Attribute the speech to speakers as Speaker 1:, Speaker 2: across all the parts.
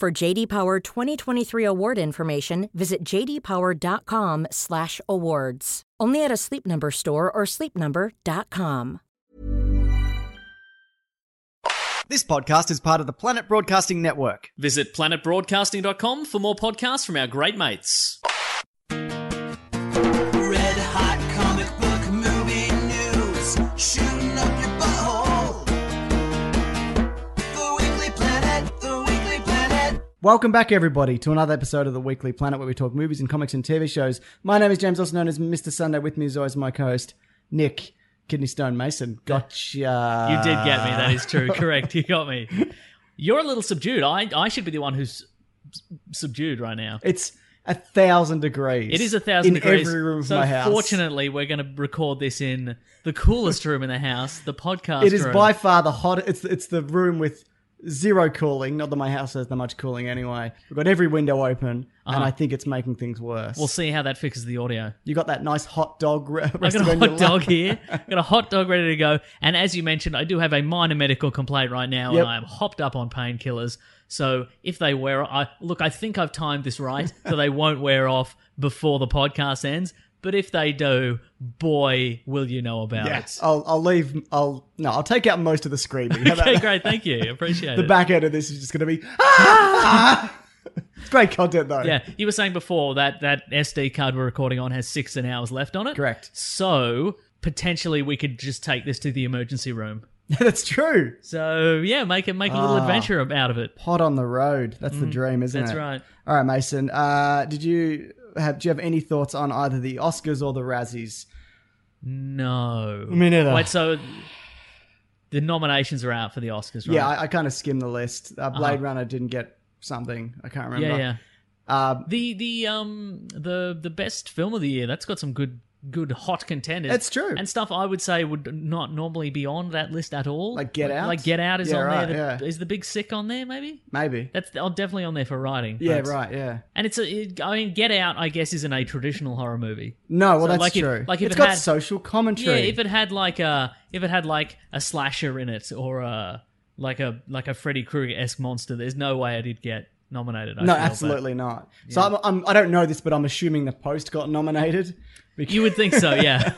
Speaker 1: For JD Power 2023 award information, visit jdpower.com/awards. Only at a Sleep Number store or sleepnumber.com.
Speaker 2: This podcast is part of the Planet Broadcasting Network.
Speaker 3: Visit planetbroadcasting.com for more podcasts from our great mates.
Speaker 4: Red hot comic book movie news, shooting up your butthole. The Weekly Planet, The Weekly Planet.
Speaker 2: Welcome back, everybody, to another episode of the Weekly Planet where we talk movies and comics and TV shows. My name is James, also known as Mr. Sunday. With me, as always, my co host, Nick Kidney Stone Mason. Gotcha.
Speaker 3: You did get me, that is true. Correct, you got me. You're a little subdued. I, I should be the one who's s- subdued right now.
Speaker 2: It's a thousand degrees.
Speaker 3: It is a
Speaker 2: in
Speaker 3: thousand degrees.
Speaker 2: every room of
Speaker 3: so
Speaker 2: my house.
Speaker 3: fortunately, we're going to record this in the coolest room in the house, the podcast.
Speaker 2: it is
Speaker 3: room.
Speaker 2: by far the hottest. It's it's the room with zero cooling. Not that my house has that much cooling anyway. We've got every window open, and I think it's making things worse.
Speaker 3: Uh-huh. We'll see how that fixes the audio.
Speaker 2: You got that nice hot dog. Re-
Speaker 3: I got a hot dog here. I got a hot dog ready to go. And as you mentioned, I do have a minor medical complaint right now,
Speaker 2: Yep.
Speaker 3: and I am hopped up on painkillers. So if they wear, I look, I think I've timed this right, so they won't wear off before the podcast ends. But if they do, boy, will you know about
Speaker 2: Yes,
Speaker 3: it?
Speaker 2: I'll I'll leave. I'll no, I'll take out most of the screaming. How about
Speaker 3: Okay,
Speaker 2: that?
Speaker 3: great. Thank you. Appreciate
Speaker 2: The
Speaker 3: it.
Speaker 2: back end of this is just going to be. "Ah!" it's great content though.
Speaker 3: Yeah, you were saying before that that SD card we're recording on has six and hours left on it.
Speaker 2: Correct.
Speaker 3: So potentially we could just take this to the emergency room.
Speaker 2: that's true.
Speaker 3: So yeah, make it make a
Speaker 2: Ah.
Speaker 3: little adventure out of it.
Speaker 2: Hot on the road. That's the dream, isn't
Speaker 3: Mm, That's
Speaker 2: it?
Speaker 3: right.
Speaker 2: All right, Mason. Uh, did you have? Do you have any thoughts on either the Oscars or the Razzies?
Speaker 3: No.
Speaker 2: Me neither.
Speaker 3: Wait, so the nominations are out for the Oscars, right?
Speaker 2: Yeah,
Speaker 3: Uh-huh.
Speaker 2: I, I kind of skimmed the list. Uh, Blade Runner didn't get something. I can't remember.
Speaker 3: yeah, yeah.
Speaker 2: Uh,
Speaker 3: The the um the the best film of the year that's got some good good hot contenders.
Speaker 2: That's true.
Speaker 3: and stuff I would say would not normally be on that list at all.
Speaker 2: Like Get Out?
Speaker 3: like Get Out is
Speaker 2: Yeah,
Speaker 3: on
Speaker 2: right,
Speaker 3: there. The- Is
Speaker 2: yeah.
Speaker 3: the Big Sick on there? Maybe
Speaker 2: maybe.
Speaker 3: that's oh, definitely on there for writing.
Speaker 2: Yeah,
Speaker 3: but-
Speaker 2: right. Yeah.
Speaker 3: And it's a, it, I mean, Get Out, I guess, isn't a traditional horror movie.
Speaker 2: No, well,
Speaker 3: So,
Speaker 2: that's
Speaker 3: like, if-
Speaker 2: true.
Speaker 3: like,
Speaker 2: Like
Speaker 3: if
Speaker 2: it's
Speaker 3: it
Speaker 2: got
Speaker 3: had-
Speaker 2: social
Speaker 3: Yeah,
Speaker 2: commentary.
Speaker 3: if it had like a if it had like a slasher in it or a like a like a Freddy Krueger esque monster, there's no way I did get nominated. I
Speaker 2: no,
Speaker 3: feel, but
Speaker 2: absolutely not. So I'm, I'm, I don't know this, but I'm assuming the Post got nominated. Because,
Speaker 3: You would think so, yeah,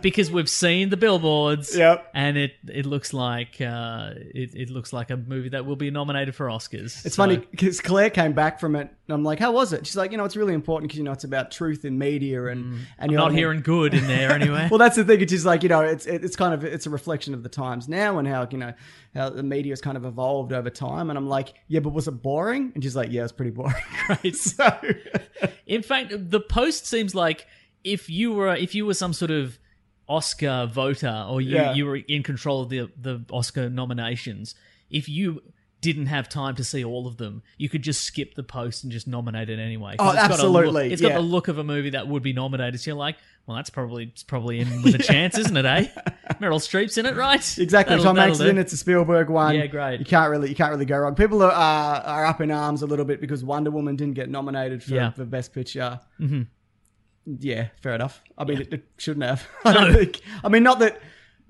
Speaker 3: because we've seen the billboards.
Speaker 2: Yep.
Speaker 3: And it it looks like uh, it it looks like a movie that will be nominated for Oscars.
Speaker 2: It's
Speaker 3: So-
Speaker 2: funny because Claire came back from it, and I'm like, "How was it?" She's like, "You know, it's really important because you know it's about truth in media and and
Speaker 3: Mm. I'm
Speaker 2: you're
Speaker 3: not hearing good in there anyway.
Speaker 2: well, that's the thing. It's just like you know, it's it- it's kind of it's a reflection of the times now and how you know how the media's kind of evolved over time. And I'm like, yeah, but was it boring? And she's like, yeah, it's pretty boring. Right. So
Speaker 3: In fact, the post seems like if you were if you were some sort of Oscar voter or you,
Speaker 2: Yeah.
Speaker 3: you were in control of the the Oscar nominations, if you didn't have time to see all of them, you could just skip the post and just nominate it anyway. 'Cause
Speaker 2: Oh,
Speaker 3: it's got a
Speaker 2: absolutely,
Speaker 3: look- It's
Speaker 2: yeah.
Speaker 3: got the look of a movie that would be nominated. So you're like, well, that's probably it's probably in with a chance, isn't it? Eh? Meryl Streep's in it, right?
Speaker 2: exactly,
Speaker 3: That'll-
Speaker 2: Tom
Speaker 3: that'll
Speaker 2: Hanks
Speaker 3: do.
Speaker 2: in it's a Spielberg one.
Speaker 3: Yeah, great.
Speaker 2: You can't really you can't really go wrong. People are uh, are up in arms a little bit because Wonder Woman didn't get nominated for,
Speaker 3: Yeah.
Speaker 2: for Best Picture. Mm-hmm. Yeah, fair enough. I mean, it, it shouldn't have. I don't think. I mean, not that.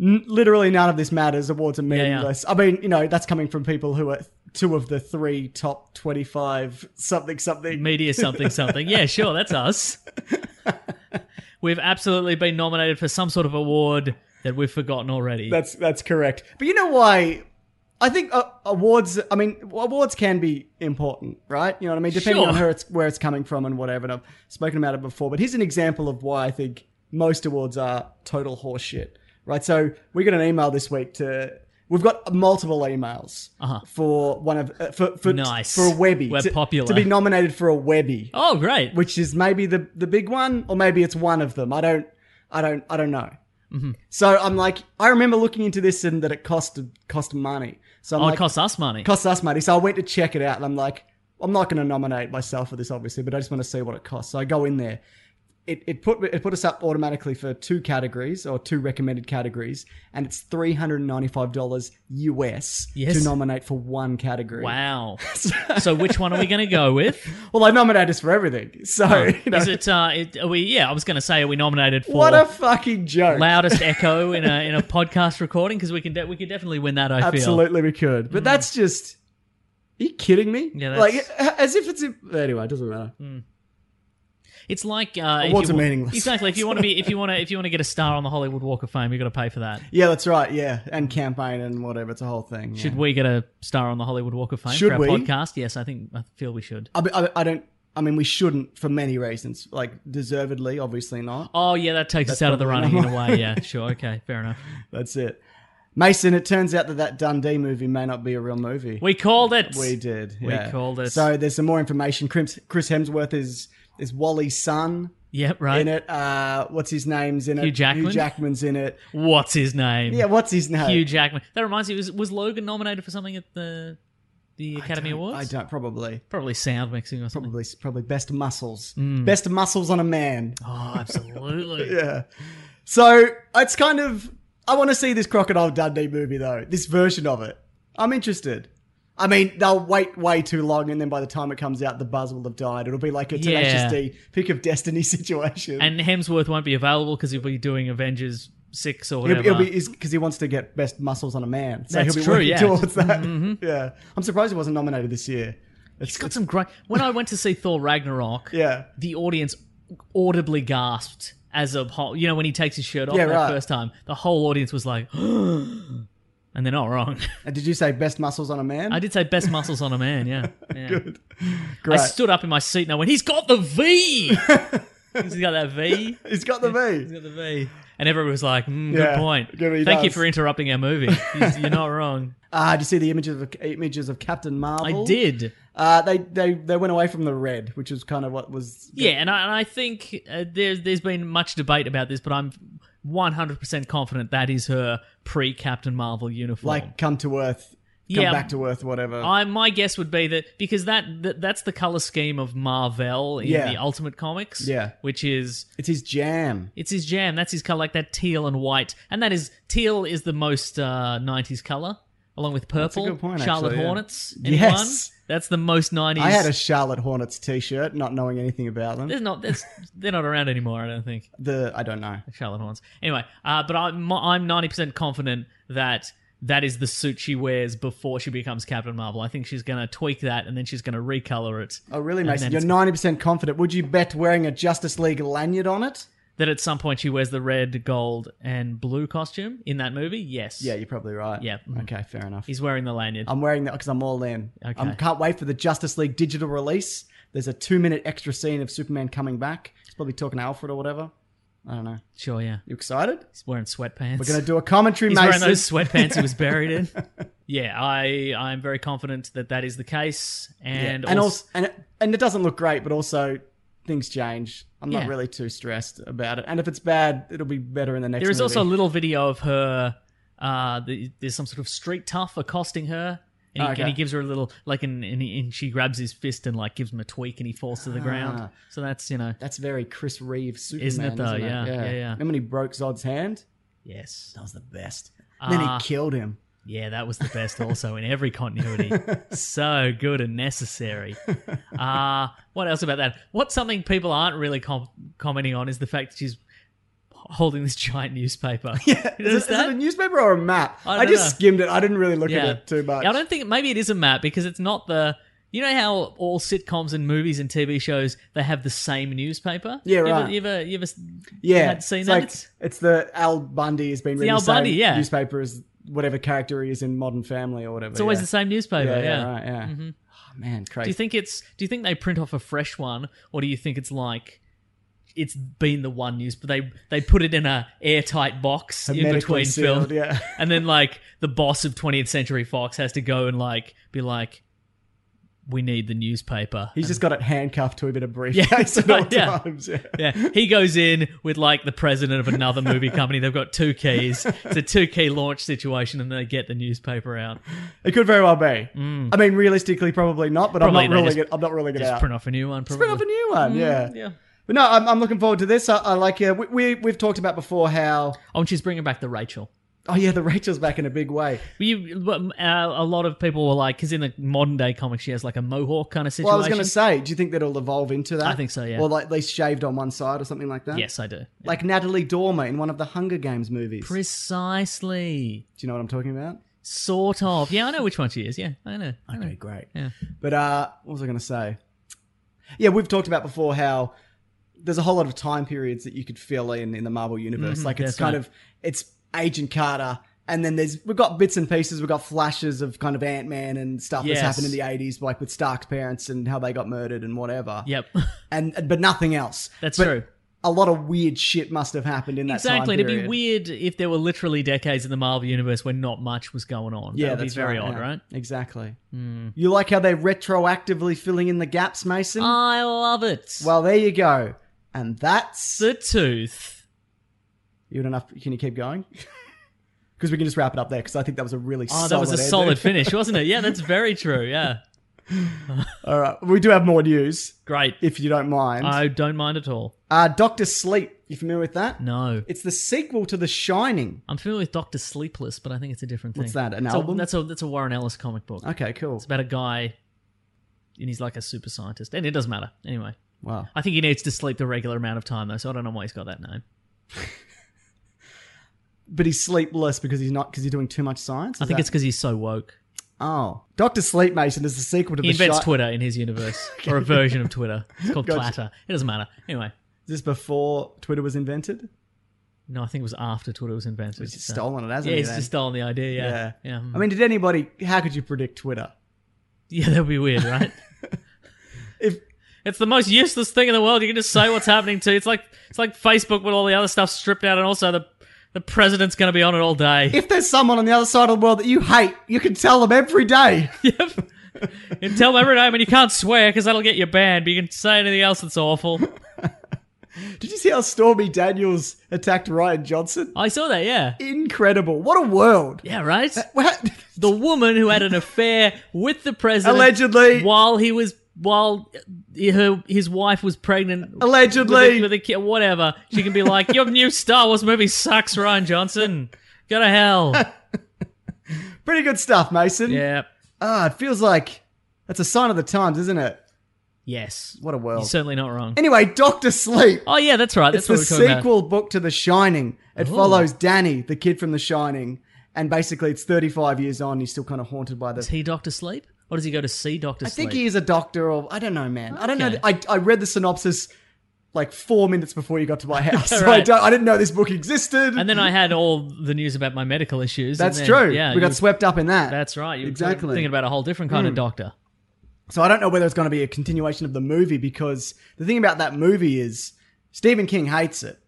Speaker 2: n- Literally none of this matters. Awards are
Speaker 3: yeah.
Speaker 2: meaningless. I mean, you know, that's coming from people who are two of the three top twenty-five something something.
Speaker 3: media something something. Yeah, sure, that's us. We've absolutely been nominated for some sort of award that we've forgotten already.
Speaker 2: That's that's correct. But you know why I think uh, awards. I mean, awards can be important, right? You know what I mean. Depending
Speaker 3: Sure.
Speaker 2: on where it's where it's coming from and whatever. And I've spoken about it before, but here's an example of why I think most awards are total horseshit, right? So we got an email this week to. We've got multiple emails for one of uh, for for,
Speaker 3: Uh-huh. Nice.
Speaker 2: for a Webby
Speaker 3: We're
Speaker 2: to,
Speaker 3: popular.
Speaker 2: to be nominated for a Webby
Speaker 3: Oh, great.
Speaker 2: which is maybe the the big one, or maybe it's one of them. I don't, I don't, I don't know.
Speaker 3: Mm-hmm.
Speaker 2: So I'm like, I remember looking into this and that it cost cost money. So I'm
Speaker 3: oh,
Speaker 2: like,
Speaker 3: it costs us money.
Speaker 2: costs us money. So I went to check it out, and I'm like, I'm not going to nominate myself for this, obviously, but I just want to see what it costs. So I go in there. It, it put it put us up automatically for two categories or two recommended categories, and it's three hundred and ninety five dollars US
Speaker 3: Yes.
Speaker 2: to nominate for one category.
Speaker 3: wow. so which one are we going to go with?
Speaker 2: Well, I nominated us for everything, so you know,
Speaker 3: Is it, uh, it? Are we? Yeah, I was going to say, are we nominated for
Speaker 2: what a fucking joke!
Speaker 3: loudest echo in a in a podcast recording? Because we can de- we could definitely win that. I feel. Mm.
Speaker 2: Absolutely, we could. But that's just. Are you kidding me?
Speaker 3: Yeah,
Speaker 2: like
Speaker 3: that's- Mm.
Speaker 2: as if it's a, anyway. It doesn't matter.
Speaker 3: It's like uh, if
Speaker 2: Awards
Speaker 3: you
Speaker 2: are
Speaker 3: wa-
Speaker 2: meaningless.
Speaker 3: Exactly. If you want to be, if you want to, if you want to get a star on the Hollywood Walk of Fame, you got to pay for that.
Speaker 2: Yeah, that's right. Yeah, and campaign and whatever. It's a whole thing.
Speaker 3: Should
Speaker 2: yeah.
Speaker 3: we get a star on the Hollywood Walk of Fame
Speaker 2: Should
Speaker 3: for our
Speaker 2: we?
Speaker 3: podcast? Yes, I think I feel we should.
Speaker 2: I, I, I don't. I mean, we shouldn't for many reasons. Like deservedly, obviously not.
Speaker 3: Oh yeah, that takes us out of the running
Speaker 2: probably
Speaker 3: in a way. Yeah, sure. Okay, fair enough.
Speaker 2: That's it. Mason, it turns out that that Dundee movie may not be a real movie.
Speaker 3: We called it.
Speaker 2: We did.
Speaker 3: We
Speaker 2: yeah.
Speaker 3: called it.
Speaker 2: So there's some more information. Chris Chris Hemsworth is is Wally's son
Speaker 3: Yeah, right.
Speaker 2: in it. Uh, what's his name's in it?
Speaker 3: Hugh Jackman?
Speaker 2: Jackman's in it.
Speaker 3: What's his name?
Speaker 2: Yeah, what's his name?
Speaker 3: Hugh Jackman. That reminds me. Was was Logan nominated for something at the the Academy Awards?
Speaker 2: I don't probably.
Speaker 3: Probably sound mixing or something.
Speaker 2: Probably, probably best muscles.
Speaker 3: Mm.
Speaker 2: Best muscles on a man.
Speaker 3: Oh, absolutely.
Speaker 2: Yeah. So it's kind of. I want to see this Crocodile Dundee movie though. This version of it. I'm interested. I mean, they'll wait way too long, and then by the time it comes out, the buzz will have died. It'll be like a Tenacious
Speaker 3: Yeah.
Speaker 2: D pick of destiny situation.
Speaker 3: And Hemsworth won't be available because he'll be doing Avengers six or
Speaker 2: He'll,
Speaker 3: whatever.
Speaker 2: be- he'll be because he wants to get best muscles on a man. So
Speaker 3: That's
Speaker 2: he'll be
Speaker 3: true,
Speaker 2: working
Speaker 3: yeah. Mm-hmm.
Speaker 2: towards that. Yeah, I'm surprised he wasn't nominated this year. It's,
Speaker 3: He's got some great. When I went to see Thor Ragnarok,
Speaker 2: yeah,
Speaker 3: the audience audibly gasped as a whole. You know, when he takes his shirt off
Speaker 2: Yeah,
Speaker 3: that
Speaker 2: right.
Speaker 3: first time, the whole audience was like, and they're not wrong.
Speaker 2: and did you say best muscles on a man?
Speaker 3: I did say best muscles on a man. Yeah, yeah.
Speaker 2: Good.
Speaker 3: I
Speaker 2: Great.
Speaker 3: stood up in my seat and I went, "He's got the V. He's got that V.
Speaker 2: He's got the V.
Speaker 3: He's got the V." And everyone was like, mm,
Speaker 2: Yeah,
Speaker 3: "Good point.
Speaker 2: good, he
Speaker 3: Thank you
Speaker 2: does.
Speaker 3: for interrupting our movie. He's- You're not wrong."
Speaker 2: Ah, did you see the images of images of Captain Marvel?
Speaker 3: I did.
Speaker 2: Uh, they they they went away from the red, which was kind of what was.
Speaker 3: Yeah, and I, and I think uh, there's there's been much debate about this, but I'm 100% confident that is her pre Captain Marvel uniform.
Speaker 2: like come to Earth, come
Speaker 3: Yeah.
Speaker 2: back to Earth, whatever.
Speaker 3: I my guess would be that because that, that that's the color scheme of Marvel in
Speaker 2: Yeah.
Speaker 3: the Ultimate Comics,
Speaker 2: Yeah.
Speaker 3: which is
Speaker 2: it's his jam.
Speaker 3: it's his jam. That's his color, like that teal and white, and that is teal is the most uh, 90s color, along with purple.
Speaker 2: good point,
Speaker 3: Charlotte
Speaker 2: actually, yeah.
Speaker 3: Hornets, anyone?
Speaker 2: Yes.
Speaker 3: that's the most 90s.
Speaker 2: I had a Charlotte Hornets T-shirt, not knowing anything about them.
Speaker 3: there's not there's, they're not around anymore. I don't think.
Speaker 2: The I don't know.
Speaker 3: Charlotte Horns. Anyway, uh, but I'm I'm 90% confident that that is the suit she wears before she becomes Captain Marvel. I think she's going to tweak that and then she's going to recolor it.
Speaker 2: Oh, really,
Speaker 3: And
Speaker 2: Mason?
Speaker 3: then
Speaker 2: You're
Speaker 3: it's-
Speaker 2: ninety percent confident. Would you bet wearing a Justice League lanyard on it?
Speaker 3: That at some point she wears the red, gold, and blue costume in that movie? Yes.
Speaker 2: Yeah, Um, you're probably right.
Speaker 3: Yeah. Mm-hmm.
Speaker 2: Okay, fair enough.
Speaker 3: He's wearing the lanyard.
Speaker 2: I'm wearing that because I'm all in.
Speaker 3: Okay.
Speaker 2: I can't wait for the Justice League digital release. There's a two-minute extra scene of Superman coming back. He's probably talking to Alfred or whatever. I don't know.
Speaker 3: sure, yeah.
Speaker 2: You excited?
Speaker 3: He's wearing sweatpants.
Speaker 2: We're going to do a commentary,
Speaker 3: He's
Speaker 2: Mason.
Speaker 3: wearing those sweatpants he was buried in. Yeah, I I'm very confident that that is the case, and
Speaker 2: and also,
Speaker 3: also,
Speaker 2: and it, and it doesn't look great, but also things change. I'm not
Speaker 3: Yeah.
Speaker 2: really too stressed about it. And if it's bad, it'll be better in the next.
Speaker 3: There is
Speaker 2: movie.
Speaker 3: also a little video of her. Uh, the, there's some sort of street tough accosting her, and he,
Speaker 2: Ah, Okay.
Speaker 3: and he gives her a little like, and, and, he- and she grabs his fist and like gives him a tweak, and he falls to
Speaker 2: Ah.
Speaker 3: the ground. So that's you know,
Speaker 2: that's very Chris Reeve Superman,
Speaker 3: Isn't it, though? Yeah, yeah, yeah.
Speaker 2: Remember when he broke Zod's hand?
Speaker 3: yes,
Speaker 2: That was the best. And then he
Speaker 3: Ah.
Speaker 2: killed him.
Speaker 3: yeah, that was the best. Also in every continuity, so good and necessary. Uh, what else about that? What's something people aren't really com- commenting on is the fact that she's holding this giant newspaper. Yeah,
Speaker 2: Is it- is it a newspaper or a map?
Speaker 3: I
Speaker 2: I,
Speaker 3: don't
Speaker 2: just
Speaker 3: know.
Speaker 2: skimmed it. I didn't really look at it too much.
Speaker 3: I don't think maybe it is a map because it's not the. You know how all sitcoms and movies and TV shows they have the same newspaper.
Speaker 2: Yeah,
Speaker 3: You ever,
Speaker 2: right.
Speaker 3: you ever, you ever s-
Speaker 2: yeah,
Speaker 3: had seen
Speaker 2: it's
Speaker 3: that?
Speaker 2: like
Speaker 3: It's-
Speaker 2: it's the Al Bundy has been reading
Speaker 3: Al
Speaker 2: the same
Speaker 3: Bundy, yeah.
Speaker 2: newspaper as whatever character he is in Modern Family or whatever.
Speaker 3: It's always
Speaker 2: yeah.
Speaker 3: the same newspaper. Yeah. Mm-hmm.
Speaker 2: right, yeah. Oh, man, crazy.
Speaker 3: Do you think it's? Do you think they print off a fresh one, or do you think it's like? It's been the one news, but they they put it in a airtight box in
Speaker 2: Hermetically
Speaker 3: between
Speaker 2: sealed,
Speaker 3: films,
Speaker 2: yeah.
Speaker 3: and then like the boss of 20th Century Fox has to go and like be like, "We need the newspaper."
Speaker 2: He's just got it handcuffed to a bit of briefcase
Speaker 3: that's
Speaker 2: at all
Speaker 3: right, yeah.
Speaker 2: times. Yeah.
Speaker 3: Yeah, he goes in with like the president of another movie company. They've got two keys. It's a two key launch situation, and they get the newspaper out.
Speaker 2: It could very well be. I mean, realistically, probably not. But
Speaker 3: Mm. Probably
Speaker 2: I'm
Speaker 3: they
Speaker 2: not ruling
Speaker 3: just-
Speaker 2: it. I'm not ruling it
Speaker 3: Just
Speaker 2: out.
Speaker 3: print off a new one. Probably.
Speaker 2: Spin off a new one. yeah.
Speaker 3: Yeah.
Speaker 2: But no, I'm, I'm looking forward to this. I, I like. Yeah, we, we we've talked about before how.
Speaker 3: Oh, and she's bringing back the Rachel.
Speaker 2: Oh yeah, the Rachel's back in a big way.
Speaker 3: You, but, uh, a lot of people were like, because in the modern day comics, she has like a mohawk kind of situation.
Speaker 2: Well, I was going to say, do you think that'll evolve into that?
Speaker 3: I think so, yeah.
Speaker 2: Or like at least shaved on one side or something like that.
Speaker 3: yes, I do.
Speaker 2: Like Natalie Dormer in one of the Hunger Games movies.
Speaker 3: Precisely.
Speaker 2: do you know what I'm talking about?
Speaker 3: Sort of. Yeah, I know which one she is. Yeah, I know. I know.
Speaker 2: Okay, great.
Speaker 3: Yeah.
Speaker 2: But uh, what was I going to say? Yeah, we've talked about before how there's a whole lot of time periods that you could fill in in the Marvel universe. like it's
Speaker 3: that's
Speaker 2: kind
Speaker 3: right.
Speaker 2: of it's Agent Carter, and then there's we've got bits and pieces. We've got flashes of kind of Ant Man and stuff
Speaker 3: Yes.
Speaker 2: that's happened in the '80s, like with Stark's parents and how they got murdered and whatever.
Speaker 3: Yep.
Speaker 2: And but nothing else.
Speaker 3: That's
Speaker 2: But
Speaker 3: true.
Speaker 2: A lot of weird shit must have happened in that
Speaker 3: Exactly.
Speaker 2: time
Speaker 3: It'd be
Speaker 2: period.
Speaker 3: weird if there were literally decades in the Marvel universe where not much was going on.
Speaker 2: Yeah,
Speaker 3: that would be
Speaker 2: that's
Speaker 3: very
Speaker 2: right,
Speaker 3: odd,
Speaker 2: yeah.
Speaker 3: right? Hmm.
Speaker 2: Exactly. You like how they're retroactively filling in the gaps, Mason?
Speaker 3: I love it.
Speaker 2: Well, there you go. And that's
Speaker 3: the tooth.
Speaker 2: you had enough. Can you keep going? Because we can just wrap it up there. Because I think that was a really
Speaker 3: Oh,
Speaker 2: solid
Speaker 3: that was a
Speaker 2: ending.
Speaker 3: solid finish, wasn't it? Yeah, that's very true. Yeah,
Speaker 2: All right, we do have more news
Speaker 3: great.
Speaker 2: if you don't mind.
Speaker 3: I don't mind at all.
Speaker 2: uh, Doctor Sleep. You familiar with that?
Speaker 3: No,
Speaker 2: It's the sequel to The Shining.
Speaker 3: I'm familiar with Doctor Sleepless, but I think it's a different thing.
Speaker 2: What's that, an
Speaker 3: It's a-
Speaker 2: album?
Speaker 3: that's a that's a Warren Ellis comic book.
Speaker 2: Okay, cool.
Speaker 3: It's about a guy, and he's like a super scientist, and it doesn't matter anyway.
Speaker 2: Wow.
Speaker 3: I think he needs to sleep the regular amount of time though, so I don't know why he's got that name.
Speaker 2: But he's sleepless because he's not because he's doing too much science.
Speaker 3: I
Speaker 2: Is
Speaker 3: think
Speaker 2: that-
Speaker 3: it's because he's so woke.
Speaker 2: oh, Doctor Sleep Mason is the sequel to
Speaker 3: He
Speaker 2: The
Speaker 3: invents
Speaker 2: Shi-
Speaker 3: Twitter in his universe, or a version of Twitter. It's called
Speaker 2: Gotcha.
Speaker 3: Clatter. It doesn't matter anyway.
Speaker 2: Is this before Twitter was invented?
Speaker 3: No, I think it was after Twitter was invented.
Speaker 2: He's just
Speaker 3: so-
Speaker 2: stolen it, hasn't
Speaker 3: uh, Yeah,
Speaker 2: he?
Speaker 3: he's
Speaker 2: then?
Speaker 3: just stolen the idea. Yeah, yeah. hmm. mm.
Speaker 2: I mean, did anybody? How could you predict Twitter?
Speaker 3: Yeah, that'd be weird, right?
Speaker 2: If
Speaker 3: it's the most useless thing in the world. You can just say what's happening to. It's like it's like Facebook with all the other stuff stripped out, and also the the president's going to be on it all day.
Speaker 2: if there's someone on the other side of the world that you hate, you can tell them every day.
Speaker 3: Yep. and tell them every name, and you can't swear because that'll get you banned. But you can say anything else that's awful.
Speaker 2: Did you see how Stormy Daniels attacked Ryan Johnson?
Speaker 3: I Oh, saw that. Yeah.
Speaker 2: Incredible. What a world.
Speaker 3: Yeah. Right.
Speaker 2: What-
Speaker 3: The woman who had an affair with the president
Speaker 2: Allegedly.
Speaker 3: while he was while her his wife was pregnant
Speaker 2: Allegedly.
Speaker 3: with a, with a kid, whatever. She can be like, "Your new Star Wars movie sucks, Ryan Johnson. Go to hell."
Speaker 2: Pretty good stuff, Mason.
Speaker 3: yeah.
Speaker 2: Ah, it feels like that's a sign of the times, isn't it?
Speaker 3: Yes.
Speaker 2: What a
Speaker 3: You're
Speaker 2: world.
Speaker 3: certainly not wrong.
Speaker 2: anyway, Doctor Sleep.
Speaker 3: Oh yeah, that's right. That's
Speaker 2: it's
Speaker 3: what
Speaker 2: the
Speaker 3: we're talking about. Oh.
Speaker 2: sequel book to The Shining. It follows Danny, the kid from The Shining, and basically it's 35 years on. He's still kind of haunted by the
Speaker 3: Is he Doctor Sleep, or does he go to see Doctor
Speaker 2: I
Speaker 3: Sleep?
Speaker 2: think he is a doctor, or I don't know, man. I don't know.
Speaker 3: Okay.
Speaker 2: I, I read the synopsis like four minutes before you got to my house. so I,
Speaker 3: Right.
Speaker 2: don't, I didn't know this book existed.
Speaker 3: And then I had all the news about my medical issues. and
Speaker 2: that's
Speaker 3: then-
Speaker 2: true.
Speaker 3: Yeah,
Speaker 2: we got
Speaker 3: you-
Speaker 2: swept up in that.
Speaker 3: That's right. You were
Speaker 2: Exactly. Hmm.
Speaker 3: Thinking about a whole different kind of doctor.
Speaker 2: so I don't know whether it's going to be a continuation of the movie because the thing about that movie is Stephen King hates it.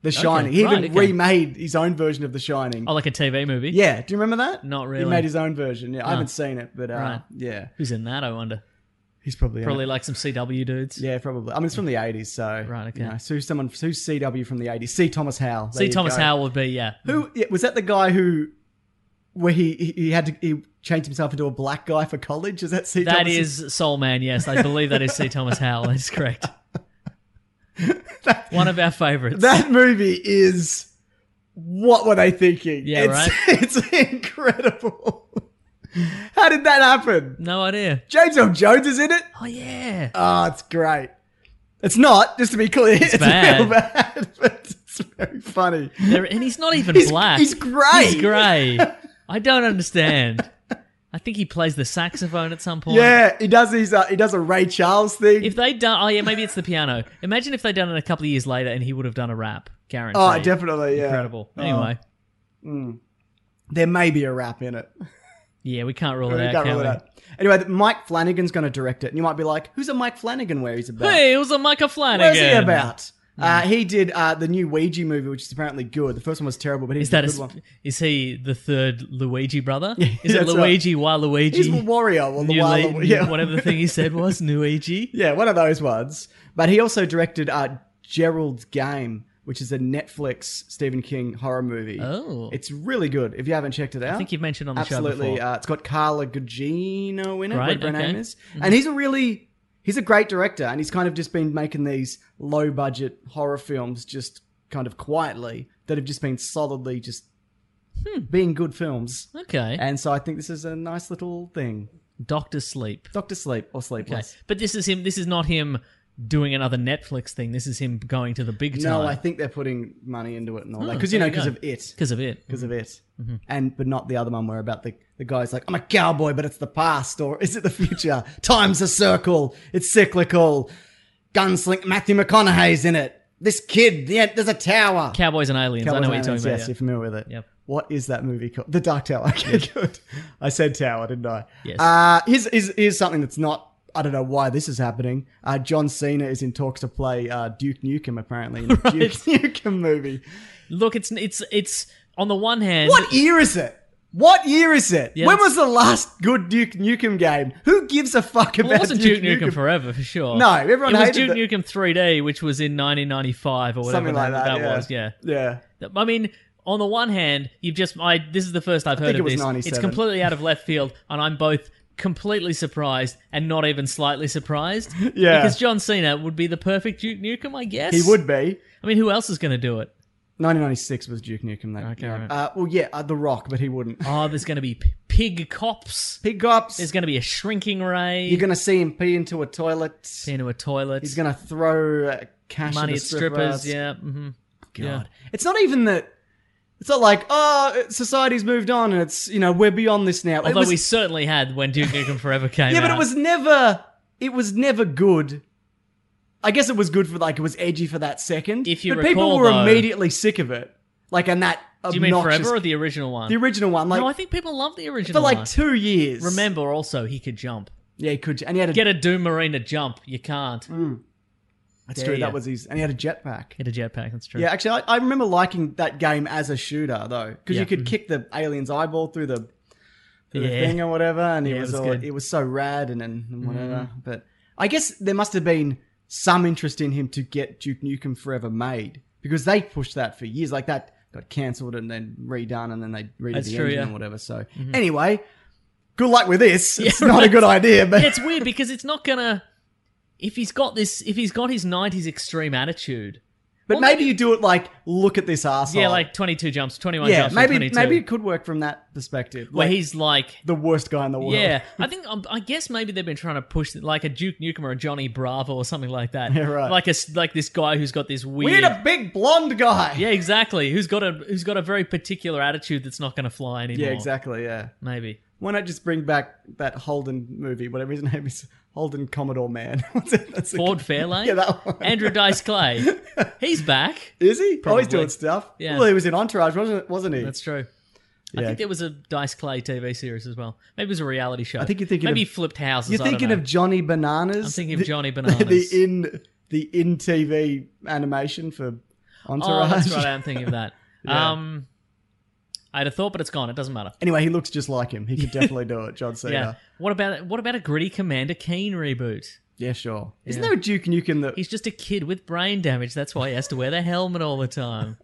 Speaker 2: The Shining. He
Speaker 3: right,
Speaker 2: even
Speaker 3: okay.
Speaker 2: remade his own version of The Shining.
Speaker 3: Oh, like a TV movie.
Speaker 2: yeah, do you remember that?
Speaker 3: Not
Speaker 2: He
Speaker 3: really.
Speaker 2: made his own version. Yeah, I haven't seen it, but uh,
Speaker 3: Right.
Speaker 2: yeah,
Speaker 3: Who's in that? I wonder.
Speaker 2: he's probably in it.
Speaker 3: Probably like some CW dudes.
Speaker 2: Yeah, probably. I mean, it's from the '80s, so
Speaker 3: Right, okay.
Speaker 2: You know, so someone, so CW from the '80s, C. Thomas Howell. There
Speaker 3: See,
Speaker 2: you
Speaker 3: Thomas
Speaker 2: go.
Speaker 3: Howell would be yeah.
Speaker 2: Who yeah, was that? The guy who, where he he, he had to he changed himself into a black guy for college? Is that C?
Speaker 3: That
Speaker 2: Thomas?
Speaker 3: is Soul Man, yes. I believe that is C. Thomas Howell. That is correct. One of our favorites.
Speaker 2: that movie is. What were they thinking?
Speaker 3: Yeah,
Speaker 2: it's, It's incredible. How did that happen?
Speaker 3: no idea.
Speaker 2: James L. Jones is in it.
Speaker 3: Oh, yeah.
Speaker 2: Oh, it's great. It's not, just to be clear. It's,
Speaker 3: bad.
Speaker 2: real bad, but it's very funny.
Speaker 3: There- and he's not even
Speaker 2: He's-
Speaker 3: black.
Speaker 2: he's grey.
Speaker 3: He's grey. I don't understand. I think he plays the saxophone at some point.
Speaker 2: Yeah, he does. He's uh, he does a Ray Charles thing.
Speaker 3: If they done, oh yeah, maybe it's the piano. Imagine if they'd done it a couple of years later and he would have done a rap, guaranteed.
Speaker 2: oh, definitely. Yeah.
Speaker 3: Incredible. Anyway,
Speaker 2: there may be a rap in it.
Speaker 3: Yeah, we can't rule
Speaker 2: We
Speaker 3: it out.
Speaker 2: can't
Speaker 3: can
Speaker 2: rule it
Speaker 3: we?
Speaker 2: out. Anyway, th- Mike Flanagan's going to direct it, and you might be like, "Who's a Mike Flanagan? Where he's about?
Speaker 3: Hey, it was a Micah Flanagan. Hmm.
Speaker 2: Where's he about?" Uh, he did uh, the new Ouija movie, which is apparently good. The first one was terrible, but he's
Speaker 3: Is that
Speaker 2: a
Speaker 3: a,
Speaker 2: good
Speaker 3: sp-
Speaker 2: one.
Speaker 3: is he the third Luigi brother? is it
Speaker 2: that's right.
Speaker 3: Luigi right.
Speaker 2: He's the
Speaker 3: Waluigi?
Speaker 2: Wario or the
Speaker 3: New
Speaker 2: Wild-
Speaker 3: Le-
Speaker 2: yeah.
Speaker 3: Whatever the thing he said was Nuigi.
Speaker 2: Yeah, one of those ones. But he also directed uh, Gerald's Game, which is a Netflix Stephen King horror movie.
Speaker 3: Oh.
Speaker 2: It's really good if you haven't checked it out.
Speaker 3: I think you've mentioned on the show
Speaker 2: Absolutely.
Speaker 3: before.
Speaker 2: Uh, it's got Carla Gugino in it,
Speaker 3: Right,
Speaker 2: whatever her
Speaker 3: okay.
Speaker 2: name is. And he's a really, he's a great director and he's kind of just been making these low budget horror films just kind of quietly that have just been solidly just being good films.
Speaker 3: Hmm. okay.
Speaker 2: And so I think this is a nice little thing.
Speaker 3: Doctor Sleep.
Speaker 2: Doctor Sleep or
Speaker 3: Okay.
Speaker 2: Sleepless.
Speaker 3: But this is him. This is not him doing another Netflix thing. This is him going to the big time.
Speaker 2: No, I think they're putting money into it and all that
Speaker 3: Oh,
Speaker 2: because you
Speaker 3: there
Speaker 2: know
Speaker 3: you
Speaker 2: because
Speaker 3: go. Mm-hmm.
Speaker 2: of it
Speaker 3: because of it.
Speaker 2: because of it and but not the other one where about the the guy's like I'm a cowboy but it's the past or is it the future? Time's a circle. It's cyclical. Gunsling Matthew McConaughey's in it. This kid. Yeah, there's a tower.
Speaker 3: Cowboys and aliens. I know what
Speaker 2: Cowboys
Speaker 3: you're
Speaker 2: and
Speaker 3: talking
Speaker 2: Aliens, Yes,
Speaker 3: about.
Speaker 2: you're
Speaker 3: yeah.
Speaker 2: familiar with it.
Speaker 3: Yep.
Speaker 2: What is that movie called? The Dark Tower. Okay, good. I said tower, didn't I?
Speaker 3: Yes.
Speaker 2: Uh, here's, here's, here's something that's not. I don't know why this is happening. Uh, John Cena is in talks to play uh, Duke Nukem, apparently, in the Duke Nukem movie.
Speaker 3: Look, it's it's it's on the one hand.
Speaker 2: What year is it? What year is it?
Speaker 3: Yeah,
Speaker 2: when was
Speaker 3: that's-
Speaker 2: the last good Duke Nukem game? Who gives a fuck about
Speaker 3: Well, it wasn't
Speaker 2: Duke, Nukem?
Speaker 3: forever for sure.
Speaker 2: No, everyone
Speaker 3: it was
Speaker 2: hated
Speaker 3: Duke Nukem 3D, which was in 1995 or whatever
Speaker 2: Something like
Speaker 3: that,
Speaker 2: that. yeah.
Speaker 3: was. Yeah.
Speaker 2: Yeah.
Speaker 3: I mean, on the one hand, you've just I this is the first I've heard
Speaker 2: think
Speaker 3: of
Speaker 2: it was
Speaker 3: this.
Speaker 2: 97.
Speaker 3: It's completely out of left field, and I'm both completely surprised and not even slightly surprised.
Speaker 2: Yeah.
Speaker 3: Because John Cena would be the perfect Duke Nukem, I guess.
Speaker 2: He would be.
Speaker 3: I mean, who else is going to do it?
Speaker 2: 1996 was Duke Nukem. That
Speaker 3: Okay,
Speaker 2: yeah.
Speaker 3: right.
Speaker 2: Uh, well, yeah, uh, The Rock, but he wouldn't.
Speaker 3: Oh, there's going to be p- pig cops.
Speaker 2: Pig ups.
Speaker 3: There's going to be a shrinking ray.
Speaker 2: You're gonna see him pee into a toilet.
Speaker 3: into a toilet.
Speaker 2: He's gonna throw uh, cash
Speaker 3: money
Speaker 2: at
Speaker 3: at
Speaker 2: the strippers.
Speaker 3: strippers. Yeah. hmm
Speaker 2: God,
Speaker 3: yeah.
Speaker 2: it's not even that. It's not like oh, society's moved on and it's you know we're beyond this now. It
Speaker 3: Although
Speaker 2: was-
Speaker 3: we certainly had when Duke Nukem Forever came
Speaker 2: yeah,
Speaker 3: out.
Speaker 2: but it was never. It was never good. I guess it was good for like it was edgy for that second.
Speaker 3: If you
Speaker 2: but people
Speaker 3: recall,
Speaker 2: were
Speaker 3: though-
Speaker 2: immediately sick of it. Like and that
Speaker 3: Do you mean
Speaker 2: obnoxious-
Speaker 3: Forever or the original one?
Speaker 2: the original one? Like
Speaker 3: no, I think people love the
Speaker 2: for
Speaker 3: original
Speaker 2: like
Speaker 3: one.
Speaker 2: two years.
Speaker 3: Remember also, he could jump.
Speaker 2: Yeah, he could and he had a
Speaker 3: Get a Doom Marine to jump. You can't.
Speaker 2: Mm. that's true.
Speaker 3: yeah.
Speaker 2: That was his and he had a jetpack.
Speaker 3: Get a jetpack. That's true.
Speaker 2: Yeah, actually, I, I remember liking that game as a shooter though, because you could kick the alien's eyeball through the through the
Speaker 3: Mm-hmm. Yeah.
Speaker 2: thing or whatever, and it
Speaker 3: it
Speaker 2: was,
Speaker 3: was
Speaker 2: all,
Speaker 3: good. Mm-hmm.
Speaker 2: it was so rad and, and, and whatever. But I guess there must have been some interest in him to get Duke Nukem Forever made because they pushed that for years. Like that got cancelled and then redone, and then they redid
Speaker 3: That's
Speaker 2: the
Speaker 3: true,
Speaker 2: engine
Speaker 3: yeah. Mm-hmm.
Speaker 2: and whatever. So anyway, good luck with this. it's not a good idea, but
Speaker 3: Yeah, it's weird because it's not gonna. If he's got this, if he's got his '90s extreme attitude,
Speaker 2: but
Speaker 3: well,
Speaker 2: maybe, you do it like look at this asshole.
Speaker 3: yeah, like 22 jumps, 21
Speaker 2: Oh. yeah,
Speaker 3: jumps, or
Speaker 2: maybe
Speaker 3: 22,
Speaker 2: maybe it could work from that perspective.
Speaker 3: where
Speaker 2: Like,
Speaker 3: he's like,
Speaker 2: the worst guy in the world.
Speaker 3: yeah, I think um, I guess maybe they've been trying to push like a Duke Nukem or a Johnny Bravo or something like that.
Speaker 2: Yeah, right.
Speaker 3: Like a s- like this guy who's got this
Speaker 2: We
Speaker 3: weird.
Speaker 2: need a big blonde guy.
Speaker 3: yeah, exactly. Who's got a who's got a very particular attitude that's not going to fly anymore.
Speaker 2: Yeah, exactly. Yeah.
Speaker 3: Maybe.
Speaker 2: Why not just bring back that Holden movie, whatever his name is, Holden Commodore Man? What's it? That's the-
Speaker 3: Ford Fairlane.
Speaker 2: Yeah, that one.
Speaker 3: Andrew Dice Clay. He's back.
Speaker 2: Is he? Oh,
Speaker 3: Probably.
Speaker 2: he's doing stuff.
Speaker 3: Yeah.
Speaker 2: Well, he was in Entourage, wasn't wasn't he?
Speaker 3: That's true. I
Speaker 2: Yeah.
Speaker 3: think there was a Dice Clay TV series as well. Maybe it was a reality show.
Speaker 2: I think you're thinking
Speaker 3: maybe
Speaker 2: of-
Speaker 3: he flipped houses.
Speaker 2: You're
Speaker 3: I don't
Speaker 2: thinking
Speaker 3: know.
Speaker 2: of Johnny Bananas.
Speaker 3: I'm thinking of
Speaker 2: The-
Speaker 3: Johnny
Speaker 2: the-
Speaker 3: Bananas.
Speaker 2: The in the in TV animation for
Speaker 3: Oh,
Speaker 2: Entourage.
Speaker 3: that's right. I'm thinking of that. Um, I'd have thought, but it's gone. It doesn't matter.
Speaker 2: Anyway, he looks just like him. He could definitely do it, John Cena.
Speaker 3: Yeah. What about what about a gritty Commander Keen reboot?
Speaker 2: Yeah, sure. Isn't there a Duke Nukem that
Speaker 3: He's just a kid with brain damage. That's why he has to wear the helmet all the time.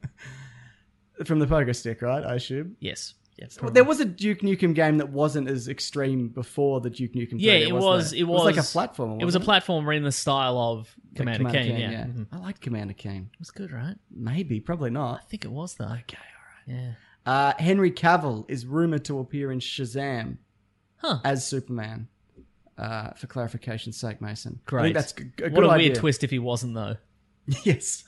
Speaker 2: from the poker stick, right? I assume.
Speaker 3: Yes. Yes.
Speaker 2: Well, there was a Duke Nukem game that wasn't as extreme before the Duke Nukem. 3D,
Speaker 3: Yeah, it
Speaker 2: wasn't
Speaker 3: was.
Speaker 2: there?
Speaker 3: It was
Speaker 2: like a platform.
Speaker 3: It was a platformer in the style of Commander, Keen. Yeah. Mhm.
Speaker 2: I liked Commander Keen.
Speaker 3: It was good, right?
Speaker 2: Maybe, probably not.
Speaker 3: I think it was though. Okay. All right. Yeah.
Speaker 2: Uh, Henry Cavill is rumored to appear in Shazam
Speaker 3: Huh.
Speaker 2: as Superman. Uh, for clarification's sake, Mason. I
Speaker 3: Great.
Speaker 2: think that's g- a good
Speaker 3: what a
Speaker 2: idea.
Speaker 3: weird twist if he wasn't though.
Speaker 2: yes.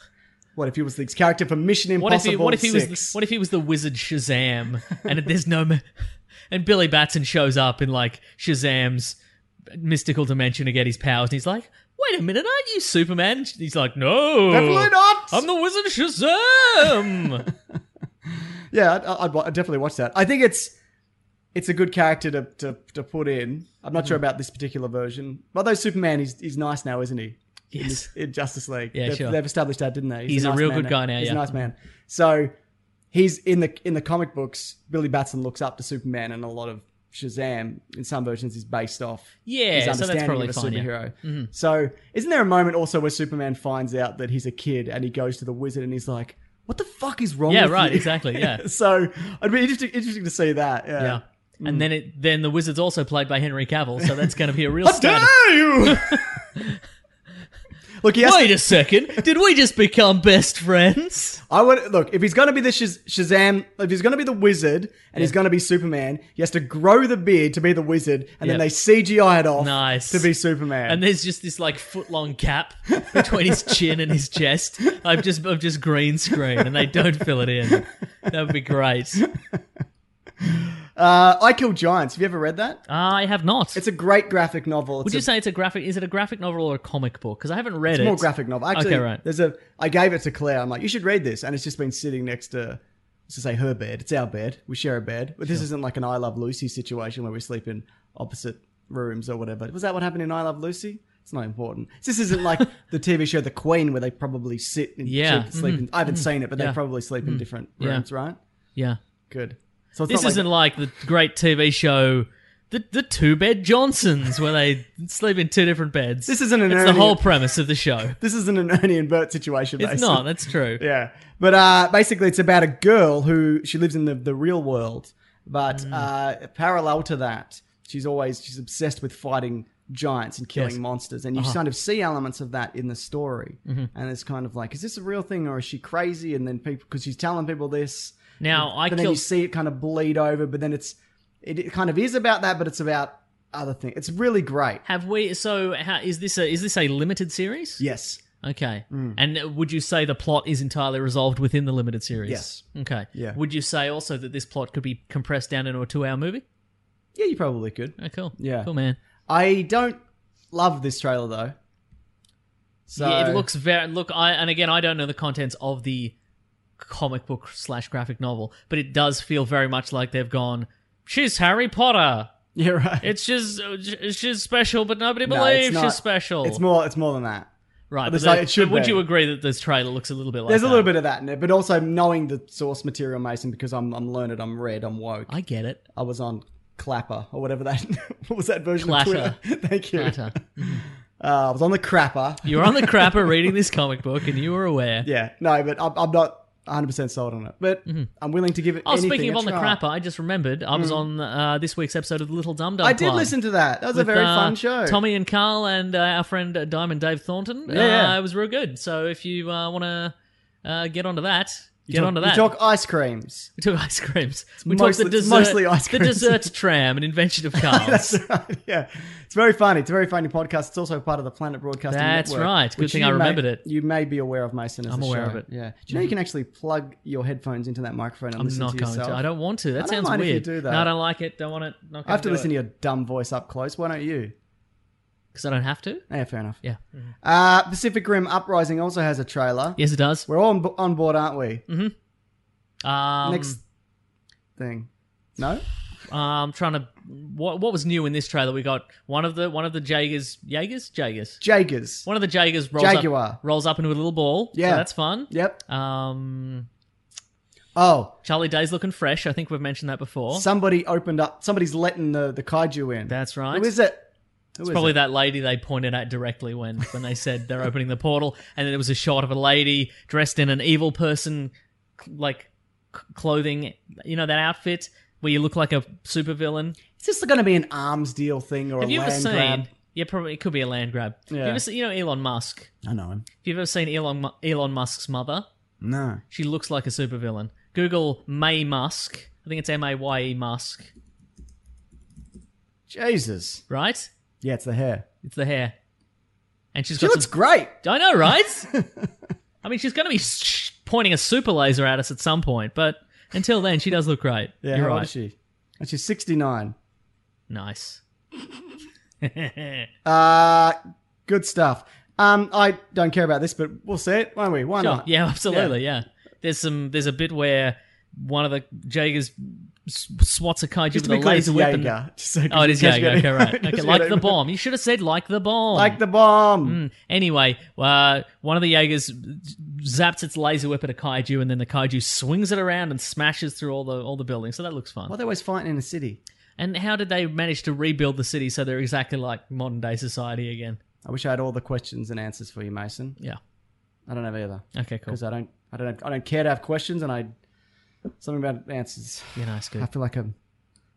Speaker 2: What if he was the character for Mission Impossible?
Speaker 3: What if he what if he was
Speaker 2: six?
Speaker 3: the, what if he was the wizard Shazam and there's no ma- and Billy Batson shows up in like Shazam's mystical dimension to get his powers and he's like, "Wait a minute, aren't you Superman?" And He's like, "No.
Speaker 2: Definitely not.
Speaker 3: I'm the wizard Shazam."
Speaker 2: yeah, I'd, I'd, wa- I'd definitely watch that. I think it's it's a good character to, to, to put in. I'm not sure about this particular version, but though Superman, he's he's nice now, isn't he? In,
Speaker 3: Yes.
Speaker 2: this- in Justice League,
Speaker 3: Yeah,
Speaker 2: they've,
Speaker 3: sure.
Speaker 2: they've established that, didn't they?
Speaker 3: He's a
Speaker 2: nice
Speaker 3: real
Speaker 2: man
Speaker 3: good guy now,
Speaker 2: He's
Speaker 3: yeah.
Speaker 2: a nice man. So he's in the in the comic books. Billy Batson looks up to Superman, and a lot of Shazam in some versions is based off.
Speaker 3: Yeah,
Speaker 2: his
Speaker 3: so that's
Speaker 2: understanding
Speaker 3: probably
Speaker 2: of a
Speaker 3: fine, yeah. Mm-hmm.
Speaker 2: superhero. So isn't there a moment also where Superman finds out that he's a kid, and he goes to the wizard, and he's like, "What the fuck is wrong?"
Speaker 3: Yeah,
Speaker 2: with
Speaker 3: right,
Speaker 2: you?"
Speaker 3: exactly, yeah.
Speaker 2: so it'd be interesting, interesting to see that. Yeah.
Speaker 3: Yeah. And then it then the wizard's also played by Henry Cavill, so that's going to be a real
Speaker 2: How
Speaker 3: status.
Speaker 2: dare you? look, he has
Speaker 3: Wait a second, did we just become best friends?
Speaker 2: I would look if he's going to be the Shaz- Shazam, if he's going to be the wizard, and he's going to be Superman, he has to grow the beard to be the wizard, and then
Speaker 3: Yeah.
Speaker 2: they CGI it off
Speaker 3: Nice.
Speaker 2: to be Superman.
Speaker 3: And there's just this like foot long cap between his chin and his chest. I'm just I'm just green screen, and they don't fill it in. That would be great.
Speaker 2: uh, I Kill Giants. Have you ever read that?
Speaker 3: I have not.
Speaker 2: It's a great graphic novel. It's
Speaker 3: Would
Speaker 2: a,
Speaker 3: you say it's a graphic? Is it a graphic novel or a comic book? Because I haven't read
Speaker 2: it's
Speaker 3: it.
Speaker 2: more graphic novel? Actually,
Speaker 3: okay, right.
Speaker 2: there's a. I gave it to Claire. I'm like, you should read this, and it's just been sitting next to. To say her bed, it's our bed. We share a bed, but this isn't like an I Love Lucy situation where we sleep in opposite rooms or whatever. Was that what happened in I Love Lucy? It's not important. This isn't like the TV show The Queen where they probably sit and
Speaker 3: Yeah. Mm-hmm.
Speaker 2: sleep- sleep. in- I haven't seen it, but
Speaker 3: Yeah. Mm-hmm.
Speaker 2: they probably sleep in different
Speaker 3: Yeah.
Speaker 2: rooms, right?
Speaker 3: Yeah.
Speaker 2: Good. So it's
Speaker 3: This
Speaker 2: not
Speaker 3: isn't like the great TV show, the the two bed Johnsons, where they sleep in two different beds.
Speaker 2: This isn't an
Speaker 3: It's the
Speaker 2: early-
Speaker 3: whole premise of the show.
Speaker 2: this isn't an Ernie and Bert situation.
Speaker 3: It's
Speaker 2: basically.
Speaker 3: not. That's true.
Speaker 2: Yeah. But uh, basically, it's about a girl who she lives in the, the real world, but
Speaker 3: Mm.
Speaker 2: uh, parallel to that, she's always she's obsessed with fighting giants and killing
Speaker 3: Yes. Uh-huh.
Speaker 2: monsters, and you kind of see elements of that in the story.
Speaker 3: Mm-hmm.
Speaker 2: And it's kind of like, is this a real thing or is she crazy? And then people because she's telling people this.
Speaker 3: Now I
Speaker 2: but then
Speaker 3: kill.
Speaker 2: you see it kind of bleed over, but then it's it, it kind of is about that, but it's about other things. It's really great.
Speaker 3: Have we? So how, is this a is this a limited series?
Speaker 2: Yes.
Speaker 3: Okay.
Speaker 2: Mm.
Speaker 3: And would you say the plot is entirely resolved within the limited series?
Speaker 2: Yes.
Speaker 3: Okay.
Speaker 2: Yeah.
Speaker 3: Would you say also that this plot could be compressed down into a two-hour movie?
Speaker 2: Yeah, you probably could.
Speaker 3: Oh, cool.
Speaker 2: Yeah.
Speaker 3: Cool, man.
Speaker 2: I don't love this trailer though. So
Speaker 3: yeah, it looks very look. I and again, I don't know the contents of the comic book slash graphic novel, but it does feel very much like they've gone. She's Harry Potter.
Speaker 2: Yeah, right.
Speaker 3: It's just she's special, but nobody
Speaker 2: No,
Speaker 3: believes
Speaker 2: it's not.
Speaker 3: she's special.
Speaker 2: It's more. It's more than that.
Speaker 3: right.
Speaker 2: it's
Speaker 3: but
Speaker 2: like
Speaker 3: the-
Speaker 2: it should
Speaker 3: but would
Speaker 2: be.
Speaker 3: you agree that this trailer looks a little bit like?
Speaker 2: There's a
Speaker 3: that?
Speaker 2: little bit of that in it, but also knowing the source material, Mason, because I'm I'm learned, I'm read, I'm woke. I,
Speaker 3: I get it.
Speaker 2: was on Clapper or whatever that. what was that version
Speaker 3: Clatter.
Speaker 2: of Twitter? Thank you.
Speaker 3: Matter.
Speaker 2: Uh, I was on the crapper.
Speaker 3: You were on the crapper reading this comic book, and you were aware.
Speaker 2: Yeah. No, but I'm, I'm not 100 percent sold on it, but I'm willing to give it.
Speaker 3: Oh,
Speaker 2: anything
Speaker 3: speaking of
Speaker 2: a
Speaker 3: on the
Speaker 2: try.
Speaker 3: crapper, I just remembered I was on uh, this week's episode of the Little Dum Dum.
Speaker 2: I did
Speaker 3: Club
Speaker 2: listen to that. That was
Speaker 3: with,
Speaker 2: a very
Speaker 3: uh,
Speaker 2: fun show.
Speaker 3: Tommy and Carl and uh, our friend uh, Diamond Dave Thornton.
Speaker 2: Yeah, yeah.
Speaker 3: Uh, it was real good. So if you uh, want to uh, get onto that,
Speaker 2: You
Speaker 3: get
Speaker 2: talk-
Speaker 3: onto
Speaker 2: you
Speaker 3: that.
Speaker 2: talk ice creams.
Speaker 3: we took ice creams. we
Speaker 2: mostly-
Speaker 3: talked the
Speaker 2: it's
Speaker 3: dessert,
Speaker 2: mostly ice
Speaker 3: the
Speaker 2: creams.
Speaker 3: dessert tram, an invention of Carl's. That's,
Speaker 2: yeah, it's very funny. It's a very funny podcast. It's also part of the Planet Broadcasting
Speaker 3: That's
Speaker 2: Network.
Speaker 3: right. Good
Speaker 2: which
Speaker 3: thing
Speaker 2: you
Speaker 3: I
Speaker 2: may-
Speaker 3: remembered it.
Speaker 2: You may be aware of Mason. As
Speaker 3: I'm
Speaker 2: a
Speaker 3: aware
Speaker 2: show.
Speaker 3: of it.
Speaker 2: Yeah. Do you know you can actually plug your headphones into that microphone and
Speaker 3: I'm
Speaker 2: listen
Speaker 3: not
Speaker 2: to
Speaker 3: going
Speaker 2: yourself?
Speaker 3: to. I don't want to. That
Speaker 2: I don't
Speaker 3: sounds
Speaker 2: mind if you
Speaker 3: weird.
Speaker 2: do that.
Speaker 3: No, I don't like it. Don't want it. Not
Speaker 2: I have to listen to your dumb voice up close. Why don't you?
Speaker 3: because I don't have to.
Speaker 2: Yeah, fair enough.
Speaker 3: Yeah.
Speaker 2: Uh, Pacific Rim Uprising also has a trailer.
Speaker 3: Yes, it does.
Speaker 2: We're all on, bo- on board, aren't we?
Speaker 3: Mm-hmm. Um,
Speaker 2: Next thing. No?
Speaker 3: Uh, I'm trying to. What what was new in this trailer? We got one of the one of the Jaegers, Jaegers, Jaegers.
Speaker 2: Jaggers.
Speaker 3: One of the Jaegers rolls
Speaker 2: Jaguar.
Speaker 3: up, rolls up into a little ball. so
Speaker 2: Yeah.
Speaker 3: that's fun.
Speaker 2: Yep.
Speaker 3: Um,
Speaker 2: Oh,
Speaker 3: Charlie Day's looking fresh. I think we've mentioned that before.
Speaker 2: somebody opened up. Somebody's letting the, the kaiju in.
Speaker 3: That's right.
Speaker 2: Who is it? Who
Speaker 3: it's
Speaker 2: is
Speaker 3: probably
Speaker 2: it?
Speaker 3: that lady they pointed at directly when when they said they're opening the portal, and then it was a shot of a lady dressed in an evil person cl- like c- clothing. You know that outfit where you look like a supervillain.
Speaker 2: Is this going to be an arms deal thing or
Speaker 3: Have
Speaker 2: a
Speaker 3: you ever
Speaker 2: land
Speaker 3: seen?
Speaker 2: grab?
Speaker 3: Yeah, probably it could be a land grab. Have
Speaker 2: Yeah.
Speaker 3: You, ever seen, you know Elon Musk.
Speaker 2: I know him.
Speaker 3: If you've ever seen Elon Mu- Elon Musk's mother,
Speaker 2: No.
Speaker 3: she looks like a supervillain. Google May Musk. I think it's M A Y E Musk,
Speaker 2: Jesus.
Speaker 3: right?
Speaker 2: Yeah, it's the hair.
Speaker 3: It's the hair, and she's
Speaker 2: She
Speaker 3: got.
Speaker 2: looks
Speaker 3: some-
Speaker 2: great.
Speaker 3: I know, right? I mean, she's going to be sh- pointing a super laser at us at some point, but until then, she does look great.
Speaker 2: Yeah, how
Speaker 3: You're right.
Speaker 2: old is she? And Oh, she's 69.
Speaker 3: Nice.
Speaker 2: Uh, good stuff. Um, I don't care about this, but we'll see it, won't we? Why
Speaker 3: Sure.
Speaker 2: not?
Speaker 3: Yeah, absolutely. Yeah. There's some. There's a bit where one of the Jaegers s- swats a kaiju
Speaker 2: Just
Speaker 3: with
Speaker 2: to
Speaker 3: a
Speaker 2: be clear, it's
Speaker 3: laser weapon.
Speaker 2: Jaeger. Just so-
Speaker 3: Oh, it is
Speaker 2: just
Speaker 3: Jaeger. Okay,
Speaker 2: gotta-
Speaker 3: right.
Speaker 2: just
Speaker 3: Okay,
Speaker 2: gotta-
Speaker 3: like the bomb. Hmm. You should have said like the bomb.
Speaker 2: Like the bomb.
Speaker 3: Anyway, uh, one of the Jaegers zaps its laser whip at a kaiju, and then the kaiju swings it around and smashes through all the all the buildings. So that looks fun.
Speaker 2: Why are they always fighting in the city?
Speaker 3: And how did they manage to rebuild the city so they're exactly like modern day society again?
Speaker 2: I wish I had all the questions and answers for you, Mason.
Speaker 3: Yeah.
Speaker 2: I don't have either
Speaker 3: Okay, cool.
Speaker 2: because I don't, I don't, have, I don't care to have questions, and I something about answers.
Speaker 3: You know, it's
Speaker 2: I
Speaker 3: good.
Speaker 2: feel like I'm,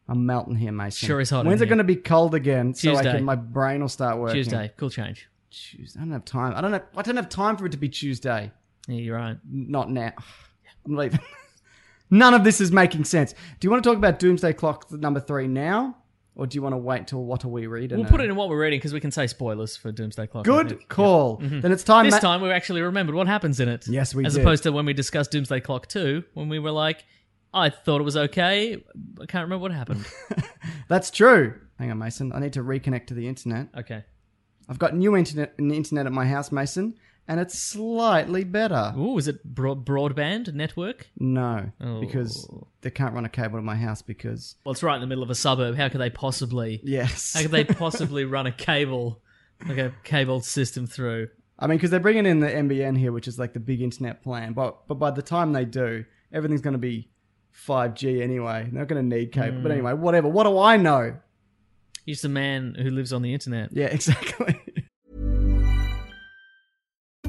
Speaker 2: I'm melting here, Mason.
Speaker 3: Sure is hot in
Speaker 2: When's it
Speaker 3: here.
Speaker 2: going to be cold again? So I
Speaker 3: Tuesday.
Speaker 2: can, my brain will start working.
Speaker 3: Tuesday, cool change.
Speaker 2: Tuesday. I don't have time. I don't have. I don't have time for it to be Tuesday.
Speaker 3: Yeah, you're right.
Speaker 2: Not now. I'm leaving. None of this is making sense. Do you want to talk about Doomsday Clock number three now, or do you want to wait till what are we reading?
Speaker 3: We'll put it in what we're reading because we can say spoilers for Doomsday Clock. I think.
Speaker 2: uh, Good call. Then it's time.
Speaker 3: Mm-hmm. This
Speaker 2: Ma-
Speaker 3: time we actually remembered what happens in it.
Speaker 2: Yes, we
Speaker 3: As
Speaker 2: did.
Speaker 3: opposed to when we discussed Doomsday Clock 2, when we were like, I thought it was okay. I can't remember what happened.
Speaker 2: That's true. Hang on, Mason. I need to reconnect to the internet.
Speaker 3: Okay.
Speaker 2: I've got new internet, an internet at my house, Mason, and it's slightly better.
Speaker 3: Ooh, is it broad- broadband network?
Speaker 2: No, because
Speaker 3: Oh.
Speaker 2: they can't run a cable to my house because
Speaker 3: Well, it's right in the middle of a suburb. How could they possibly?
Speaker 2: yes,
Speaker 3: How could they possibly run a cable, like a cable system through?
Speaker 2: I mean because they're bringing in the NBN here, which is like the big internet plan. But but by the time they do, everything's going to be 5G anyway. They're not going to need cable.
Speaker 3: Mm.
Speaker 2: But anyway, whatever. What do I know?
Speaker 3: He's the man who lives on the internet.
Speaker 2: Yeah, exactly.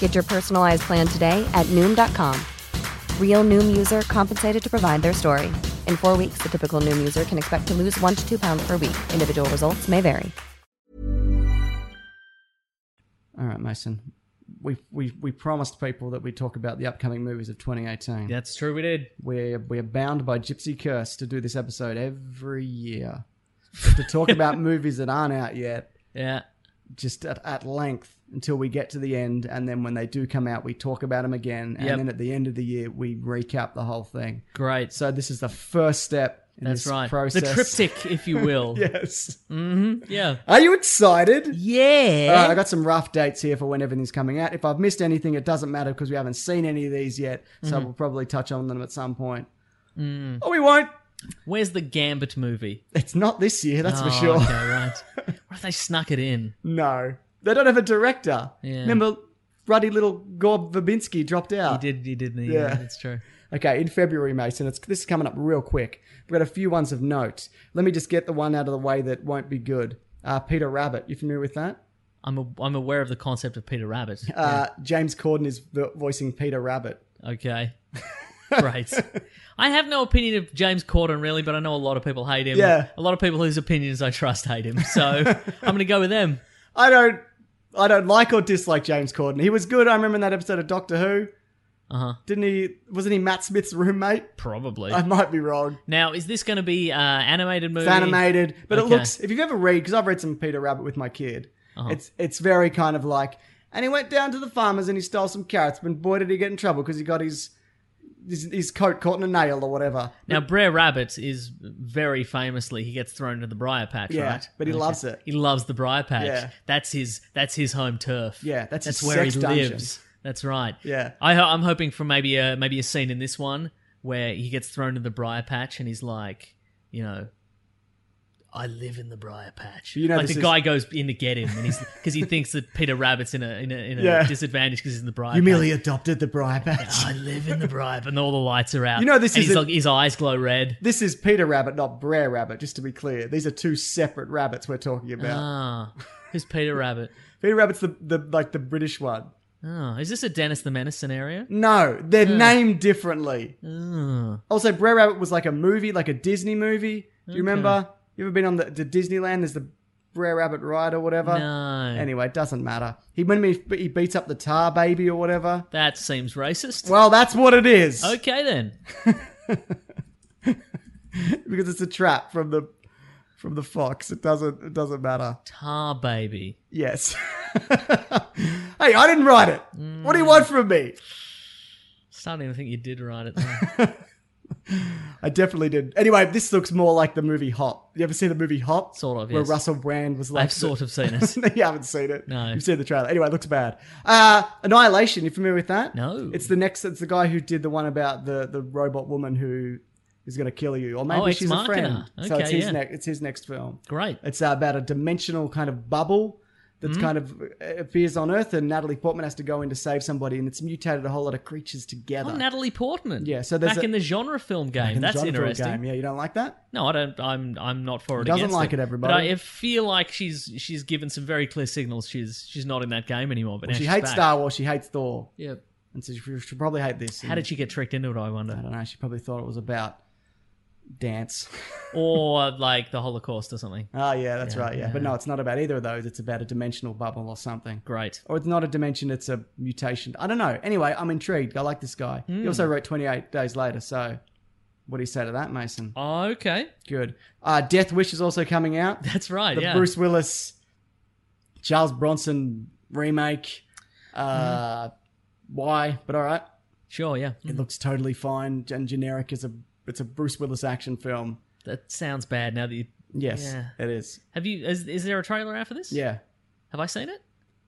Speaker 5: Get your personalized plan today at Noom.com. Real Noom user compensated to provide their story. In four weeks, the typical Noom user can expect to lose one to two pounds per week. Individual results may vary.
Speaker 2: All right, Mason. We we we promised people that we'd talk about the upcoming movies of 2018.
Speaker 3: That's true. We did.
Speaker 2: We're we're bound by Gypsy Curse to do this episode every year to talk about movies that aren't out yet,
Speaker 3: Yeah.
Speaker 2: just at, at length until we get to the end, and then when they do come out, we talk about them again, and
Speaker 3: Yep.
Speaker 2: then at the end of the year, we recap the whole thing.
Speaker 3: Great.
Speaker 2: So this is the first step. In
Speaker 3: That's
Speaker 2: this
Speaker 3: right.
Speaker 2: Process.
Speaker 3: The triptych, if you will.
Speaker 2: yes.
Speaker 3: Yeah.
Speaker 2: Are you excited?
Speaker 3: Yeah.
Speaker 2: Uh, I got some rough dates here for when everything's coming out. If I've missed anything, it doesn't matter because we haven't seen any of these yet. So
Speaker 3: Mm-hmm.
Speaker 2: we'll probably touch on them at some point.
Speaker 3: Mm.
Speaker 2: Or we won't.
Speaker 3: Where's the Gambit movie?
Speaker 2: It's not this year, that's for
Speaker 3: Oh,
Speaker 2: sure.
Speaker 3: Okay, right. What if they snuck it in?
Speaker 2: No. They don't have a director.
Speaker 3: Yeah.
Speaker 2: Remember, ruddy little Gorb Verbinski dropped
Speaker 3: He
Speaker 2: out.
Speaker 3: did. He did. Yeah,
Speaker 2: Uh, Yeah.
Speaker 3: that's true.
Speaker 2: Okay, in February, Mason, it's, this is coming up real quick. We've got a few ones of note. Let me just get the one out of the way that won't be good. Uh, Peter Rabbit, you familiar with that?
Speaker 3: I'm, a, I'm aware of the concept of Peter Rabbit.
Speaker 2: Uh, James Corden is vo- voicing Peter Rabbit.
Speaker 3: Okay. Great. I have no opinion of James Corden really, but I know a lot of people hate him.
Speaker 2: Yeah.
Speaker 3: A lot of people whose opinions I trust hate him. So I'm going to go with them.
Speaker 2: I don't, I don't like or dislike James Corden. He was good. I remember in that episode of Doctor Who.
Speaker 3: Uh-huh.
Speaker 2: Didn't he? Wasn't he Matt Smith's roommate?
Speaker 3: Probably.
Speaker 2: I might be wrong.
Speaker 3: now, is this going to be uh, animated movie?
Speaker 2: It's animated, but
Speaker 3: Okay. Uh-huh.
Speaker 2: it looks. If you've ever read, because I've read some Peter Rabbit with my kid, it's it's very kind of like. And he went down to the farmers and he stole some carrots, but boy did he get in trouble because he got his, his his coat caught in a nail or whatever.
Speaker 3: Now, Brer Rabbit is very famously he gets thrown into the briar patch,
Speaker 2: Yeah,
Speaker 3: right?
Speaker 2: but he loves it.
Speaker 3: He loves the briar patch.
Speaker 2: Yeah.
Speaker 3: That's his. That's his home turf.
Speaker 2: Yeah, that's
Speaker 3: that's
Speaker 2: his
Speaker 3: where he
Speaker 2: sex dungeon.
Speaker 3: lives. That's right.
Speaker 2: Yeah.
Speaker 3: I, ho- I'm hoping for maybe a maybe a scene in this one where he gets thrown into the briar patch and he's like, you know. I live in the briar patch.
Speaker 2: You know
Speaker 3: like the
Speaker 2: this is-
Speaker 3: guy goes in to get him, and he's because he thinks that Peter Rabbit's in a in a, in a
Speaker 2: Yeah.
Speaker 3: disadvantage because he's in the briar.
Speaker 2: You merely
Speaker 3: patch.
Speaker 2: adopted the briar patch.
Speaker 3: I live in the briar, and all the lights are out.
Speaker 2: You know this
Speaker 3: and
Speaker 2: is
Speaker 3: he's
Speaker 2: a-
Speaker 3: like, his eyes glow red.
Speaker 2: This is Peter Rabbit, not Brer Rabbit, just to be clear. These are two separate rabbits we're talking about.
Speaker 3: Ah, who's Peter Rabbit?
Speaker 2: Peter Rabbit's the, the like the British one.
Speaker 3: Oh, is this a Dennis the Menace scenario?
Speaker 2: No, they're named differently.
Speaker 3: Oh,
Speaker 2: Also, Brer Rabbit was like a movie, like a Disney movie. Do you remember? You ever been on the, the Disneyland? There's the Brer Rabbit ride or whatever.
Speaker 3: No.
Speaker 2: Anyway, it doesn't matter. He when he, he beats up the tar baby or whatever.
Speaker 3: that seems racist.
Speaker 2: Well, that's what it is.
Speaker 3: okay then.
Speaker 2: Because it's a trap from the from the fox. It doesn't it doesn't matter.
Speaker 3: Tar baby.
Speaker 2: Yes. hey, I didn't write it. What do you want from me?
Speaker 3: Starting to think you did write it. There.
Speaker 2: I definitely did. Anyway, this looks more like the movie Hop. You ever seen the movie Hop?
Speaker 3: Sort of,
Speaker 2: Where
Speaker 3: yes.
Speaker 2: Russell Brand was like.
Speaker 3: I've sort of seen it.
Speaker 2: you haven't seen it.
Speaker 3: No.
Speaker 2: You've seen the trailer. Anyway, it looks bad. Uh, Annihilation, you familiar with that?
Speaker 3: No.
Speaker 2: It's the next, it's the guy who did the one about the, the robot woman who is going to kill you. Or maybe
Speaker 3: Oh, Ex
Speaker 2: she's a friend.
Speaker 3: Machina.
Speaker 2: so it's
Speaker 3: Okay,
Speaker 2: his,
Speaker 3: yeah.
Speaker 2: next. it's his next film.
Speaker 3: Great.
Speaker 2: It's about a dimensional kind of bubble that's
Speaker 3: Hmm?
Speaker 2: kind of uh, appears on Earth, and Natalie Portman has to go in to save somebody, and it's mutated a whole lot of creatures together.
Speaker 3: Oh, Natalie Portman.
Speaker 2: Yeah, so there's
Speaker 3: back
Speaker 2: a-
Speaker 3: in the genre film game.
Speaker 2: In the
Speaker 3: That's
Speaker 2: genre film
Speaker 3: interesting.
Speaker 2: Game. Yeah, you don't like that?
Speaker 3: No, I don't. I'm. I'm not for it.
Speaker 2: doesn't
Speaker 3: against
Speaker 2: like it, everybody.
Speaker 3: But I feel like she's she's given some very clear signals. She's she's not in that game anymore. But now
Speaker 2: she
Speaker 3: she's
Speaker 2: hates
Speaker 3: back.
Speaker 2: Star Wars. She hates Thor,
Speaker 3: Yeah.
Speaker 2: and so she should probably hate this.
Speaker 3: How did she get tricked into it? I
Speaker 2: I
Speaker 3: wonder.
Speaker 2: don't know. She probably thought it was about dance.
Speaker 3: Or like the Holocaust or something.
Speaker 2: oh yeah, that's right. Yeah. but no, it's not about either of those. It's about a dimensional bubble or something.
Speaker 3: Great.
Speaker 2: Or it's not a dimension. It's a mutation. I don't know. Anyway, I'm intrigued. I like this guy. He also wrote 28 Days Later. So, what do you say to that, Mason?
Speaker 3: Okay,
Speaker 2: Good. Uh, Death Wish is also coming out.
Speaker 3: that's right.
Speaker 2: the
Speaker 3: yeah.
Speaker 2: Bruce Willis, Charles Bronson remake. Uh, Why? But all right,
Speaker 3: Sure, yeah.
Speaker 2: it looks totally fine and generic. It's a it's a Bruce Willis action film.
Speaker 3: That sounds bad now that you
Speaker 2: Yes,
Speaker 3: Yeah.
Speaker 2: it is.
Speaker 3: have you is, is there a trailer out for this?
Speaker 2: Yeah.
Speaker 3: Have I seen it?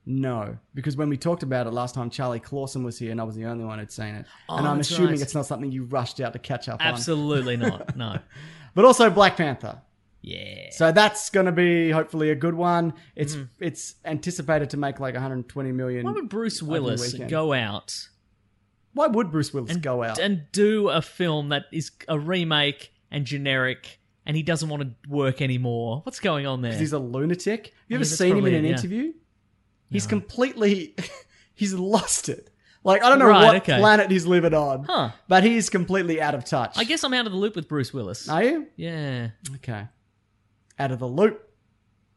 Speaker 2: No, because when we talked about it last time, Charlie Clausen was here, and I was the only one who'd seen it. and
Speaker 3: Oh,
Speaker 2: I'm
Speaker 3: that's
Speaker 2: assuming
Speaker 3: right.
Speaker 2: it's not something you rushed out to catch up on.
Speaker 3: Absolutely not. No.
Speaker 2: But also Black Panther.
Speaker 3: Yeah.
Speaker 2: So that's going to be hopefully a good one. It's it's anticipated to make like 120 million.
Speaker 3: Mm-hmm. Why would Bruce
Speaker 2: over the
Speaker 3: Willis
Speaker 2: weekend.
Speaker 3: go out
Speaker 2: Why would Bruce Willis
Speaker 3: and
Speaker 2: go out?
Speaker 3: and do a film that is a remake and generic and he doesn't want to work anymore? What's going on there?
Speaker 2: 'Cause he's a lunatic. Have you
Speaker 3: Yeah,
Speaker 2: ever
Speaker 3: that's
Speaker 2: seen him in
Speaker 3: probably
Speaker 2: an
Speaker 3: it, yeah.
Speaker 2: interview? He's completely, he's lost it. Like I don't know
Speaker 3: Right,
Speaker 2: what
Speaker 3: okay.
Speaker 2: planet he's living on,
Speaker 3: Huh.
Speaker 2: but he's completely out of touch.
Speaker 3: I guess I'm out of the loop with Bruce Willis.
Speaker 2: Are you
Speaker 3: yeah.
Speaker 2: okay? Out of the loop,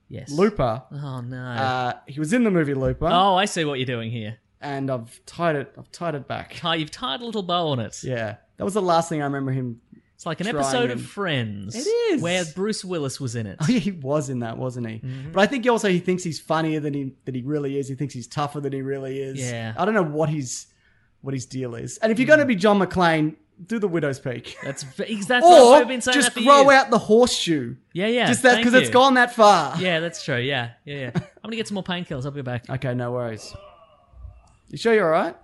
Speaker 3: Yes.
Speaker 2: Looper.
Speaker 3: Oh no.
Speaker 2: Uh, he was in the movie Looper,
Speaker 3: oh, I see what you're doing here.
Speaker 2: and I've tied it. I've tied it back.
Speaker 3: Ty, you've tied a little bow on it.
Speaker 2: Yeah, that was the last thing I remember him.
Speaker 3: It's like an
Speaker 2: Trying
Speaker 3: episode of
Speaker 2: and-
Speaker 3: Friends.
Speaker 2: It is.
Speaker 3: Where Bruce Willis was in it.
Speaker 2: Oh yeah, he was in that, wasn't he?
Speaker 3: Mm-hmm.
Speaker 2: But I think also he thinks he's funnier than he than he really is. He thinks he's tougher than he really is.
Speaker 3: Yeah. Mm.
Speaker 2: I don't know what his what his deal is. And if you're going to be John McClane, do the Widow's Peak.
Speaker 3: That's ve- that's what
Speaker 2: or
Speaker 3: I've been saying
Speaker 2: just
Speaker 3: that for
Speaker 2: grow
Speaker 3: years.
Speaker 2: out the horseshoe.
Speaker 3: Yeah, yeah.
Speaker 2: just that
Speaker 3: thank
Speaker 2: because it's
Speaker 3: you.
Speaker 2: gone that far.
Speaker 3: Yeah, that's true. Yeah, yeah, yeah. I'm gonna get some more painkillers. I'll be back.
Speaker 2: Okay, no worries. You sure you're all right?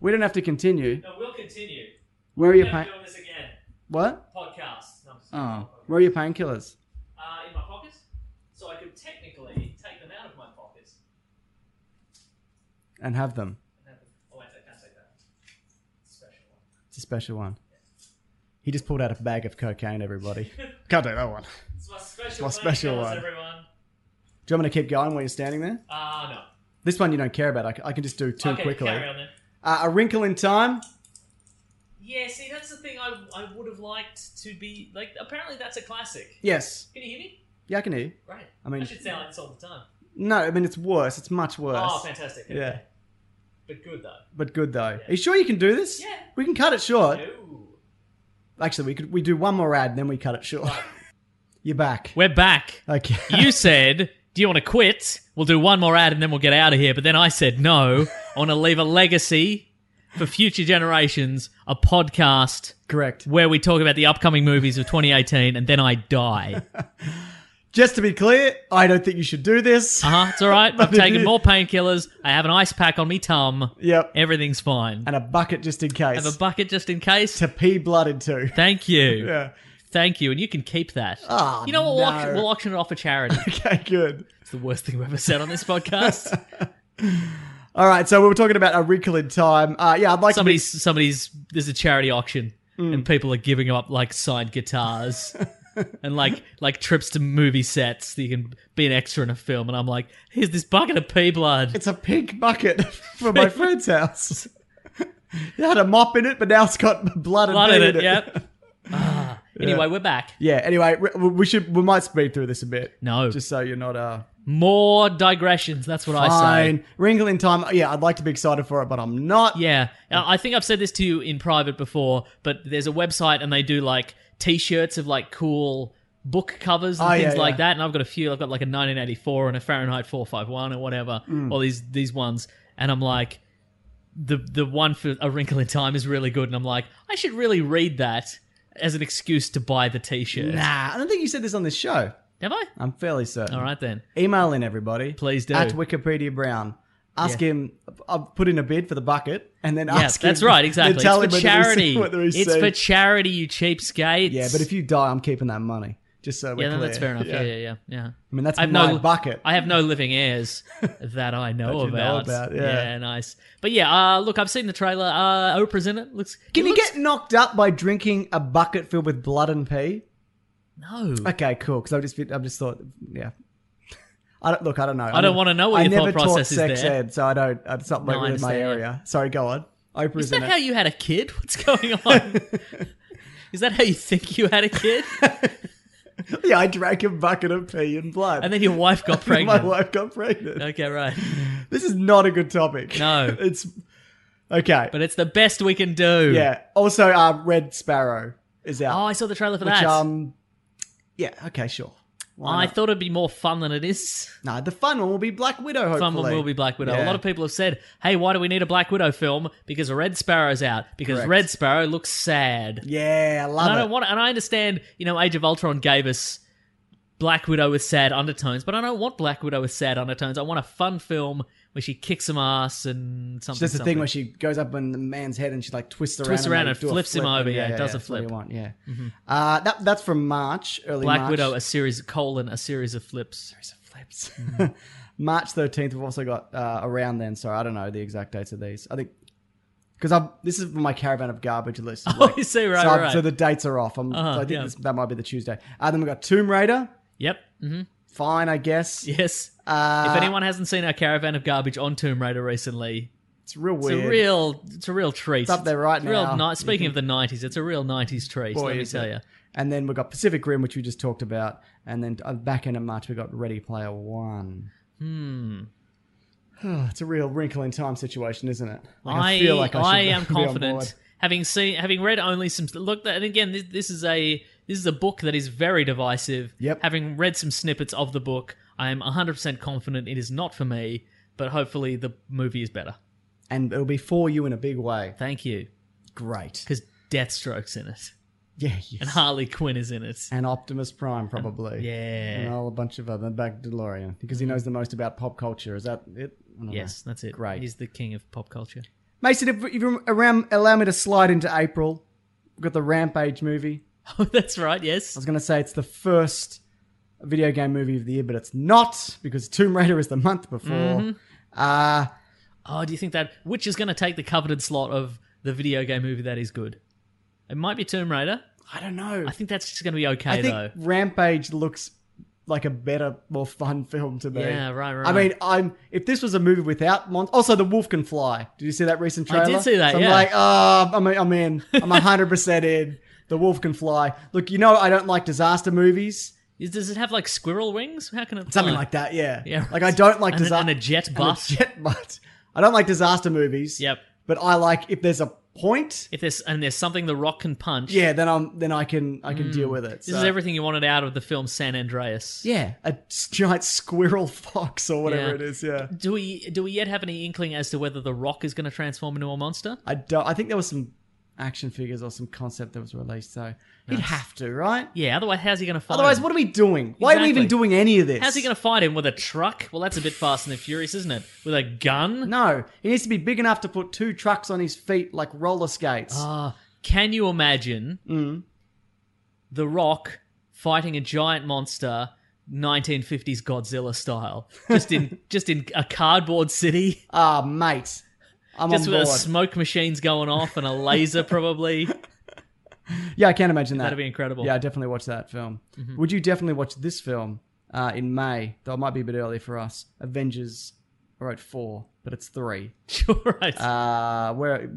Speaker 2: We don't have to continue.
Speaker 3: we'll continue.
Speaker 2: Where are your pain?
Speaker 3: this again.
Speaker 2: What?
Speaker 3: Podcast. Uh,
Speaker 2: Oh, where are your painkillers?
Speaker 3: in my pocket, so I could technically take them out of my pockets.
Speaker 2: And have them.
Speaker 3: Oh, wait, I can't take that. Special
Speaker 2: It's a special one. He just pulled out a bag of cocaine. Everybody can't do that one.
Speaker 3: It's my special.
Speaker 2: my special painkillers, one.
Speaker 3: everyone.
Speaker 2: Do you want me to keep going while you're standing there?
Speaker 3: Ah, no.
Speaker 2: This one you don't care about. I, c- I can just do two
Speaker 3: okay,
Speaker 2: quickly.
Speaker 3: Carry on then.
Speaker 2: Uh, a Wrinkle in Time.
Speaker 3: Yeah, see, that's the thing I, I would have liked to be. Like, apparently that's a classic.
Speaker 2: Yes.
Speaker 3: Can you hear me?
Speaker 2: Yeah, I can hear. you.
Speaker 3: Right.
Speaker 2: I mean-
Speaker 3: I should sound like this all the time.
Speaker 2: No, I mean it's worse. It's much worse.
Speaker 3: Oh, fantastic.
Speaker 2: Yeah,
Speaker 3: But good, though.
Speaker 2: but good though. Are you sure you can do this?
Speaker 3: Yeah.
Speaker 2: We can cut it short.
Speaker 3: No.
Speaker 2: Actually, we could. We do one more ad, then we cut it short. you're back.
Speaker 3: We're back.
Speaker 2: Okay.
Speaker 3: You said, Do you want to quit? We'll do one more ad and then we'll get out of here. But then I said, No, I want to leave a legacy for future generations, a podcast
Speaker 2: Correct.
Speaker 3: where we talk about the upcoming movies of 2018 and then I die.
Speaker 2: Just to be clear, I don't think you should do this.
Speaker 3: Uh huh. It's all right. I've
Speaker 2: But if
Speaker 3: taken
Speaker 2: you-
Speaker 3: more painkillers. I have an ice pack on me tum.
Speaker 2: Yep.
Speaker 3: Everything's fine.
Speaker 2: And a bucket just in case.
Speaker 3: have a bucket just in case.
Speaker 2: to pee blood into.
Speaker 3: Thank you.
Speaker 2: yeah.
Speaker 3: Thank you. And you can keep that.
Speaker 2: Ah,
Speaker 3: you know what? We'll, auction,
Speaker 2: no.
Speaker 3: we'll auction it off for charity.
Speaker 2: Okay. Good.
Speaker 3: it's the worst thing we've ever said on this podcast.
Speaker 2: All right. So we were talking about a wrinkle in time. Uh, yeah, I'd like to be-
Speaker 3: somebody's somebody's there's a charity auction and people are giving up like signed guitars and like like trips to movie sets that you can be an extra in a film and I'm like, here's this bucket of pea blood.
Speaker 2: It's a pink bucket from my friend's house. it had a mop in it, but now it's got blood and
Speaker 3: Blood
Speaker 2: pee
Speaker 3: in it, yep. Ah, Anyway, we're back.
Speaker 2: Yeah. Anyway, we- we should we might speed through this a bit.
Speaker 3: No.
Speaker 2: Just so you're not uh
Speaker 3: More digressions, that's what I say.
Speaker 2: fine. Wrinkle in time. Yeah, I'd like to be excited for it, but I'm not.
Speaker 3: Yeah. uh, I I think I've said this to you in private before, but there's a website and they do like t shirts of like cool book covers and
Speaker 2: Oh, yeah,
Speaker 3: things like
Speaker 2: yeah.
Speaker 3: that. And I've got a few. I've got like a 1984 and a Fahrenheit 451 or whatever,
Speaker 2: Mm.
Speaker 3: all these, these ones. And I'm like, the, the one for A Wrinkle in Time is really good. And I'm like, I should really read that as an excuse to buy the t shirt.
Speaker 2: Nah, I don't think you said this on this show.
Speaker 3: Have I?
Speaker 2: I'm fairly certain.
Speaker 3: All right then.
Speaker 2: Email in everybody.
Speaker 3: Please do.
Speaker 2: At Wikipedia Brown. Ask him. I'll put in a bid for the bucket, and then
Speaker 3: Yeah,
Speaker 2: ask.
Speaker 3: that's
Speaker 2: him-
Speaker 3: right,
Speaker 2: then
Speaker 3: exactly.
Speaker 2: tell him
Speaker 3: It's for
Speaker 2: whether he's-
Speaker 3: charity.
Speaker 2: whether he's
Speaker 3: It's
Speaker 2: saved.
Speaker 3: for charity, you cheapskates.
Speaker 2: Yeah, but if you die, I'm keeping that money. Just so we're
Speaker 3: Yeah, no,
Speaker 2: clear.
Speaker 3: that's fair enough. Yeah, yeah, yeah. yeah.
Speaker 2: I mean, that's
Speaker 3: I have
Speaker 2: my
Speaker 3: no
Speaker 2: bucket.
Speaker 3: I have no living heirs that I
Speaker 2: That you
Speaker 3: know,
Speaker 2: know
Speaker 3: about.
Speaker 2: about, yeah.
Speaker 3: nice. But yeah, uh, look, I've seen the trailer. Uh, Oprah's in it. Looks.
Speaker 2: Can
Speaker 3: it
Speaker 2: you
Speaker 3: looks-
Speaker 2: get knocked up by drinking a bucket filled with blood and pee?
Speaker 3: no?
Speaker 2: Okay, cool. Because I just, I just thought, yeah. I don't look. I don't know.
Speaker 3: I don't wanna know what
Speaker 2: I
Speaker 3: your
Speaker 2: never
Speaker 3: thought
Speaker 2: taught
Speaker 3: process is
Speaker 2: sex
Speaker 3: there.
Speaker 2: ed, so I don't. It's not
Speaker 3: No, I
Speaker 2: really my
Speaker 3: understand,
Speaker 2: area. Sorry, go on. Oprah's
Speaker 3: Is that
Speaker 2: in
Speaker 3: how
Speaker 2: it.
Speaker 3: you had a kid? What's going on? Is that how you think you had a kid?
Speaker 2: yeah, I drank a bucket of pee and blood,
Speaker 3: And then your wife got
Speaker 2: my
Speaker 3: pregnant.
Speaker 2: wife got pregnant.
Speaker 3: Okay, right.
Speaker 2: This is not a good topic.
Speaker 3: No.
Speaker 2: it's okay.
Speaker 3: But it's the best we can do.
Speaker 2: yeah. Also, uh, Red Sparrow is
Speaker 3: Oh,
Speaker 2: out.
Speaker 3: I saw the trailer for
Speaker 2: which
Speaker 3: that.
Speaker 2: um, yeah. Okay, sure. Why
Speaker 3: I
Speaker 2: not?
Speaker 3: thought it'd be more fun than it is.
Speaker 2: No, the fun one will be Black Widow. Hopefully,
Speaker 3: Fun one will be Black Widow.
Speaker 2: Yeah.
Speaker 3: A lot of people have said, "Hey, why do we need a Black Widow film? Because Red Sparrow's out. Because
Speaker 2: Correct.
Speaker 3: Red Sparrow looks sad.
Speaker 2: Yeah, I love
Speaker 3: And I
Speaker 2: it.
Speaker 3: don't want. And I understand, you know, Age of Ultron gave us Black Widow with sad undertones, but I don't want Black Widow with sad undertones. I want a fun film where she kicks some ass and something.
Speaker 2: it's just the
Speaker 3: something.
Speaker 2: thing where she goes up on the man's head and she like twists around,
Speaker 3: Twists around
Speaker 2: like,
Speaker 3: and
Speaker 2: do a
Speaker 3: flips him
Speaker 2: flip.
Speaker 3: over, yeah, it does a
Speaker 2: that's what
Speaker 3: flip. Mm-hmm.
Speaker 2: you want, yeah. Uh, that that's from March, early
Speaker 3: Black
Speaker 2: March.
Speaker 3: Widow, a series colon, a series of flips.
Speaker 2: flips. March thirteenth. We've also got uh, around then. Sorry, I don't know the exact dates of these. I think because I'm this is my caravan of garbage list.
Speaker 3: Oh, you see, right,
Speaker 2: so, I'm-
Speaker 3: right.
Speaker 2: so the dates are off. I'm,
Speaker 3: Uh-huh,
Speaker 2: so I think
Speaker 3: yeah.
Speaker 2: this, that might be the Tuesday. Uh, then we got Tomb Raider.
Speaker 3: Yep. hmm
Speaker 2: Fine, I guess.
Speaker 3: Yes.
Speaker 2: Uh,
Speaker 3: if anyone hasn't seen our caravan of garbage on Tomb Raider recently,
Speaker 2: it's real
Speaker 3: It's
Speaker 2: weird.
Speaker 3: a real, it's a real treat.
Speaker 2: It's up there right
Speaker 3: It's a real
Speaker 2: now.
Speaker 3: ni-
Speaker 2: You
Speaker 3: speaking of the '90s, it's a real '90s treat.
Speaker 2: Boy,
Speaker 3: let me
Speaker 2: is
Speaker 3: tell
Speaker 2: it.
Speaker 3: you.
Speaker 2: And then we got Pacific Rim, which we just talked about. And then uh, back end of March, we got Ready Player One. Hmm. it's a real wrinkle in time situation, isn't it? Like,
Speaker 3: I, I,
Speaker 2: should
Speaker 3: am
Speaker 2: be on
Speaker 3: confident,
Speaker 2: board.
Speaker 3: having seen, having read only some. Look, and again, this, this is a this is a book that is very divisive.
Speaker 2: Yep.
Speaker 3: Having read some snippets of the book, I am 100 percent confident it is not for me. But hopefully, the movie is better.
Speaker 2: And it'll be for you in a big way.
Speaker 3: Thank you,
Speaker 2: Great.
Speaker 3: because Deathstroke's in it,
Speaker 2: Yeah, yes.
Speaker 3: and Harley Quinn is in it.
Speaker 2: And Optimus Prime, probably.
Speaker 3: Yeah. Hmm.
Speaker 2: And all a bunch of other back DeLorean because he knows the most about pop culture. Is that it? I don't
Speaker 3: Yes, that's it.
Speaker 2: Great.
Speaker 3: He's the king of pop culture.
Speaker 2: know. Mason, if, if you around, allow me to slide into April, we've got the Rampage movie.
Speaker 3: Oh, that's right. Yes.
Speaker 2: I was going to say it's the first video game movie of the year, but it's not because Tomb Raider is the month before.
Speaker 3: Mm-hmm.
Speaker 2: Uh,
Speaker 3: Oh, do you think that which is going to take the coveted slot of the video game movie that is good? It might be Tomb Raider.
Speaker 2: I don't know.
Speaker 3: I think that's just going to be okay
Speaker 2: I think
Speaker 3: though.
Speaker 2: Rampage looks like a better, more fun film to me.
Speaker 3: Yeah, right, right.
Speaker 2: I mean, I'm if this was a movie without mon- also the Wolf Can Fly. Did you see that recent
Speaker 3: I did
Speaker 2: trailer?
Speaker 3: see that,
Speaker 2: So I'm
Speaker 3: yeah.
Speaker 2: like, oh, I'm I'm in. I'm 100 percent in. The Wolf Can Fly. Look, you know, I don't like disaster movies.
Speaker 3: Is- Does it have like squirrel wings? How can it? Oh.
Speaker 2: Something
Speaker 3: fly?
Speaker 2: like that, yeah.
Speaker 3: Yeah.
Speaker 2: Like I don't like
Speaker 3: And a-
Speaker 2: disaster
Speaker 3: and a jet bus.
Speaker 2: jet bus. I don't like disaster movies.
Speaker 3: Yep.
Speaker 2: But I like if there's a point,
Speaker 3: If there's and there's something the Rock can punch.
Speaker 2: yeah, then I'm then I can I can deal with it.
Speaker 3: Mm. This
Speaker 2: So-
Speaker 3: is everything you wanted out of the film San Andreas.
Speaker 2: Yeah, a s- giant squirrel fox or whatever
Speaker 3: Yeah.
Speaker 2: it is. Yeah.
Speaker 3: Do we do we yet have any inkling as to whether the Rock is going to transform into a monster?
Speaker 2: I don't. I think there was some action figures or some concept that was released. So he'd have to, right?
Speaker 3: Yeah. Otherwise, how's he going to fight?
Speaker 2: Otherwise,
Speaker 3: him?
Speaker 2: what are we doing? Why are we even
Speaker 3: Exactly.
Speaker 2: doing any of this?
Speaker 3: How's he going to fight him with a truck? Well, that's a bit Fast and the Furious, isn't it? With a gun.
Speaker 2: No, he needs to be big enough to put two trucks on his feet like roller skates.
Speaker 3: Ah, can you imagine
Speaker 2: Mm.
Speaker 3: the Rock fighting a giant monster? 1950s Godzilla style, just in just in a cardboard city,
Speaker 2: Ah, mate, I'm
Speaker 3: just
Speaker 2: on
Speaker 3: with a
Speaker 2: board.
Speaker 3: smoke machines going off and a laser probably.
Speaker 2: yeah, I can't imagine that.
Speaker 3: That'd be incredible.
Speaker 2: Yeah, I definitely watch that film.
Speaker 3: Mm-hmm.
Speaker 2: Would you definitely watch this film uh, in May? Though it might be a bit early for us. Avengers, I wrote four, but it's three.
Speaker 3: All right.
Speaker 2: Uh, where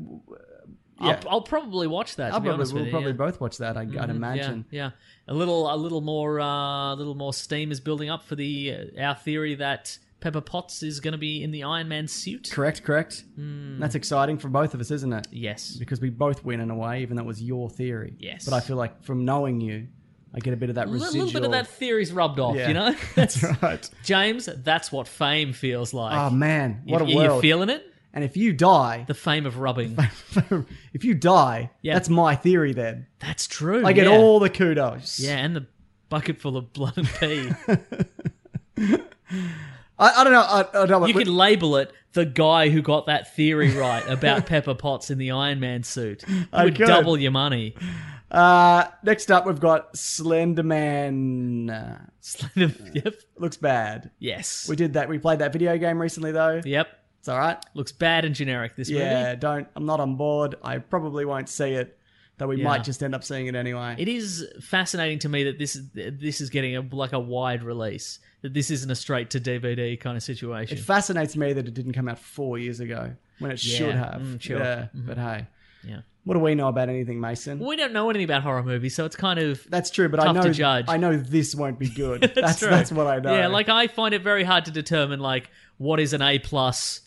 Speaker 2: yeah.
Speaker 3: I'll, I'll probably watch that. To
Speaker 2: I'll
Speaker 3: be
Speaker 2: probably,
Speaker 3: honest with
Speaker 2: we'll
Speaker 3: you,
Speaker 2: probably
Speaker 3: yeah. Mm-hmm,
Speaker 2: both watch that. I, I'd imagine.
Speaker 3: Yeah, yeah. A little, a little more, uh, a little more steam is building up for the uh, our theory that Pepper Potts is going to be in the Iron Man suit.
Speaker 2: Correct, correct.
Speaker 3: Hmm.
Speaker 2: That's exciting for both of us, isn't it?
Speaker 3: Yes.
Speaker 2: Because we both win in a way, even though it was your theory.
Speaker 3: Yes.
Speaker 2: But I feel like from knowing you, I get a bit of that
Speaker 3: A little,
Speaker 2: residual.
Speaker 3: little bit of that theory's rubbed off,
Speaker 2: Yeah.
Speaker 3: you know.
Speaker 2: That's right.
Speaker 3: James. That's what fame feels like.
Speaker 2: Oh man,
Speaker 3: You-
Speaker 2: what
Speaker 3: you,
Speaker 2: a
Speaker 3: You
Speaker 2: world!
Speaker 3: feeling it?
Speaker 2: and if you die,
Speaker 3: The fame of rubbing.
Speaker 2: if you die,
Speaker 3: Yeah.
Speaker 2: that's my theory. Then
Speaker 3: That's true.
Speaker 2: I get
Speaker 3: yeah.
Speaker 2: all the kudos.
Speaker 3: Yeah, and the bucket full of blood and pee.
Speaker 2: I, I don't know. I, I don't know.
Speaker 3: you
Speaker 2: but-
Speaker 3: could label it the guy who got that theory right about Pepper Potts in the Iron Man suit. You
Speaker 2: I
Speaker 3: would
Speaker 2: could.
Speaker 3: double your money.
Speaker 2: uh, next up, we've got Slenderman. Uh,
Speaker 3: yep.
Speaker 2: Looks bad.
Speaker 3: Yes.
Speaker 2: We did that. We played that video game recently, though.
Speaker 3: Yep.
Speaker 2: It's all right.
Speaker 3: Looks bad and generic. This
Speaker 2: Yeah,
Speaker 3: movie.
Speaker 2: don't. I'm not on board. I probably won't see it, though we
Speaker 3: Yeah.
Speaker 2: might just end up seeing it anyway.
Speaker 3: It is fascinating to me that this is this is getting a, like a wide release. That this isn't a straight to DVD kind of situation.
Speaker 2: It fascinates me that it didn't come out four years ago when it
Speaker 3: Yeah,
Speaker 2: should have.
Speaker 3: mm, sure.
Speaker 2: Yeah, but hey,
Speaker 3: Yeah.
Speaker 2: What do we know about anything, Mason?
Speaker 3: we don't know anything about horror movies, so it's kind of
Speaker 2: that's true, but I
Speaker 3: Tough
Speaker 2: know
Speaker 3: to judge.
Speaker 2: I know this won't be good. that's
Speaker 3: that's
Speaker 2: that's,
Speaker 3: true.
Speaker 2: what I know.
Speaker 3: Yeah, like I find it very hard to determine like what is an A plus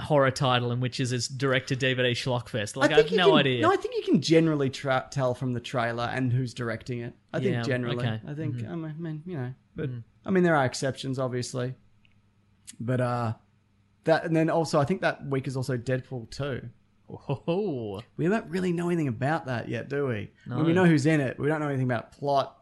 Speaker 3: horror title and which is its direct to DVD schlockfest. Like I, have
Speaker 2: you
Speaker 3: no
Speaker 2: can-
Speaker 3: idea.
Speaker 2: No, I think you can generally tra- tell from the trailer and who's directing it. I
Speaker 3: Yeah,
Speaker 2: think generally.
Speaker 3: okay. Mm-hmm. Mm.
Speaker 2: I think um, I mean you know, but I mean there are exceptions obviously, but uh, that and then also I think that week is also Deadpool two.
Speaker 3: oh,
Speaker 2: We don't really know anything about that yet, do we? I mean, we know who's in it. We don't know anything about plot.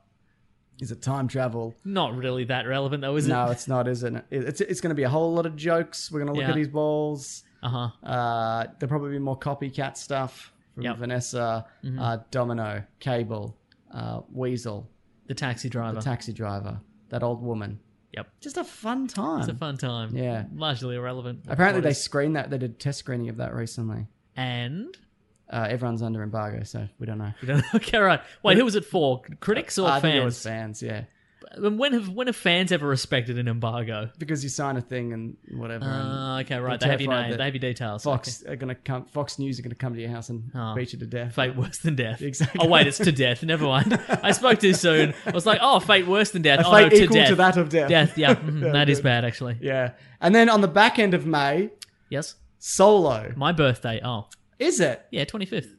Speaker 2: Is it time travel?
Speaker 3: not really that relevant though, is
Speaker 2: no,
Speaker 3: it?
Speaker 2: it's not, isn't it? It's it's going to be a whole lot of jokes. We're going to look
Speaker 3: Yeah.
Speaker 2: at his balls.
Speaker 3: Uh huh.
Speaker 2: Uh, there'll probably be more copycat stuff from
Speaker 3: Yep. Mm-hmm.
Speaker 2: Vanessa, uh, Domino, Cable, uh, Weasel,
Speaker 3: The taxi
Speaker 2: the
Speaker 3: driver.
Speaker 2: taxi driver, that old woman.
Speaker 3: Yep.
Speaker 2: Just a fun time.
Speaker 3: It's a fun time.
Speaker 2: Yeah.
Speaker 3: Largely irrelevant.
Speaker 2: Apparently,
Speaker 3: What
Speaker 2: they
Speaker 3: is-
Speaker 2: screened that. They did test screening of that recently.
Speaker 3: and
Speaker 2: Uh, everyone's under embargo, so we don't know. Uh,
Speaker 3: we don't okay, right. Wait, who was it for? Critics or
Speaker 2: I
Speaker 3: fans?
Speaker 2: think it was fans, yeah.
Speaker 3: And When have when have fans ever respected an embargo?
Speaker 2: Because you sign a thing and whatever. and
Speaker 3: Uh, okay, right.
Speaker 2: they're
Speaker 3: They have your
Speaker 2: Um, terrified
Speaker 3: name.
Speaker 2: that
Speaker 3: They have your details.
Speaker 2: Fox are gonna come. Fox News are gonna come to your house and
Speaker 3: Oh.
Speaker 2: beat you to death.
Speaker 3: Fate worse than death.
Speaker 2: Exactly.
Speaker 3: Oh wait, it's to death. Never mind. I spoke too soon. I was like, oh, fate worse than death.
Speaker 2: A
Speaker 3: oh,
Speaker 2: fate
Speaker 3: no, to
Speaker 2: equal
Speaker 3: death.
Speaker 2: to that of death.
Speaker 3: Death. Yeah, mhm, that is bad actually.
Speaker 2: Yeah. And then on the back end of May,
Speaker 3: Yes.
Speaker 2: Solo.
Speaker 3: My birthday. Oh,
Speaker 2: Is it?
Speaker 3: yeah, twenty fifth.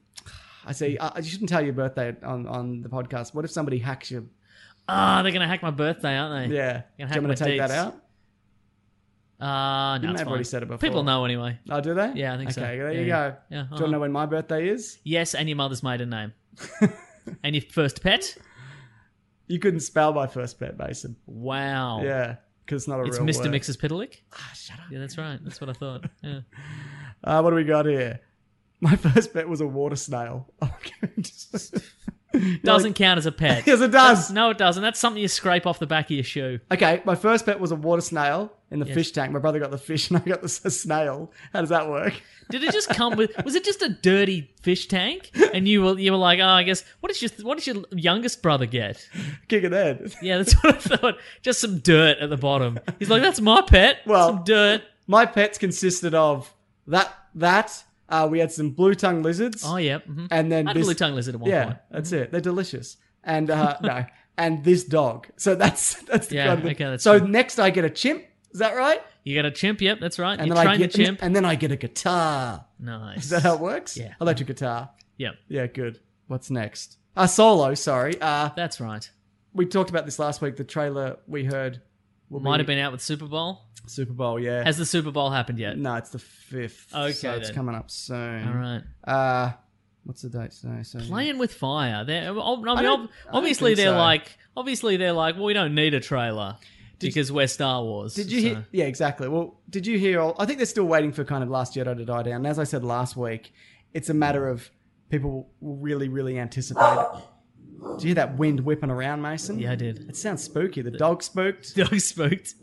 Speaker 2: I see. uh, I, I shouldn't tell your birthday on, on the podcast. What if somebody hacks you?
Speaker 3: Ah, they're gonna hack my birthday, aren't they?
Speaker 2: Yeah. Do
Speaker 3: Gonna
Speaker 2: you
Speaker 3: hack
Speaker 2: want me
Speaker 3: my
Speaker 2: to take that
Speaker 3: deets.
Speaker 2: out?
Speaker 3: Uh, no,
Speaker 2: Didn't
Speaker 3: it's
Speaker 2: they've already
Speaker 3: fine.
Speaker 2: said it before?
Speaker 3: People know anyway.
Speaker 2: Oh, do they?
Speaker 3: Yeah, I think
Speaker 2: okay,
Speaker 3: so.
Speaker 2: there
Speaker 3: Yeah,
Speaker 2: you
Speaker 3: yeah.
Speaker 2: go.
Speaker 3: Yeah,
Speaker 2: Do
Speaker 3: uh-huh.
Speaker 2: you want to know when my birthday is?
Speaker 3: Yes, and your mother's maiden name. and your first pet?
Speaker 2: You couldn't spell my first pet, Mason.
Speaker 3: Wow.
Speaker 2: Yeah. Because it's not a
Speaker 3: Oh. It's
Speaker 2: real
Speaker 3: Mr.
Speaker 2: word.
Speaker 3: Mix's Piddalick?
Speaker 2: Ah, shut up.
Speaker 3: Yeah, that's right. That's what I thought. Yeah.
Speaker 2: Uh, what do we got here? My first bet was a water snail. Okay, Oh, just-
Speaker 3: Doesn't count as a pet.
Speaker 2: Yes, it does.
Speaker 3: That's- no, it doesn't. That's something you scrape off the back of your shoe.
Speaker 2: Okay, my first pet was a water snail in the fish tank. My brother got the fish and I got the s- snail. How does that work?
Speaker 3: Did it just come with? Was it just a dirty fish tank? And you were you were like, oh, I guess. What did your What did your youngest brother get?
Speaker 2: Kick it head.
Speaker 3: Yeah, that's what I thought. Just some dirt at the bottom. He's like, that's my pet.
Speaker 2: Well-
Speaker 3: some dirt.
Speaker 2: My pets consisted of that. That uh, we had some blue tongue lizards.
Speaker 3: Oh yeah. mhm.
Speaker 2: and then
Speaker 3: I had a
Speaker 2: this-
Speaker 3: blue tongue Mm-hmm. lizard at one
Speaker 2: Yeah,
Speaker 3: point.
Speaker 2: that's it. They're delicious. And uh, no, and this dog. So that's that's the
Speaker 3: Yeah,
Speaker 2: kind of-
Speaker 3: okay, that's
Speaker 2: so
Speaker 3: true.
Speaker 2: next I get a chimp. Is that right?
Speaker 3: You got a chimp. Yep, that's right.
Speaker 2: And
Speaker 3: you
Speaker 2: then I
Speaker 3: trained
Speaker 2: get
Speaker 3: the chimp.
Speaker 2: and then I get a guitar.
Speaker 3: nice.
Speaker 2: Is that how it works?
Speaker 3: Yeah.
Speaker 2: electric guitar.
Speaker 3: Yep,
Speaker 2: Yeah, good. What's next? Uh, solo. Sorry. Uh,
Speaker 3: that's right.
Speaker 2: we talked about this last week. The trailer we heard will
Speaker 3: Might
Speaker 2: be
Speaker 3: have been out with Super Bowl.
Speaker 2: Super Bowl. Yeah.
Speaker 3: Has the Super Bowl happened yet?
Speaker 2: no, it's the fifth.
Speaker 3: Okay,
Speaker 2: so it's
Speaker 3: then.
Speaker 2: coming up soon.
Speaker 3: All right.
Speaker 2: Uh, what's the date today? So
Speaker 3: Playing with fire. They're, I mean,
Speaker 2: don't-
Speaker 3: ob-
Speaker 2: I don't
Speaker 3: obviously
Speaker 2: think
Speaker 3: they're
Speaker 2: so.
Speaker 3: like, obviously they're like, well, we don't need a trailer because we're Star Wars.
Speaker 2: Did you
Speaker 3: so-
Speaker 2: hear? Yeah, exactly. Well, did you hear? All, I think they're still waiting for kind of Last Jedi to die down. And as I said last week, it's a matter of people will really, really anticipate. it. Do you hear that wind whipping around, Mason?
Speaker 3: Yeah, I did.
Speaker 2: It sounds spooky. The dog spooked.
Speaker 3: Dog spooked.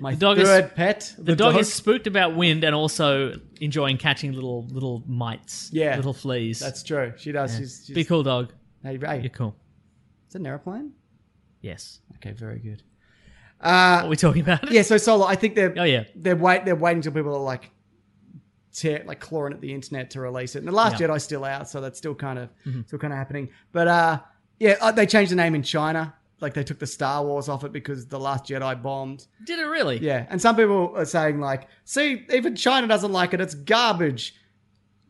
Speaker 2: My
Speaker 3: dog is-
Speaker 2: third pet.
Speaker 3: The, dog, is spooked about wind and also enjoying catching little little mites.
Speaker 2: Yeah.
Speaker 3: Little fleas.
Speaker 2: That's true. She does. She's, she's
Speaker 3: Be cool, dog.
Speaker 2: Hey, hey,
Speaker 3: You're cool.
Speaker 2: is it an aeroplane?
Speaker 3: Yes.
Speaker 2: Okay, very good.
Speaker 3: What are we talking about?
Speaker 2: Yeah, so solo. I think they're
Speaker 3: Oh, yeah.
Speaker 2: they're wait they're waiting till people are like tear like clawing at the internet to release it. And the Last Jedi's still out, so that's still kind of
Speaker 3: Mm-hmm.
Speaker 2: still kind of happening. But uh, yeah, uh, they changed the name in China. Like they took the Star Wars off it because the Last Jedi bombed.
Speaker 3: Did it really?
Speaker 2: Yeah, and some people are saying like, see, even China doesn't like it. It's garbage.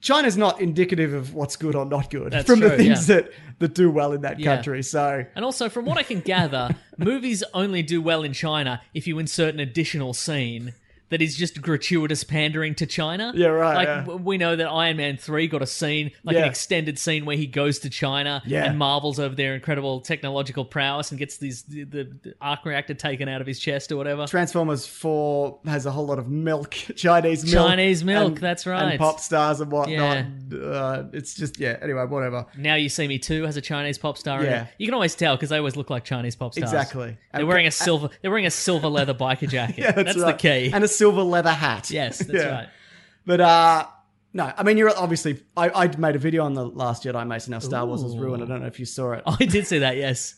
Speaker 2: China's not indicative of what's good or not good
Speaker 3: That's
Speaker 2: from the
Speaker 3: true,
Speaker 2: things
Speaker 3: yeah.
Speaker 2: that that do well in that
Speaker 3: Yeah.
Speaker 2: country. So
Speaker 3: And also, from what I can gather, movies only do well in China if you insert an additional scene that is just gratuitous pandering to China.
Speaker 2: Yeah, right,
Speaker 3: Like
Speaker 2: yeah.
Speaker 3: w- we know that Iron Man three got a scene, like
Speaker 2: Yeah.
Speaker 3: an extended scene where he goes to China
Speaker 2: Yeah.
Speaker 3: and marvels over their incredible technological prowess and gets these the, the, the arc reactor taken out of his chest or whatever.
Speaker 2: Transformers Four has a whole lot of milk, Chinese milk,
Speaker 3: Chinese milk, that's
Speaker 2: and
Speaker 3: right.
Speaker 2: pop stars and whatnot. Uh, it's just yeah. Anyway, whatever.
Speaker 3: now you see me too has a Chinese pop star. in
Speaker 2: Yeah.
Speaker 3: it. you can always tell because they always look like Chinese pop stars.
Speaker 2: Exactly.
Speaker 3: They're
Speaker 2: And-
Speaker 3: wearing a silver. They're wearing a silver leather biker jacket.
Speaker 2: Yeah,
Speaker 3: that's
Speaker 2: right.
Speaker 3: the key.
Speaker 2: and a silver leather hat.
Speaker 3: yes, that's
Speaker 2: Yeah.
Speaker 3: right.
Speaker 2: But uh, no, I mean you're obviously. I, I made a video on the last Jedi, Mason. Now Star Wars was ruined. I don't know if you saw it.
Speaker 3: Oh, I did see that. Yes.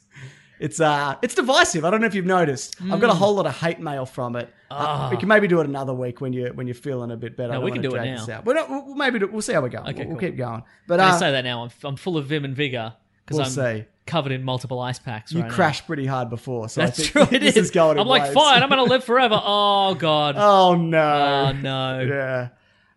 Speaker 2: It's uh, it's divisive. I don't know if you've noticed. I've
Speaker 3: Hmm.
Speaker 2: got a whole lot of hate mail from it. Uh, we can maybe do it another week when you when you're feeling a bit better.
Speaker 3: Ah.
Speaker 2: I
Speaker 3: No,
Speaker 2: don't
Speaker 3: we can
Speaker 2: wanna
Speaker 3: do it
Speaker 2: drag
Speaker 3: now.
Speaker 2: this out. We're not- We'll, we'll maybe do, we'll see how we go.
Speaker 3: Okay,
Speaker 2: we'll,
Speaker 3: cool.
Speaker 2: keep going. But
Speaker 3: I
Speaker 2: uh,
Speaker 3: say that now. I'm, I'm full of vim and vigor because
Speaker 2: We'll
Speaker 3: I'm
Speaker 2: see.
Speaker 3: covered in multiple ice packs.
Speaker 2: you
Speaker 3: right now.
Speaker 2: crashed pretty hard before, so I
Speaker 3: That's
Speaker 2: think
Speaker 3: true. It
Speaker 2: this
Speaker 3: is.
Speaker 2: is going. in
Speaker 3: I'm like,
Speaker 2: waves.
Speaker 3: fine. I'm going to live forever. Oh god. Oh,
Speaker 2: Oh no.
Speaker 3: no.
Speaker 2: Yeah.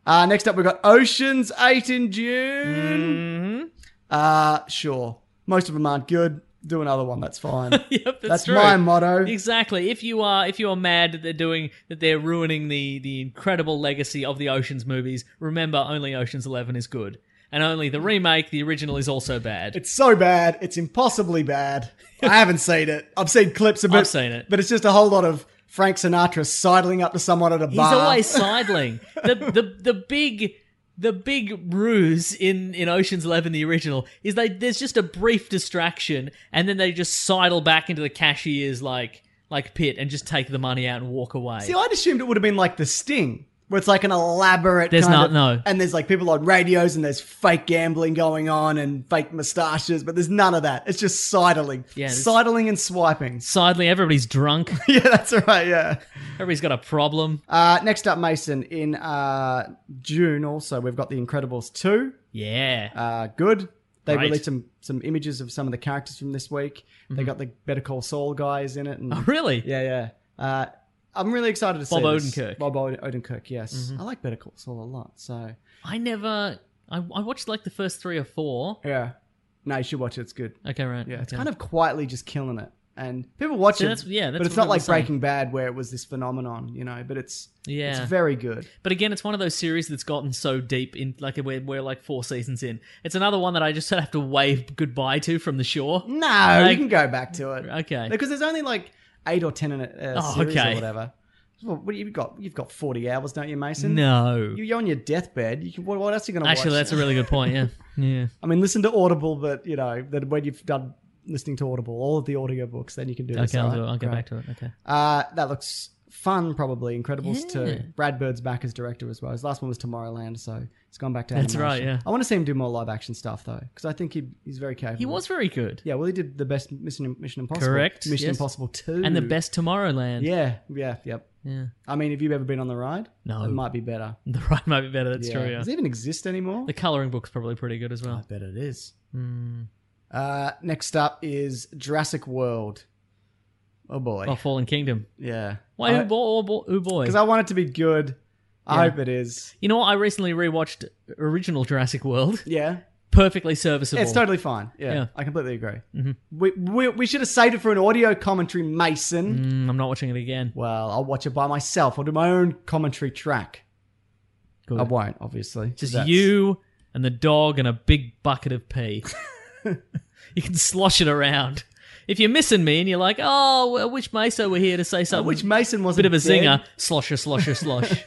Speaker 2: Uh, next up, we've got Oceans 8 in June.
Speaker 3: Mm-hmm.
Speaker 2: Uh, sure. Most of them aren't good. Do another one. That's fine.
Speaker 3: Yep, that's,
Speaker 2: that's
Speaker 3: true.
Speaker 2: my motto.
Speaker 3: Exactly. If you are if you are mad that they're doing that they're ruining the the incredible legacy of the Ocean's movies, remember only Ocean's 11 is good and only the remake, the original is also bad.
Speaker 2: It's so bad. It's impossibly bad. I haven't seen it. I've seen clips of it.
Speaker 3: I've seen it.
Speaker 2: But it's just a whole lot of Frank Sinatra sidling up to someone at a
Speaker 3: He's
Speaker 2: bar.
Speaker 3: always sidling. the the the big the big ruse in, in Ocean's Eleven, the original, is they there's just a brief distraction, and then they just sidle back into the cashier's like like pit and just take the money out and walk away.
Speaker 2: See, I'd assumed it would have been like The Sting, where it's like an elaborate.
Speaker 3: There's
Speaker 2: kind
Speaker 3: not-
Speaker 2: of-
Speaker 3: no.
Speaker 2: And there's like people on radios, and there's fake gambling going on, and fake moustaches, but there's none of that. It's just sidling,
Speaker 3: Yeah, there's-
Speaker 2: sidling and swiping.
Speaker 3: Sidling, everybody's drunk.
Speaker 2: yeah, that's right. Yeah.
Speaker 3: Everybody's got a problem.
Speaker 2: Uh, next up, Mason. In uh, June, also we've got The Incredibles two.
Speaker 3: Yeah.
Speaker 2: Uh, good. They
Speaker 3: Right.
Speaker 2: released some some images of some of the characters from this week. They got the Better Call Saul guys in it, and
Speaker 3: Mm-hmm. Oh, really?
Speaker 2: Yeah, yeah. Uh, I'm really excited to
Speaker 3: Bob
Speaker 2: see this.
Speaker 3: Odenkirk. Mm-hmm.
Speaker 2: Bob Od- Odenkirk, yes. I like Better Call Saul a lot. So
Speaker 3: I never. I, I watched like the first three or four.
Speaker 2: yeah, no, you should watch it. It's good.
Speaker 3: Okay, right.
Speaker 2: Yeah,
Speaker 3: okay.
Speaker 2: it's kind of quietly just killing it, and people watch
Speaker 3: See,
Speaker 2: it.
Speaker 3: that's- yeah, that's
Speaker 2: but it's not
Speaker 3: what I'm
Speaker 2: like
Speaker 3: saying.
Speaker 2: Breaking Bad where it was this phenomenon, you know. But it's
Speaker 3: Yeah.
Speaker 2: it's very good.
Speaker 3: But again, it's one of those series that's gotten so deep in like we're we're like four seasons in. It's another one that I just sort of have to wave goodbye to from the shore.
Speaker 2: No, you
Speaker 3: Like-
Speaker 2: can go back to it.
Speaker 3: Okay.
Speaker 2: because there's only like eight or ten in a, a
Speaker 3: Oh,
Speaker 2: series or
Speaker 3: okay.
Speaker 2: whatever. Well, what you've got? You've got forty hours, don't you, Mason?
Speaker 3: No.
Speaker 2: You- You're on your deathbed. You can, what, what else are you going to watch?
Speaker 3: Actually, that's a really good point. Yeah. Yeah.
Speaker 2: I mean, listen to Audible, but you know that when you've done listening to Audible, all of the audiobooks, then you can do this.
Speaker 3: Okay, I'll
Speaker 2: all
Speaker 3: do it.
Speaker 2: right?
Speaker 3: I'll get
Speaker 2: Great.
Speaker 3: back to it. Okay.
Speaker 2: Uh, that looks fun, probably. Incredibles
Speaker 3: Yeah.
Speaker 2: too. Brad Bird's back as director as well. His last one was Tomorrowland, so it's gone back to
Speaker 3: That's right,
Speaker 2: animation.
Speaker 3: yeah.
Speaker 2: I want to see him do more live action stuff though, because I think he, he's very capable.
Speaker 3: He was very good.
Speaker 2: Yeah, well, he did the best Mission Mission Impossible.
Speaker 3: Correct,
Speaker 2: Mission
Speaker 3: yes.
Speaker 2: Impossible Two.
Speaker 3: And the best Tomorrowland.
Speaker 2: Yeah, yeah, yep.
Speaker 3: Yeah.
Speaker 2: I mean, have you ever been on the ride?
Speaker 3: No.
Speaker 2: It might be better.
Speaker 3: The ride might be better. That's
Speaker 2: Yeah.
Speaker 3: true. Yeah.
Speaker 2: Does it even exist anymore?
Speaker 3: The coloring book's probably pretty good as
Speaker 2: I
Speaker 3: well.
Speaker 2: bet it is.
Speaker 3: Hmm.
Speaker 2: Uh, next up is Jurassic World. Oh boy.
Speaker 3: Oh, Fallen Kingdom.
Speaker 2: Yeah.
Speaker 3: Why,
Speaker 2: I-
Speaker 3: who, bo- oh, bo- who boy?
Speaker 2: Because I want it to be good. I
Speaker 3: Yeah.
Speaker 2: hope it is.
Speaker 3: you know, what? I recently rewatched original Jurassic World.
Speaker 2: Yeah.
Speaker 3: Perfectly serviceable.
Speaker 2: It's totally fine. Yeah,
Speaker 3: Yeah. Mm-hmm.
Speaker 2: I completely agree. We, we we should have saved it for an audio commentary, Mason.
Speaker 3: Mm, I'm not watching it again.
Speaker 2: Well, I'll watch it by myself. I'll do my own commentary track.
Speaker 3: Good.
Speaker 2: I won't, obviously.
Speaker 3: Just
Speaker 2: That's-
Speaker 3: you and the dog and a big bucket of pee. you can slosh it around. If you're missing me and you're like, oh, I wish Mesa were here to say
Speaker 2: Uh,
Speaker 3: something.
Speaker 2: Which Mason was
Speaker 3: bit of a
Speaker 2: dead.
Speaker 3: zinger. Slosher, slosher, slosh.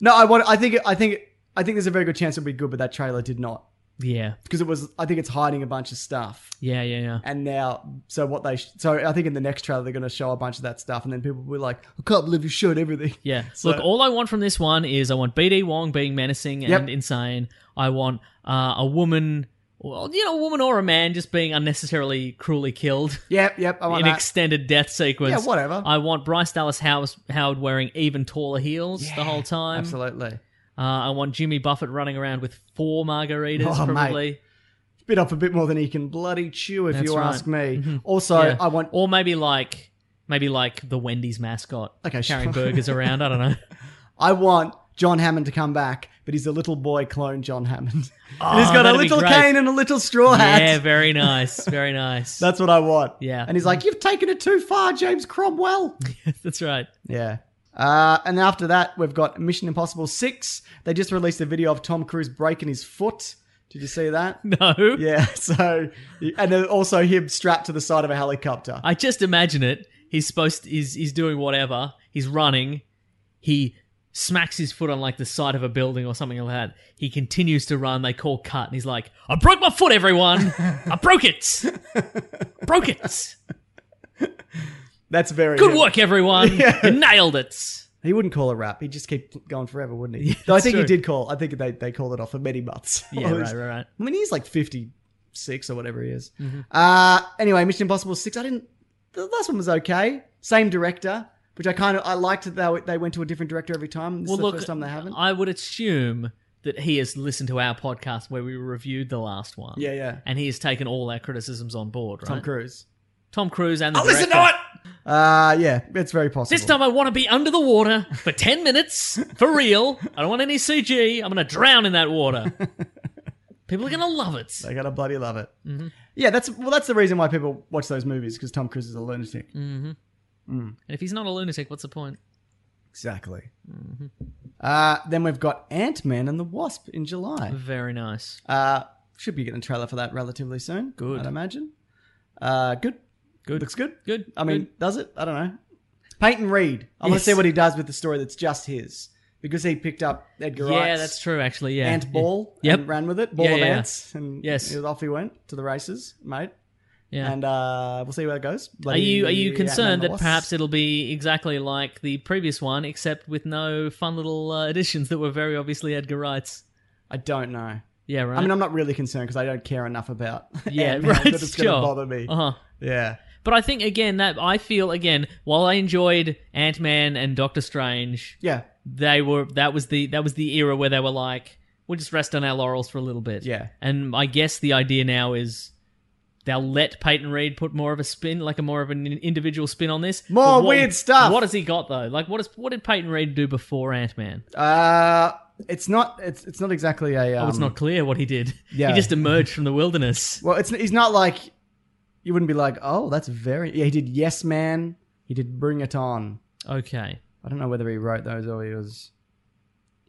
Speaker 2: No, I want. I think. I think. I think there's a very good chance it'll be good, but that trailer did not
Speaker 3: yeah.
Speaker 2: because it was. I think it's hiding a bunch of stuff.
Speaker 3: Yeah, yeah, yeah.
Speaker 2: And now, so what they, sh- so I think in the next trailer they're going to show a bunch of that stuff, and then people will be like, "I can't believe you showed everything."
Speaker 3: Yeah.
Speaker 2: So-
Speaker 3: Look, all I want from this one is I want BD Wong being menacing and
Speaker 2: Yep.
Speaker 3: insane. I want uh, a woman, well, you know, a woman or a man just being unnecessarily cruelly killed
Speaker 2: Yep, yep. I want
Speaker 3: in
Speaker 2: that.
Speaker 3: extended death sequence.
Speaker 2: Yeah, whatever.
Speaker 3: I want Bryce Dallas Howard, Howard wearing even taller heels the whole time.
Speaker 2: Absolutely.
Speaker 3: Uh, I want Jimmy Buffett running around with four margaritas,
Speaker 2: Oh, mate.
Speaker 3: probably.
Speaker 2: Bit off a bit more than he can bloody chew, if
Speaker 3: That's
Speaker 2: you
Speaker 3: right. Mm-hmm.
Speaker 2: ask me. Also,
Speaker 3: Yeah.
Speaker 2: I want.
Speaker 3: or maybe like, maybe like the Wendy's mascot
Speaker 2: Okay, sure.
Speaker 3: carrying burgers around. I don't know.
Speaker 2: I want John Hammond to come back, but he's a little boy clone John Hammond. and he's
Speaker 3: Oh,
Speaker 2: got a
Speaker 3: that'd be
Speaker 2: little
Speaker 3: great.
Speaker 2: cane and a little straw hat.
Speaker 3: yeah, very nice, very nice.
Speaker 2: That's what I want.
Speaker 3: Yeah.
Speaker 2: And he's like, You've taken it too far, James Cromwell.
Speaker 3: That's right.
Speaker 2: yeah. Uh, and after that, we've got Mission Impossible 6. They just released a video of Tom Cruise breaking his foot. Did you see that?
Speaker 3: No.
Speaker 2: Yeah. So, and then also him strapped to the side of a helicopter.
Speaker 3: I just imagine it. He's supposed to, he's he's doing whatever. He's running. He smacks his foot on like the side of a building or something like that. He continues to run. They call cut, and he's like, "I broke my foot, everyone. I broke it. broke it.
Speaker 2: That's very
Speaker 3: Good
Speaker 2: him.
Speaker 3: work, everyone. You nailed it."
Speaker 2: He wouldn't call it rap. He'd just keep going forever, wouldn't he? Though I
Speaker 3: that's
Speaker 2: think he
Speaker 3: true.
Speaker 2: did call. I think they, they called it off for many months.
Speaker 3: Yeah,
Speaker 2: All
Speaker 3: right,
Speaker 2: these-
Speaker 3: right, Mm-hmm. right.
Speaker 2: I mean, he's like 56 or whatever he is. Uh, anyway, Mission Impossible 6. I didn't. The last one was okay. Same director, which I kind of. I liked that they, they went to a different director every time. This is the first time they haven't.
Speaker 3: I would assume that he has listened to our podcast where we reviewed the last one.
Speaker 2: Yeah, yeah.
Speaker 3: And he has taken all our criticisms on board, right?
Speaker 2: Tom Cruise.
Speaker 3: Tom Cruise and the
Speaker 2: I'll listen
Speaker 3: director.
Speaker 2: to it! Uh, yeah, it's very possible.
Speaker 3: This time I want to be under the water for 10 minutes, for real. I don't want any CG. I'm going to drown in that water. People are going to love it.
Speaker 2: I gotta bloody love it.
Speaker 3: Mm-hmm.
Speaker 2: Yeah, that's well. That's the reason why people watch those movies because Tom Cruise is a lunatic.
Speaker 3: Mm-hmm. And if he's not a lunatic, what's the point?
Speaker 2: Exactly.
Speaker 3: Mm-hmm.
Speaker 2: Uh, then we've got Ant Man and the Wasp in July.
Speaker 3: Very nice.
Speaker 2: Uh, should be getting a trailer for that relatively soon.
Speaker 3: Good.
Speaker 2: I'd imagine. Uh, good. Good. Looks good.
Speaker 3: Good.
Speaker 2: I mean, does it? I don't know. Peyton Reed. I want
Speaker 3: Yes.
Speaker 2: to see what he does with the story that's just his because he picked up Edgar
Speaker 3: Good. yeah,
Speaker 2: Wright's
Speaker 3: that's true, actually. Yeah.
Speaker 2: Ant Ball
Speaker 3: Yep.
Speaker 2: and ran with it. Ball
Speaker 3: Yeah,
Speaker 2: of
Speaker 3: yeah, yeah.
Speaker 2: ants. And
Speaker 3: Yes.
Speaker 2: he was- off he went to the races, mate.
Speaker 3: Yeah.
Speaker 2: And uh, we'll see where it goes.
Speaker 3: are you are you
Speaker 2: Bloody uh,
Speaker 3: concerned
Speaker 2: Ant-Man
Speaker 3: that
Speaker 2: Wasp.
Speaker 3: perhaps it'll be exactly like the previous one, except with no fun little uh, additions that were very obviously Edgar Wright's?
Speaker 2: I don't know.
Speaker 3: Yeah, right.
Speaker 2: I mean, I'm not really concerned because I don't care enough about.
Speaker 3: yeah,
Speaker 2: Ant-Man
Speaker 3: right.
Speaker 2: That it's
Speaker 3: sure.
Speaker 2: going to bother me.
Speaker 3: Uh huh.
Speaker 2: Yeah.
Speaker 3: But I think again that I feel again while I enjoyed Ant Man and Doctor Strange,
Speaker 2: Yeah.
Speaker 3: they were that was the that was the era where they were like we'll just rest on our laurels for a little bit
Speaker 2: Yeah.
Speaker 3: and i guess the idea now is they'll let peyton reed put more of a spin like a more of an individual spin on this
Speaker 2: More
Speaker 3: But what-
Speaker 2: weird stuff.
Speaker 3: what has he got though like what is what did peyton reed do before ant-man
Speaker 2: Uh, it's not. It's it's not exactly a. Um,
Speaker 3: oh it's not clear what he did
Speaker 2: yeah.
Speaker 3: he just emerged from the wilderness
Speaker 2: Well, it's he's not like. You wouldn't be like, oh, that's very. Yeah, he did Yes Man. He did Bring It On.
Speaker 3: okay
Speaker 2: I don't know whether he wrote those or he was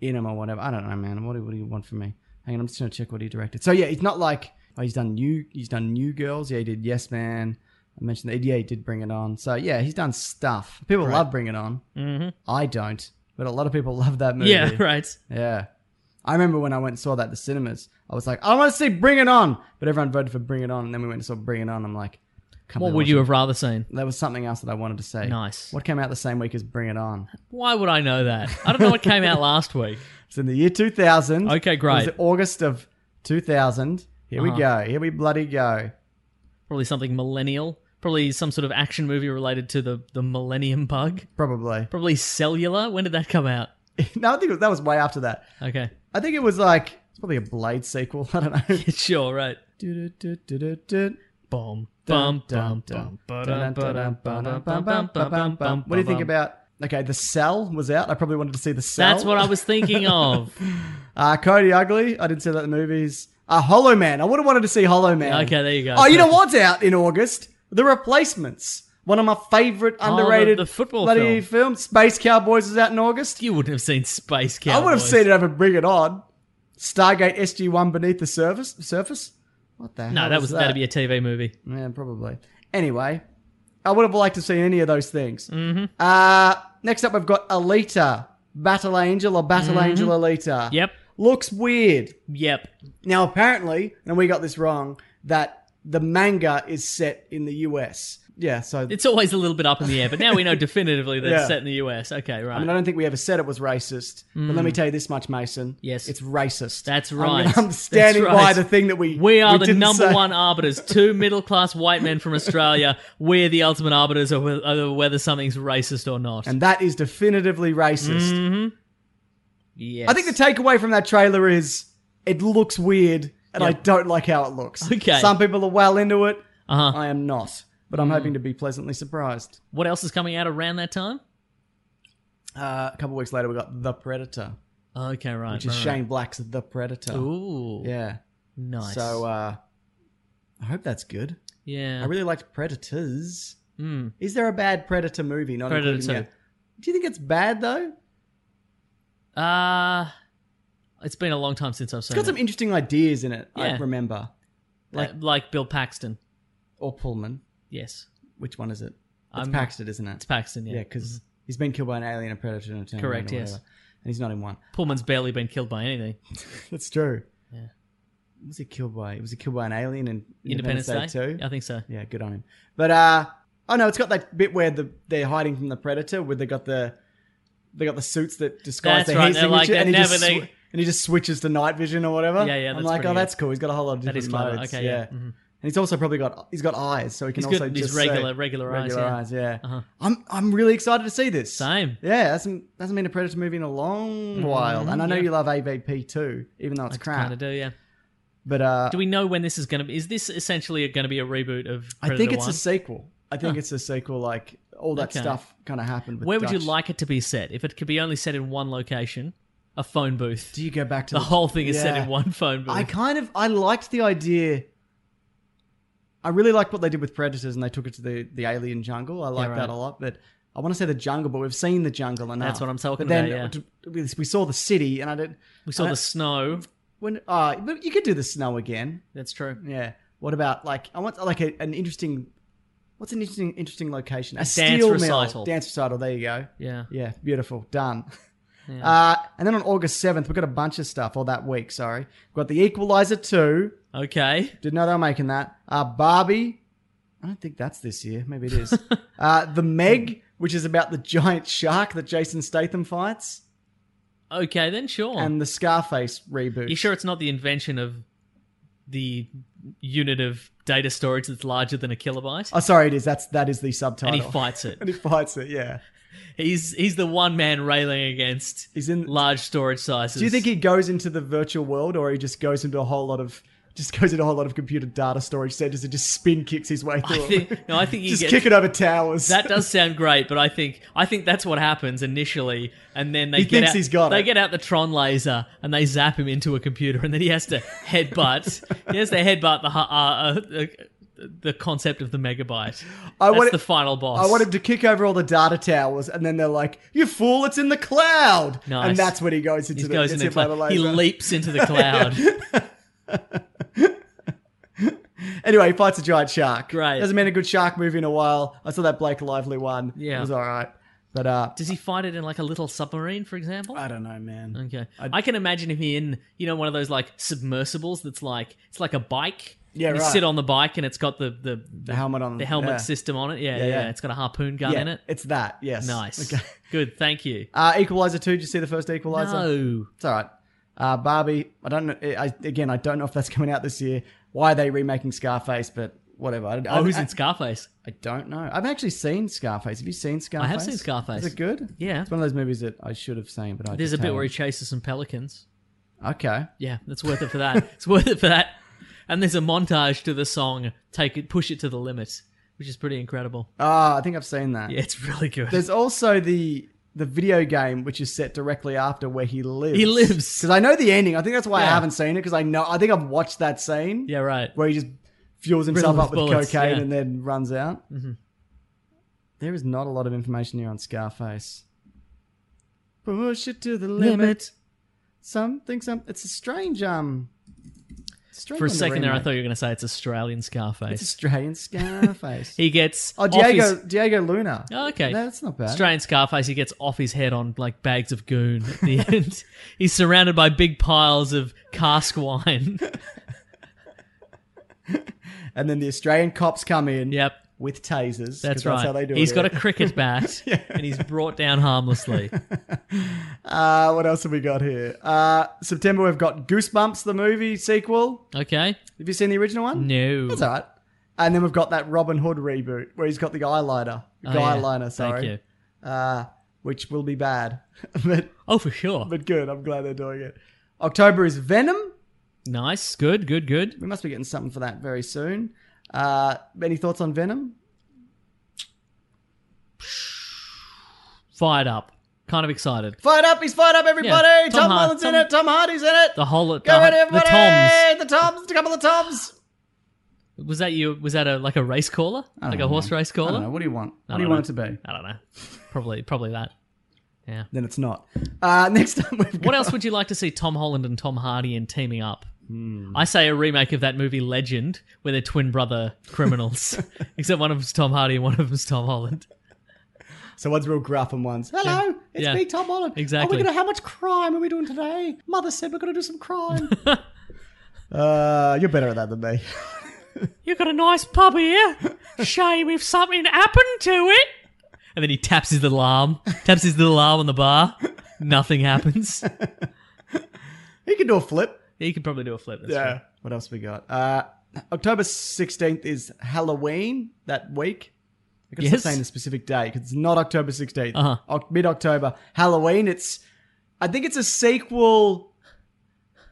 Speaker 2: in them or whatever. I don't know, man. What do, what do you want from me? Hang on, I'm just gonna check what he directed. So yeah, it's not like oh, he's done new. He's done New Girls. Yeah, he did Yes Man. I mentioned that. Yeah, he did bring it on. So yeah, he's done stuff. People love Bring It On. Mm-hmm. I don't, but a lot of people love that movie.
Speaker 3: Yeah, right.
Speaker 2: Yeah. I remember when I went and saw that at the cinemas, I was like, I want to see Bring It On, but everyone voted for Bring It On, and then we went and saw Bring It On. I'm like, come
Speaker 3: What
Speaker 2: on,
Speaker 3: would
Speaker 2: watch
Speaker 3: you
Speaker 2: it.
Speaker 3: have rather seen?
Speaker 2: There was something else that I wanted to say.
Speaker 3: Nice.
Speaker 2: What came out the same week as Bring It On?
Speaker 3: Why would I know that? I don't know what came out last week.
Speaker 2: It's in the year 2000.
Speaker 3: Okay, great. Uh-huh.
Speaker 2: It was August of 2000. Here we go. Here we bloody go.
Speaker 3: Probably something millennial. Probably some sort of action movie related to the, the Millennium Bug.
Speaker 2: Probably.
Speaker 3: Probably Cellular. When did that come out?
Speaker 2: no, I think it was, that was way after that.
Speaker 3: Okay.
Speaker 2: I think it was like it's probably a Blade sequel. I don't know.
Speaker 3: Sure, right.
Speaker 2: Du-du-du-du-du-du.
Speaker 3: Bum,
Speaker 2: Dun,
Speaker 3: bum,
Speaker 2: dun,
Speaker 3: bum,
Speaker 2: dun.
Speaker 3: bum,
Speaker 2: Dun,
Speaker 3: ba-dum,
Speaker 2: dun,
Speaker 3: ba-dum,
Speaker 2: dun, dun,
Speaker 3: ba-dum, bum,
Speaker 2: dun,
Speaker 3: bum,
Speaker 2: dun,
Speaker 3: bum,
Speaker 2: dun,
Speaker 3: bum,
Speaker 2: dun. What do you think
Speaker 3: bum.
Speaker 2: about? Okay, the cell was out. I probably wanted to see the cell.
Speaker 3: That's what I was thinking of.
Speaker 2: Uh, Cody Ugly. I didn't see that in the movies. Uh, Hollow Man. I would have wanted to see Hollow Man.
Speaker 3: Okay, there you go.
Speaker 2: Oh, you know what's out in August? The Replacements. One of my favorite
Speaker 3: Oh, the-
Speaker 2: underrated
Speaker 3: the football
Speaker 2: bloody film. Space Cowboys is out in August.
Speaker 3: You wouldn't have seen Space
Speaker 2: I
Speaker 3: Cowboys.
Speaker 2: would have seen it over Bring It On. Stargate SG One beneath the surface. Surface. What the
Speaker 3: No,
Speaker 2: hell
Speaker 3: that
Speaker 2: is
Speaker 3: was that'd be a TV movie.
Speaker 2: Yeah, probably. Anyway, I would have liked to see any of those things. Mm-hmm. Uh, next up, we've got Alita, Battle Angel or Battle Angel Alita.
Speaker 3: Mm-hmm. Yep.
Speaker 2: Looks weird.
Speaker 3: Yep.
Speaker 2: Now, apparently, and we got this wrong, that the manga is set in the US. Yeah, so
Speaker 3: It's always a little bit up in the air, but now we know definitively that
Speaker 2: Yeah.
Speaker 3: it's set in the US. Okay, right.
Speaker 2: I mean, I don't think we ever said it was racist. But let me tell you this much, Mason.
Speaker 3: Mm. Yes.
Speaker 2: It's racist.
Speaker 3: That's
Speaker 2: I'm-
Speaker 3: right.
Speaker 2: I'm,
Speaker 3: That's
Speaker 2: standing by
Speaker 3: right.
Speaker 2: the thing that we
Speaker 3: we are the
Speaker 2: didn't
Speaker 3: number
Speaker 2: say.
Speaker 3: one arbiters. Two middle class white men from Australia. We're the ultimate arbiters of whe- of whether something's racist or not.
Speaker 2: And that is definitively racist.
Speaker 3: Mm. yes.
Speaker 2: I think the takeaway from that trailer is it looks weird and I
Speaker 3: Yep.
Speaker 2: don't like how it looks.
Speaker 3: Okay. Mm.
Speaker 2: Some people are well into it.
Speaker 3: Uh-huh.
Speaker 2: I am not. But I'm hoping to be pleasantly surprised.
Speaker 3: what else is coming out around that time?
Speaker 2: Uh, a couple weeks later, we got The Predator,
Speaker 3: Okay, right.
Speaker 2: which is
Speaker 3: right,
Speaker 2: Shane Black's The Predator.
Speaker 3: right. Ooh,
Speaker 2: Yeah.
Speaker 3: nice.
Speaker 2: So uh, I hope that's good.
Speaker 3: yeah,
Speaker 2: I really liked Predators.
Speaker 3: Mm.
Speaker 2: Is there a bad Predator movie? Not
Speaker 3: Predator
Speaker 2: including
Speaker 3: two.
Speaker 2: that? Do you think it's bad though?
Speaker 3: Uh, it's been a long time since I've
Speaker 2: It's
Speaker 3: seen
Speaker 2: got some
Speaker 3: it.
Speaker 2: interesting ideas in it. I
Speaker 3: Yeah.
Speaker 2: remember.
Speaker 3: like, like Bill Paxton.
Speaker 2: Or Pullman.
Speaker 3: Yes,
Speaker 2: Which one is it? It's
Speaker 3: I'm-
Speaker 2: Paxton, isn't it?
Speaker 3: it's Paxton. Yeah, Mm-hmm.
Speaker 2: Yeah, because he's been killed by an alien, a predator, and a terminator.
Speaker 3: Correct,
Speaker 2: or
Speaker 3: yes.
Speaker 2: whatever, And he's not in one.
Speaker 3: Pullman's barely been killed by anything.
Speaker 2: That's true. Yeah. Was he killed by? Was he killed by an alien in
Speaker 3: Independence, Day,
Speaker 2: too?
Speaker 3: I think so.
Speaker 2: Yeah, good on him. But uh, oh no, it's got that bit where the they're hiding from the predator, where they got the they got the suits that disguise
Speaker 3: That's
Speaker 2: their
Speaker 3: right,
Speaker 2: heat
Speaker 3: they're like
Speaker 2: signature,
Speaker 3: that
Speaker 2: and he just
Speaker 3: never
Speaker 2: sw-
Speaker 3: they-
Speaker 2: and he just switches to night vision or whatever.
Speaker 3: Yeah, yeah,
Speaker 2: I'm
Speaker 3: that's
Speaker 2: like,
Speaker 3: pretty
Speaker 2: oh,
Speaker 3: good.
Speaker 2: that's cool. He's got a whole lot of
Speaker 3: That
Speaker 2: different
Speaker 3: is clever.
Speaker 2: modes.
Speaker 3: Okay,
Speaker 2: yeah.
Speaker 3: yeah.
Speaker 2: And
Speaker 3: Mhm.
Speaker 2: he's also probably got he's got eyes, so he can
Speaker 3: He's
Speaker 2: also
Speaker 3: got these
Speaker 2: just
Speaker 3: regular-
Speaker 2: say,
Speaker 3: regular eyes, yeah.
Speaker 2: yeah.
Speaker 3: Uh-huh.
Speaker 2: I'm I'm really excited to see this.
Speaker 3: Same. Mm-hmm.
Speaker 2: Yeah, hasn't hasn't been a Predator movie in a long while, and I know
Speaker 3: yeah.
Speaker 2: you love AVP too, even though it's crap.
Speaker 3: Kind of do, yeah.
Speaker 2: But uh,
Speaker 3: Do we know when this is going to be? Is this essentially going to be a reboot of?
Speaker 2: I
Speaker 3: Predator
Speaker 2: think it's
Speaker 3: 1?
Speaker 2: a sequel. I think it's a sequel. Like all that
Speaker 3: Okay.
Speaker 2: stuff kind of happened. With
Speaker 3: Where would you
Speaker 2: Dutch.
Speaker 3: like it to be set? If it could be only set in one location, a phone booth.
Speaker 2: Do you go back to
Speaker 3: the whole thing is set
Speaker 2: Yeah.
Speaker 3: in one phone booth.
Speaker 2: I kind of I liked the idea. I really liked what they did with Predators, and they took it to the the alien jungle. I like
Speaker 3: right.
Speaker 2: that a lot, but. I want to say the jungle, but we've seen the jungle enough.
Speaker 3: That's what I'm talking
Speaker 2: but
Speaker 3: about,
Speaker 2: then yeah. we saw the city, and I didn't.
Speaker 3: we saw the snow.
Speaker 2: When, uh, but you could do the snow again.
Speaker 3: That's true.
Speaker 2: Yeah. What about like I want like a, an interesting, what's an interesting interesting location? A,
Speaker 3: dance
Speaker 2: steel mill,
Speaker 3: recital.
Speaker 2: dance recital. There you go.
Speaker 3: Yeah.
Speaker 2: Yeah. Beautiful. Done. Uh, and then on August seventh, we've got a bunch of stuff. Or that week, sorry. We've got the Equalizer two.
Speaker 3: Okay.
Speaker 2: Didn't know they were making that. Uh, Barbie. I don't think that's this year. Maybe it is. uh, the Meg, which is about the giant shark that Jason Statham fights,
Speaker 3: Okay, then sure.
Speaker 2: and the Scarface reboot.
Speaker 3: Oh. you sure it's not the invention of the unit of data storage that's larger than a kilobyte?
Speaker 2: Oh, sorry, it is. That's that is the
Speaker 3: and
Speaker 2: subtitle.
Speaker 3: he fights it.
Speaker 2: And he fights it. Yeah.
Speaker 3: He's he's the one man railing against
Speaker 2: He's in-
Speaker 3: large storage sizes.
Speaker 2: Do you think he goes into the virtual world, or he just goes into a whole lot of just goes into a whole lot of computer data storage centers and just spin kicks his way
Speaker 3: I
Speaker 2: through? it?
Speaker 3: think, no, I think you
Speaker 2: just
Speaker 3: get
Speaker 2: kick it over towers.
Speaker 3: That does sound great, but I think I think that's what happens initially, and then they
Speaker 2: He
Speaker 3: get
Speaker 2: thinks
Speaker 3: out,
Speaker 2: he's got
Speaker 3: they
Speaker 2: it.
Speaker 3: get out the Tron laser and they zap him into a computer, and then he has to headbutt. he has to headbutt the hu- uh, uh, uh, the concept of the megabyte.
Speaker 2: I
Speaker 3: that's
Speaker 2: want it-
Speaker 3: the final boss.
Speaker 2: I want him to kick over all the data towers, and then they're like, "You fool! It's in the cloud."
Speaker 3: Nice.
Speaker 2: And that's when he goes into
Speaker 3: he
Speaker 2: the,
Speaker 3: goes
Speaker 2: gets
Speaker 3: into the
Speaker 2: hit by the
Speaker 3: cloud. He
Speaker 2: laser.
Speaker 3: leaps into the cloud.
Speaker 2: Anyway, he fights a giant shark.
Speaker 3: Great.
Speaker 2: Hasn't been a good shark movie in a while. I saw that Blake Lively one.
Speaker 3: Yeah.
Speaker 2: It was all right. But uh,
Speaker 3: Does he find it in like a little submarine, for example?
Speaker 2: I don't know, man.
Speaker 3: Okay, I, can imagine him in you know one of those like submersibles that's like it's like a bike.
Speaker 2: Yeah,
Speaker 3: you
Speaker 2: right.
Speaker 3: sit on the bike and it's got the the, the
Speaker 2: helmet on-
Speaker 3: the helmet
Speaker 2: yeah.
Speaker 3: system on it. Yeah,
Speaker 2: Yeah,
Speaker 3: yeah,
Speaker 2: yeah.
Speaker 3: It's got a harpoon gun
Speaker 2: yeah,
Speaker 3: in it.
Speaker 2: It's that. Yes.
Speaker 3: Nice.
Speaker 2: Okay.
Speaker 3: Good. Thank you.
Speaker 2: Uh, Equalizer two. Did you see the first Equalizer?
Speaker 3: No.
Speaker 2: It's all right. Uh, Barbie. I don't know. I, again, I don't know if that's coming out this year. Why are they remaking Scarface? But whatever. I, I,
Speaker 3: Oh, who's
Speaker 2: I,
Speaker 3: in Scarface?
Speaker 2: I don't know. I've actually seen Scarface. Have you seen Scarface?
Speaker 3: have seen Scarface.
Speaker 2: Is it good?
Speaker 3: Yeah.
Speaker 2: It's one of those movies that I should have seen, but I
Speaker 3: There's a
Speaker 2: just
Speaker 3: bit where he
Speaker 2: haven't.
Speaker 3: chases some pelicans.
Speaker 2: Okay.
Speaker 3: Yeah, that's worth it for that. it's worth it for that. And there's a montage to the song "Take It, Push It to the Limit," which is pretty incredible.
Speaker 2: Ah, I think I've seen that.
Speaker 3: Yeah, it's really good.
Speaker 2: There's also the the video game which is set directly after where he lives.
Speaker 3: He lives.
Speaker 2: Because I know the ending. I think that's why I
Speaker 3: Yeah.
Speaker 2: haven't seen it because I know I think I've watched that scene.
Speaker 3: yeah, right.
Speaker 2: Where he just fuels himself
Speaker 3: Riddled
Speaker 2: up with
Speaker 3: with bullets,
Speaker 2: cocaine
Speaker 3: yeah. Mm-hmm.
Speaker 2: and then runs out. There is not a lot of information here on Scarface. Push it to the limit.
Speaker 3: Limit.
Speaker 2: Something. Some. It's a strange. Um. Strange
Speaker 3: For a
Speaker 2: one to
Speaker 3: second there, I
Speaker 2: remake.
Speaker 3: thought you were going to say it's Australian
Speaker 2: it's
Speaker 3: Scarface.
Speaker 2: Australian Scarface.
Speaker 3: He gets
Speaker 2: oh,
Speaker 3: off his-
Speaker 2: Diego. Diego Luna.
Speaker 3: Oh, okay.
Speaker 2: No, that's not bad.
Speaker 3: Australian Scarface, he gets off his head on like bags of goon at the end. He's surrounded by big piles of cask wine.
Speaker 2: And then the Australian cops come in.
Speaker 3: Yep,
Speaker 2: with tasers. 'cause
Speaker 3: that's right.
Speaker 2: That's how they do
Speaker 3: He's
Speaker 2: it.
Speaker 3: got a
Speaker 2: here.
Speaker 3: cricket bat and he's brought down harmlessly.
Speaker 2: Uh, what else have we got here? Uh, September we've got Goosebumps, the movie sequel.
Speaker 3: Okay.
Speaker 2: Have you seen the original one?
Speaker 3: No.
Speaker 2: That's all right. And then we've got that Robin Hood reboot where he's got the eyeliner,
Speaker 3: Oh,
Speaker 2: guy
Speaker 3: yeah.
Speaker 2: liner, sorry,
Speaker 3: Thank you.
Speaker 2: Uh, which will be bad, but
Speaker 3: Oh, for sure.
Speaker 2: but good. I'm glad they're doing it. October is Venom.
Speaker 3: nice. Good, good, good.
Speaker 2: We must be getting something for that very soon. Uh, any thoughts on Venom?
Speaker 3: Fired up. Kind of excited.
Speaker 2: Fired up! He's fired up, everybody!
Speaker 3: Yeah, Tom
Speaker 2: Tom,
Speaker 3: Har-
Speaker 2: Holland's in
Speaker 3: Tom-
Speaker 2: it. Tom Hardy's in it.
Speaker 3: The whole the,
Speaker 2: Go ready,
Speaker 3: the
Speaker 2: everybody!
Speaker 3: toms.
Speaker 2: The toms. A couple of toms.
Speaker 3: Was that you was that a like a race caller? Like a horse race
Speaker 2: I
Speaker 3: caller?
Speaker 2: don't know. What do you want?
Speaker 3: I
Speaker 2: What do you
Speaker 3: don't
Speaker 2: want it to be?
Speaker 3: I don't know. Probably probably that. Yeah.
Speaker 2: Then it's not. Uh, next up, we've
Speaker 3: What
Speaker 2: got,
Speaker 3: else would you like to see Tom Holland and Tom Hardy in teaming up? I say a remake of that movie Legend, where they're twin brother criminals, except one of them's Tom Hardy and one of them's Tom Holland.
Speaker 2: So one's real gruff and one's hello,
Speaker 3: Yeah.
Speaker 2: it's
Speaker 3: Yeah.
Speaker 2: me, Tom Holland. Are
Speaker 3: Exactly.
Speaker 2: we gonna how much crime are we doing today? Mother said we're gonna do some crime. uh, you're better at that than me.
Speaker 3: You got a nice pub here. Shame if something happened to it. And then he taps his little arm, taps his little arm on the bar. Nothing happens.
Speaker 2: He can do a flip.
Speaker 3: He could probably do a flip. That's right.
Speaker 2: What else we got? Uh, October sixteenth is Halloween that week. I could
Speaker 3: Yes.
Speaker 2: saying the specific day because it's not October 16th
Speaker 3: Uh-huh.
Speaker 2: Oc- Mid October Halloween. It's I think it's a sequel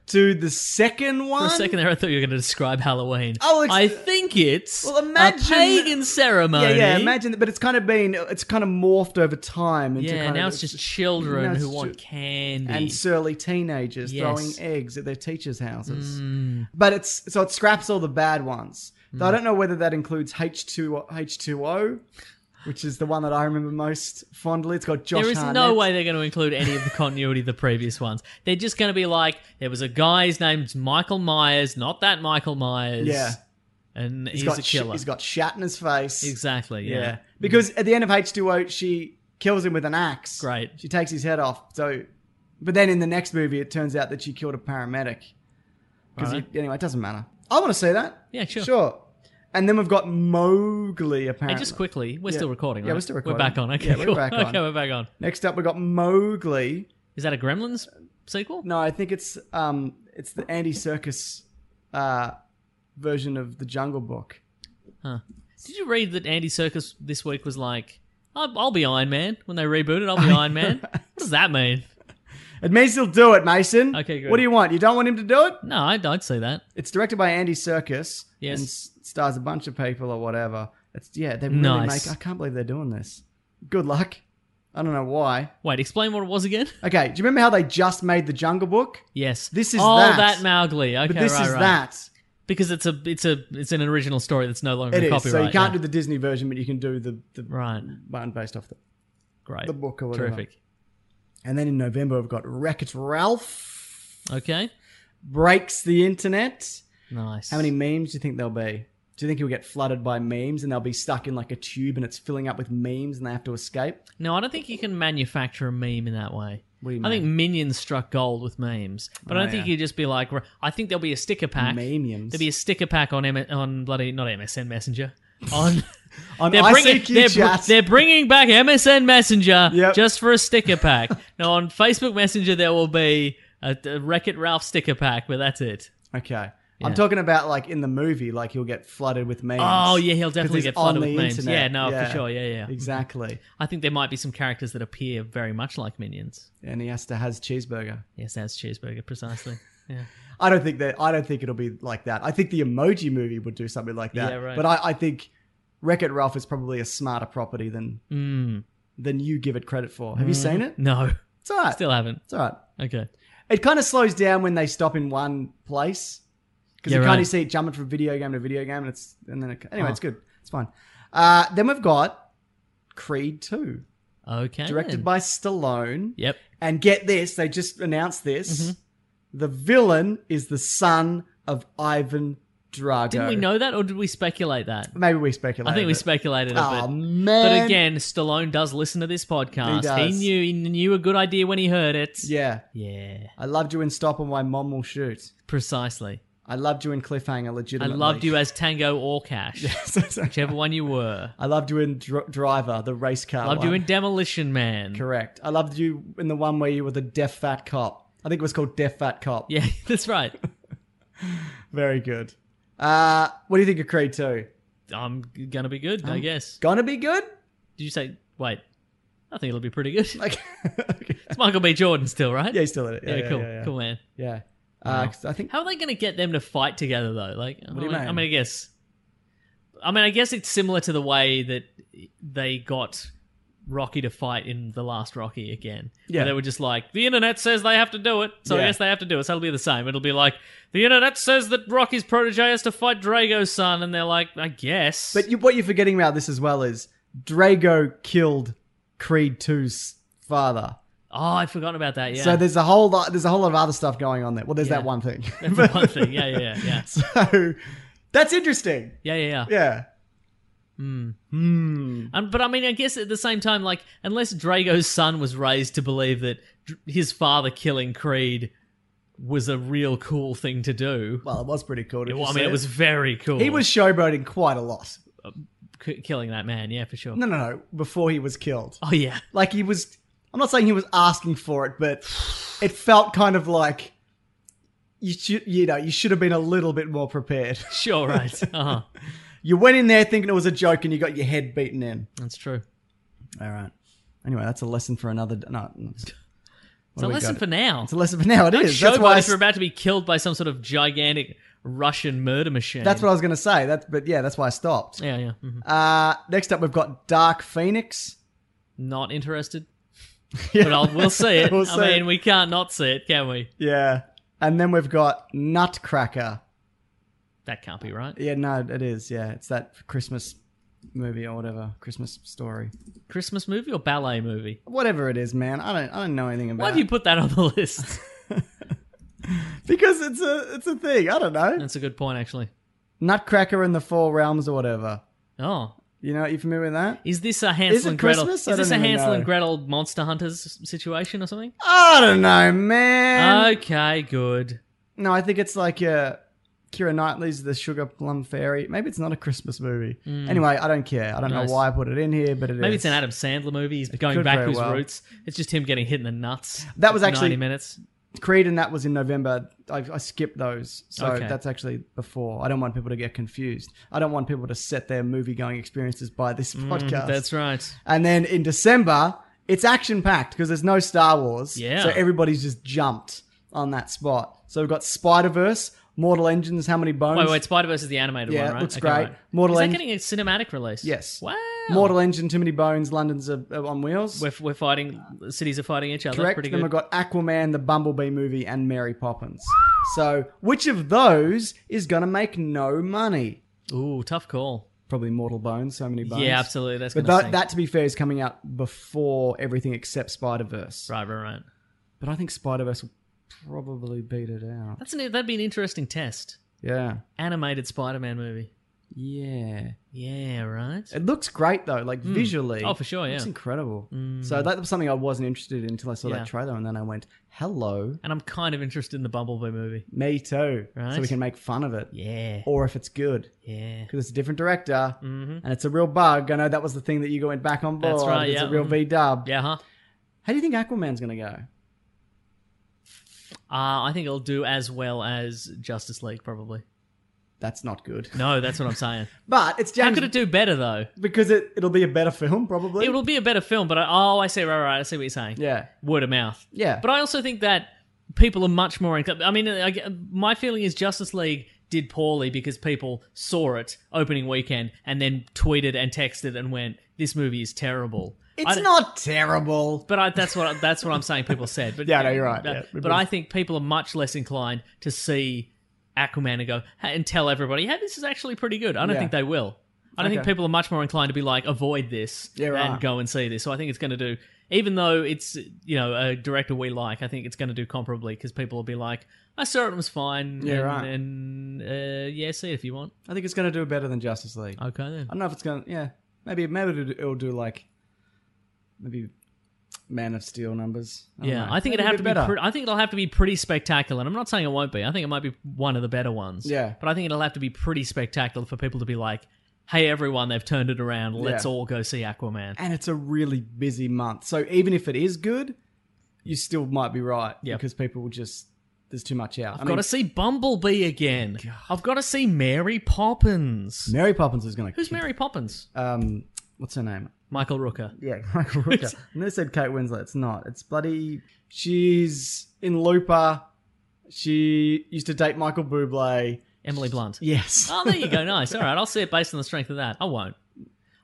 Speaker 2: to the second
Speaker 3: For
Speaker 2: one.
Speaker 3: a second there, I thought you were going to describe Halloween.
Speaker 2: Oh, it's-
Speaker 3: I think it's
Speaker 2: Well, imagine-
Speaker 3: a pagan
Speaker 2: Yeah,
Speaker 3: ceremony.
Speaker 2: yeah. Imagine that, but it's kind of been it's kind of morphed over time. Into
Speaker 3: Yeah,
Speaker 2: kind
Speaker 3: now
Speaker 2: of,
Speaker 3: it's just children
Speaker 2: now it's
Speaker 3: who
Speaker 2: ju-
Speaker 3: want candy.
Speaker 2: and surly teenagers
Speaker 3: Yes. Mm.
Speaker 2: throwing eggs at their teachers' houses. But it's so it scraps all the bad ones. Though I don't know whether that includes H two H two O, which is the one that I remember most fondly. It's got Josh.
Speaker 3: there is no
Speaker 2: Hartnett.
Speaker 3: way they're going to include any of the continuity of the previous ones. They're just going to be like, there was a guy, his name's Michael Myers, not that Michael Myers.
Speaker 2: Yeah.
Speaker 3: And he's,
Speaker 2: he's got
Speaker 3: a
Speaker 2: sh-
Speaker 3: killer.
Speaker 2: he's got shat in his face.
Speaker 3: exactly, yeah.
Speaker 2: Yeah. Because at the end of H2O, she kills him with an axe.
Speaker 3: Great.
Speaker 2: She takes his head off. So, but then in the next movie, it turns out that she killed a paramedic. Because
Speaker 3: Right.
Speaker 2: anyway, it doesn't matter. I want to see that.
Speaker 3: Yeah, sure.
Speaker 2: Sure. And then we've got Mowgli.
Speaker 3: Hey,
Speaker 2: Apparently,
Speaker 3: just quickly, we're
Speaker 2: Yeah.
Speaker 3: still recording,
Speaker 2: Yeah,
Speaker 3: right?
Speaker 2: we're still
Speaker 3: We're
Speaker 2: recording.
Speaker 3: back on. Okay,
Speaker 2: Yeah, we're
Speaker 3: cool.
Speaker 2: back on.
Speaker 3: Okay, we're back on.
Speaker 2: Next up, we've got Mowgli.
Speaker 3: Is that a Gremlins sequel?
Speaker 2: No, I think it's um, it's the Andy Circus uh, version of the Jungle Book.
Speaker 3: Did you read that Andy Circus this week was like, I'll, I'll be Iron Man when they reboot it? I'll be Iron Man. What does that mean?
Speaker 2: It means he'll do it, Mason.
Speaker 3: Okay, good.
Speaker 2: What do you want? You don't want him to do it?
Speaker 3: No, I'd, I'd say that.
Speaker 2: It's directed by Andy Circus.
Speaker 3: Yes.
Speaker 2: And s- stars a bunch of people or whatever. It's yeah, they really
Speaker 3: Nice.
Speaker 2: make I can't believe they're doing this. Good luck. I don't know why.
Speaker 3: Wait, explain what it was again.
Speaker 2: Okay, do you remember how they just made the Jungle Book?
Speaker 3: Yes,
Speaker 2: This is
Speaker 3: oh
Speaker 2: that.
Speaker 3: Mowgli. Okay,
Speaker 2: but this
Speaker 3: right,
Speaker 2: is
Speaker 3: right.
Speaker 2: that.
Speaker 3: because it's a it's a it's an original story that's no longer
Speaker 2: It is.
Speaker 3: copyright.
Speaker 2: So you can't
Speaker 3: yeah.
Speaker 2: do the Disney version, but you can do the, the
Speaker 3: right.
Speaker 2: one based off the
Speaker 3: Great.
Speaker 2: the book or whatever.
Speaker 3: Terrific.
Speaker 2: And then in November we've got Wreck It Ralph
Speaker 3: Okay.
Speaker 2: breaks the internet.
Speaker 3: Nice.
Speaker 2: How many memes do you think there'll be? Do you think he'll get flooded by memes and they'll be stuck in like a tube and it's filling up with memes and they have to escape?
Speaker 3: No, I don't think you can manufacture a meme in that way.
Speaker 2: What do you
Speaker 3: I
Speaker 2: mean?
Speaker 3: think Minions struck gold with memes, but I
Speaker 2: Oh,
Speaker 3: don't think
Speaker 2: yeah.
Speaker 3: you'd just be like. I think there'll be a sticker pack.
Speaker 2: Memians.
Speaker 3: There'll be a sticker pack on M- on bloody not MSN Messenger on.
Speaker 2: On
Speaker 3: They're bringing,
Speaker 2: ICQ
Speaker 3: they're, br-
Speaker 2: chat.
Speaker 3: they're bringing back MSN Messenger
Speaker 2: Yep.
Speaker 3: just for a sticker pack. now on Facebook Messenger there will be a, a Wreck It Ralph sticker pack, but that's it.
Speaker 2: Okay.
Speaker 3: Yeah.
Speaker 2: I'm talking about like in the movie, like he'll get flooded with memes.
Speaker 3: Oh yeah, he'll
Speaker 2: 'Cause
Speaker 3: definitely
Speaker 2: he's
Speaker 3: get
Speaker 2: on
Speaker 3: flooded
Speaker 2: the
Speaker 3: with memes.
Speaker 2: internet.
Speaker 3: Yeah, no, for sure. Yeah, yeah.
Speaker 2: Exactly.
Speaker 3: I think there might be some characters that appear very much like minions.
Speaker 2: And he has to has cheeseburger.
Speaker 3: Yes, that's cheeseburger precisely. Yeah.
Speaker 2: I don't think that I don't think it'll be like that. I think the emoji movie would do something like that.
Speaker 3: Yeah, right.
Speaker 2: But I, I think Wreck It Ralph is probably a smarter property than
Speaker 3: Mm.
Speaker 2: than you give it credit for. Have you seen it?
Speaker 3: No,
Speaker 2: It's alright.
Speaker 3: Mm. still haven't.
Speaker 2: It's alright.
Speaker 3: Okay.
Speaker 2: It kind of slows down when they stop in one place because
Speaker 3: Yeah,
Speaker 2: you
Speaker 3: right.
Speaker 2: kind of see it jumping from video game to video game, and it's and then it, anyway,
Speaker 3: Huh.
Speaker 2: it's good. It's fine. Uh, then we've got Creed Two,
Speaker 3: Okay.
Speaker 2: directed
Speaker 3: then.
Speaker 2: by Stallone.
Speaker 3: Yep.
Speaker 2: And get this, they just announced this:
Speaker 3: Mm-hmm.
Speaker 2: the villain is the son of Ivan Drago.
Speaker 3: Didn't we know that, or did we speculate that?
Speaker 2: Maybe we speculated.
Speaker 3: I think we
Speaker 2: it.
Speaker 3: speculated it.
Speaker 2: Oh
Speaker 3: but,
Speaker 2: man!
Speaker 3: but again, Stallone does listen to this podcast.
Speaker 2: He does.
Speaker 3: knew he knew a good idea when he heard it.
Speaker 2: yeah,
Speaker 3: Yeah.
Speaker 2: I loved you in Stop and Why Mom Will Shoot.
Speaker 3: Precisely.
Speaker 2: I loved you in Cliffhanger.
Speaker 3: I
Speaker 2: Legitimately,
Speaker 3: loved you as Tango or Cash, whichever one you were.
Speaker 2: I loved you in Dr- Driver, the race car.
Speaker 3: Loved
Speaker 2: one.
Speaker 3: you in Demolition Man.
Speaker 2: Correct. I loved you in the one where you were the deaf fat cop. I think it was called Deaf Fat Cop.
Speaker 3: Yeah, that's right.
Speaker 2: Very good. Uh, what do you think of Creed 2?
Speaker 3: I'm gonna be good,
Speaker 2: Um,
Speaker 3: I guess.
Speaker 2: Gonna be good?
Speaker 3: Did you say? Wait, I think it'll be pretty good.
Speaker 2: Like,
Speaker 3: it's Michael B. Jordan still, right?
Speaker 2: yeah, he's still in it.
Speaker 3: Yeah,
Speaker 2: Yeah,
Speaker 3: cool,
Speaker 2: Yeah. yeah.
Speaker 3: cool man.
Speaker 2: Yeah. Uh, 'cause I think
Speaker 3: How are they going to get them to fight together though? Like,
Speaker 2: do you
Speaker 3: I mean,
Speaker 2: mean?
Speaker 3: I mean, I guess. I mean, I guess it's similar to the way that they got Rocky to fight in the last Rocky again. where
Speaker 2: Yeah.
Speaker 3: they were just like the internet says they have to do it, so I
Speaker 2: Yeah.
Speaker 3: guess they have to do it. So it'll be the same. It'll be like the internet says that Rocky's protege has to fight Drago's son, and they're like, I guess.
Speaker 2: But you, what you're forgetting about this as well is Drago killed Creed 2's father.
Speaker 3: oh, I'd forgotten about that. Yeah,
Speaker 2: So there's a whole lot, there's a whole lot of other stuff going on there. Well, there's
Speaker 3: Yeah.
Speaker 2: that one thing.
Speaker 3: that's the one thing. Yeah, yeah, yeah, yeah,
Speaker 2: so that's interesting.
Speaker 3: yeah, yeah. yeah.
Speaker 2: Yeah.
Speaker 3: Hmm.
Speaker 2: Hmm.
Speaker 3: Um, but I mean, I guess at the same time, like, unless Drago's son was raised to believe that dr- his father killing Creed was a real cool thing to do.
Speaker 2: Well, it was pretty cool. did
Speaker 3: It-
Speaker 2: you
Speaker 3: I
Speaker 2: see
Speaker 3: mean, it was very cool.
Speaker 2: He was showboating quite a lot.
Speaker 3: c- killing that man, yeah, for sure.
Speaker 2: No, no, no. Before he was killed,
Speaker 3: Oh yeah,
Speaker 2: like he was. I'm not saying he was asking for it, but it felt kind of like you should, you know, you should have been a little bit more prepared.
Speaker 3: sure, right. Uh huh.
Speaker 2: You went in there thinking it was a joke, and you got your head beaten in.
Speaker 3: That's true.
Speaker 2: All right. Anyway, that's a lesson for another. d- No, no. What
Speaker 3: It's
Speaker 2: do
Speaker 3: a
Speaker 2: we
Speaker 3: lesson
Speaker 2: got?
Speaker 3: for now.
Speaker 2: It's a lesson for now. It
Speaker 3: Don't
Speaker 2: is.
Speaker 3: show
Speaker 2: That's why. I,
Speaker 3: if
Speaker 2: s-
Speaker 3: you're about to be killed by some sort of gigantic Russian murder machine.
Speaker 2: that's what I was going to say. That, but yeah, that's why I stopped.
Speaker 3: Yeah, yeah. mhm.
Speaker 2: Uh, next up, we've got Dark Phoenix.
Speaker 3: Not interested. But I'll, we'll see it.
Speaker 2: We'll see
Speaker 3: I mean,
Speaker 2: it.
Speaker 3: we can't not see it, can we?
Speaker 2: Yeah, and then we've got Nutcracker.
Speaker 3: That can't be right.
Speaker 2: Yeah, no, it is. Yeah, it's that Christmas movie or whatever, Christmas story,
Speaker 3: Christmas movie or ballet movie?
Speaker 2: whatever it is, man. I don't, I don't know anything about.
Speaker 3: Why do you put that on the list?
Speaker 2: Because it's a, it's a thing. I don't know.
Speaker 3: That's a good point, actually.
Speaker 2: Nutcracker in the Four Realms or whatever.
Speaker 3: Oh,
Speaker 2: You know, you familiar with that?
Speaker 3: is this a Hansel
Speaker 2: Is it
Speaker 3: and Gretel?
Speaker 2: Christmas? I
Speaker 3: Is this a
Speaker 2: don't even
Speaker 3: Hansel and
Speaker 2: know.
Speaker 3: Gretel Monster Hunters situation or something?
Speaker 2: I don't know,
Speaker 3: Uh,
Speaker 2: man.
Speaker 3: okay, good.
Speaker 2: no, I think it's like uh, Kira Knightley's The Sugar Plum Fairy. Maybe it's not a Christmas movie. Anyway, I don't care. I don't
Speaker 3: Hmm. Nice.
Speaker 2: know why I put it in here, but it is.
Speaker 3: Maybe it's an Adam Sandler movie. He's going
Speaker 2: could
Speaker 3: back to
Speaker 2: very
Speaker 3: his
Speaker 2: well.
Speaker 3: roots. It's just him getting hit in the nuts.
Speaker 2: That was
Speaker 3: for
Speaker 2: actually-
Speaker 3: ninety minutes.
Speaker 2: Creed and that was in November. I, I skipped those, so
Speaker 3: Okay.
Speaker 2: that's actually before. I don't want people to get confused. I don't want people to set their movie going experiences by this podcast.
Speaker 3: Hmm, That's right.
Speaker 2: And then in December, it's action packed because there's no Star Wars.
Speaker 3: Yeah.
Speaker 2: So everybody's just jumped on that spot. So we've got Spider Verse, Mortal Engines, how many bones?
Speaker 3: Wait, wait. Spider Verse is the animated
Speaker 2: Yeah,
Speaker 3: one, right?
Speaker 2: looks
Speaker 3: Okay,
Speaker 2: great.
Speaker 3: right.
Speaker 2: Mortal
Speaker 3: is that
Speaker 2: Eng-
Speaker 3: getting a cinematic release?
Speaker 2: Yes.
Speaker 3: Wow.
Speaker 2: Mortal Engine, too many bones. London's a, a- on wheels.
Speaker 3: We're, we're fighting. Cities are fighting each other.
Speaker 2: Correct.
Speaker 3: Pretty
Speaker 2: Then we've
Speaker 3: good.
Speaker 2: got Aquaman, the Bumblebee movie, and Mary Poppins. So which of those is going to make no money?
Speaker 3: Ooh, tough call.
Speaker 2: probably Mortal Bones, so many bones.
Speaker 3: Yeah, absolutely. That's
Speaker 2: But
Speaker 3: gonna
Speaker 2: tha-
Speaker 3: sink.
Speaker 2: that, to be fair, is coming out before everything except Spider Verse.
Speaker 3: Right, right, right.
Speaker 2: But I think Spider Verse will probably beat it out.
Speaker 3: That's an, that'd be an interesting test.
Speaker 2: Yeah.
Speaker 3: Animated Spider-Man movie.
Speaker 2: Yeah.
Speaker 3: Yeah, right.
Speaker 2: It looks great though, like visually.
Speaker 3: Oh, for sure, yeah. Mm.
Speaker 2: It's incredible. So that was something I wasn't interested in until I saw
Speaker 3: Yeah.
Speaker 2: that trailer, and then I went, "Hello,
Speaker 3: And I'm kind of interested in the Bumblebee movie.
Speaker 2: me too,"
Speaker 3: Right.
Speaker 2: so we can make fun of it,
Speaker 3: Yeah.
Speaker 2: or if it's good,
Speaker 3: Yeah. Mm-hmm.
Speaker 2: because it's a different director and it's a real bug. I know that was the thing that you went back on board.
Speaker 3: That's right,
Speaker 2: It's
Speaker 3: yeah.
Speaker 2: a real
Speaker 3: Mhm.
Speaker 2: V dub.
Speaker 3: Yeah, huh?
Speaker 2: How do you think Aquaman's gonna go?
Speaker 3: Uh, I think it'll do as well as Justice League, probably.
Speaker 2: That's not good.
Speaker 3: No, that's what I'm saying.
Speaker 2: But it's
Speaker 3: How
Speaker 2: James
Speaker 3: could it do better, though?
Speaker 2: because it it'll be a better film probably.
Speaker 3: It'll be a better film, but I, oh, I see. Right, right. I see what you're saying.
Speaker 2: yeah,
Speaker 3: Word of mouth.
Speaker 2: yeah.
Speaker 3: But I also think that people are much more inclined. I mean, I, my feeling is Justice League did poorly because people saw it opening weekend and then tweeted and texted and went, "This movie is terrible." I
Speaker 2: it's
Speaker 3: don't-
Speaker 2: not terrible.
Speaker 3: But I, that's what that's what I'm saying. People said. But
Speaker 2: Yeah, no, you're right,
Speaker 3: But,
Speaker 2: yeah.
Speaker 3: but I think people are much less inclined to see Aquaman and go "Hey," and tell everybody, "Hey, this is actually pretty good." I don't
Speaker 2: Yeah.
Speaker 3: think they will. I don't think
Speaker 2: Okay.
Speaker 3: people are much more inclined to be like, "Avoid this,"
Speaker 2: Yeah,
Speaker 3: and
Speaker 2: right.
Speaker 3: go and see this. So I think it's going to do, even though it's you know a director we like, I think it's going to do comparably because people will be like, "I saw it, it was fine."
Speaker 2: Yeah,
Speaker 3: and,
Speaker 2: right.
Speaker 3: And uh, yeah, see it if you want.
Speaker 2: I think it's gonna do better than Justice League.
Speaker 3: Okay then.
Speaker 2: I don't know if it's gonna. Yeah, maybe maybe it'll, it'll do like maybe Man of Steel numbers. I don't
Speaker 3: yeah,
Speaker 2: know.
Speaker 3: I think
Speaker 2: Maybe
Speaker 3: it'll
Speaker 2: a
Speaker 3: have
Speaker 2: bit
Speaker 3: to
Speaker 2: better.
Speaker 3: be. Pre- I think it'll have to be pretty spectacular. And I'm not saying it won't be. I think it might be one of the better ones.
Speaker 2: Yeah.
Speaker 3: but I think it'll have to be pretty spectacular for people to be like, "Hey, everyone, they've turned it around. Let's
Speaker 2: Yeah.
Speaker 3: all go see Aquaman."
Speaker 2: and it's a really busy month, so even if it is good, you still might be right
Speaker 3: Yep.
Speaker 2: because people will just there's too much out.
Speaker 3: I've got to see Bumblebee again. I've got to see Mary Poppins.
Speaker 2: Mary Poppins is gonna.
Speaker 3: Who's
Speaker 2: kick-
Speaker 3: Mary Poppins?
Speaker 2: Um, what's her name?
Speaker 3: Michael Rooker.
Speaker 2: Yeah, Michael Rooker. I never said Kate Winslet. It's not. It's bloody. She's in Looper. She used to date Michael Bublé.
Speaker 3: Emily Blunt.
Speaker 2: Yes.
Speaker 3: Oh, there you go. Nice. All right, I'll see it based on the strength of that. I won't.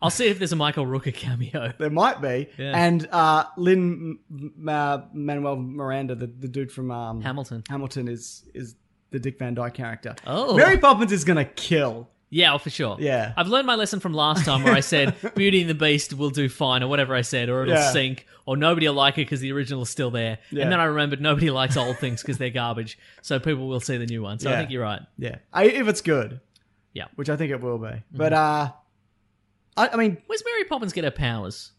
Speaker 3: I'll see if there's a Michael Rooker cameo.
Speaker 2: There might be.
Speaker 3: Yeah.
Speaker 2: And uh, Lynn M- M- uh, Manuel Miranda, the, the dude from um,
Speaker 3: Hamilton.
Speaker 2: Hamilton, is is the Dick Van Dyke character.
Speaker 3: Oh.
Speaker 2: Mary Poppins is gonna kill.
Speaker 3: Yeah, oh, for sure.
Speaker 2: Yeah.
Speaker 3: I've learned my lesson from last time where I said Beauty and the Beast will do fine or whatever I said, or it'll
Speaker 2: Yeah.
Speaker 3: sink, or nobody will like it because the original is still there.
Speaker 2: Yeah.
Speaker 3: And then I remembered nobody likes old things because they're garbage, so people will see the new one. So I
Speaker 2: Yeah.
Speaker 3: think you're right.
Speaker 2: Yeah, I, if it's good.
Speaker 3: Yeah. Mm-hmm.
Speaker 2: which I think it will be. But uh, I, I mean,
Speaker 3: Where's Mary Poppins get her powers?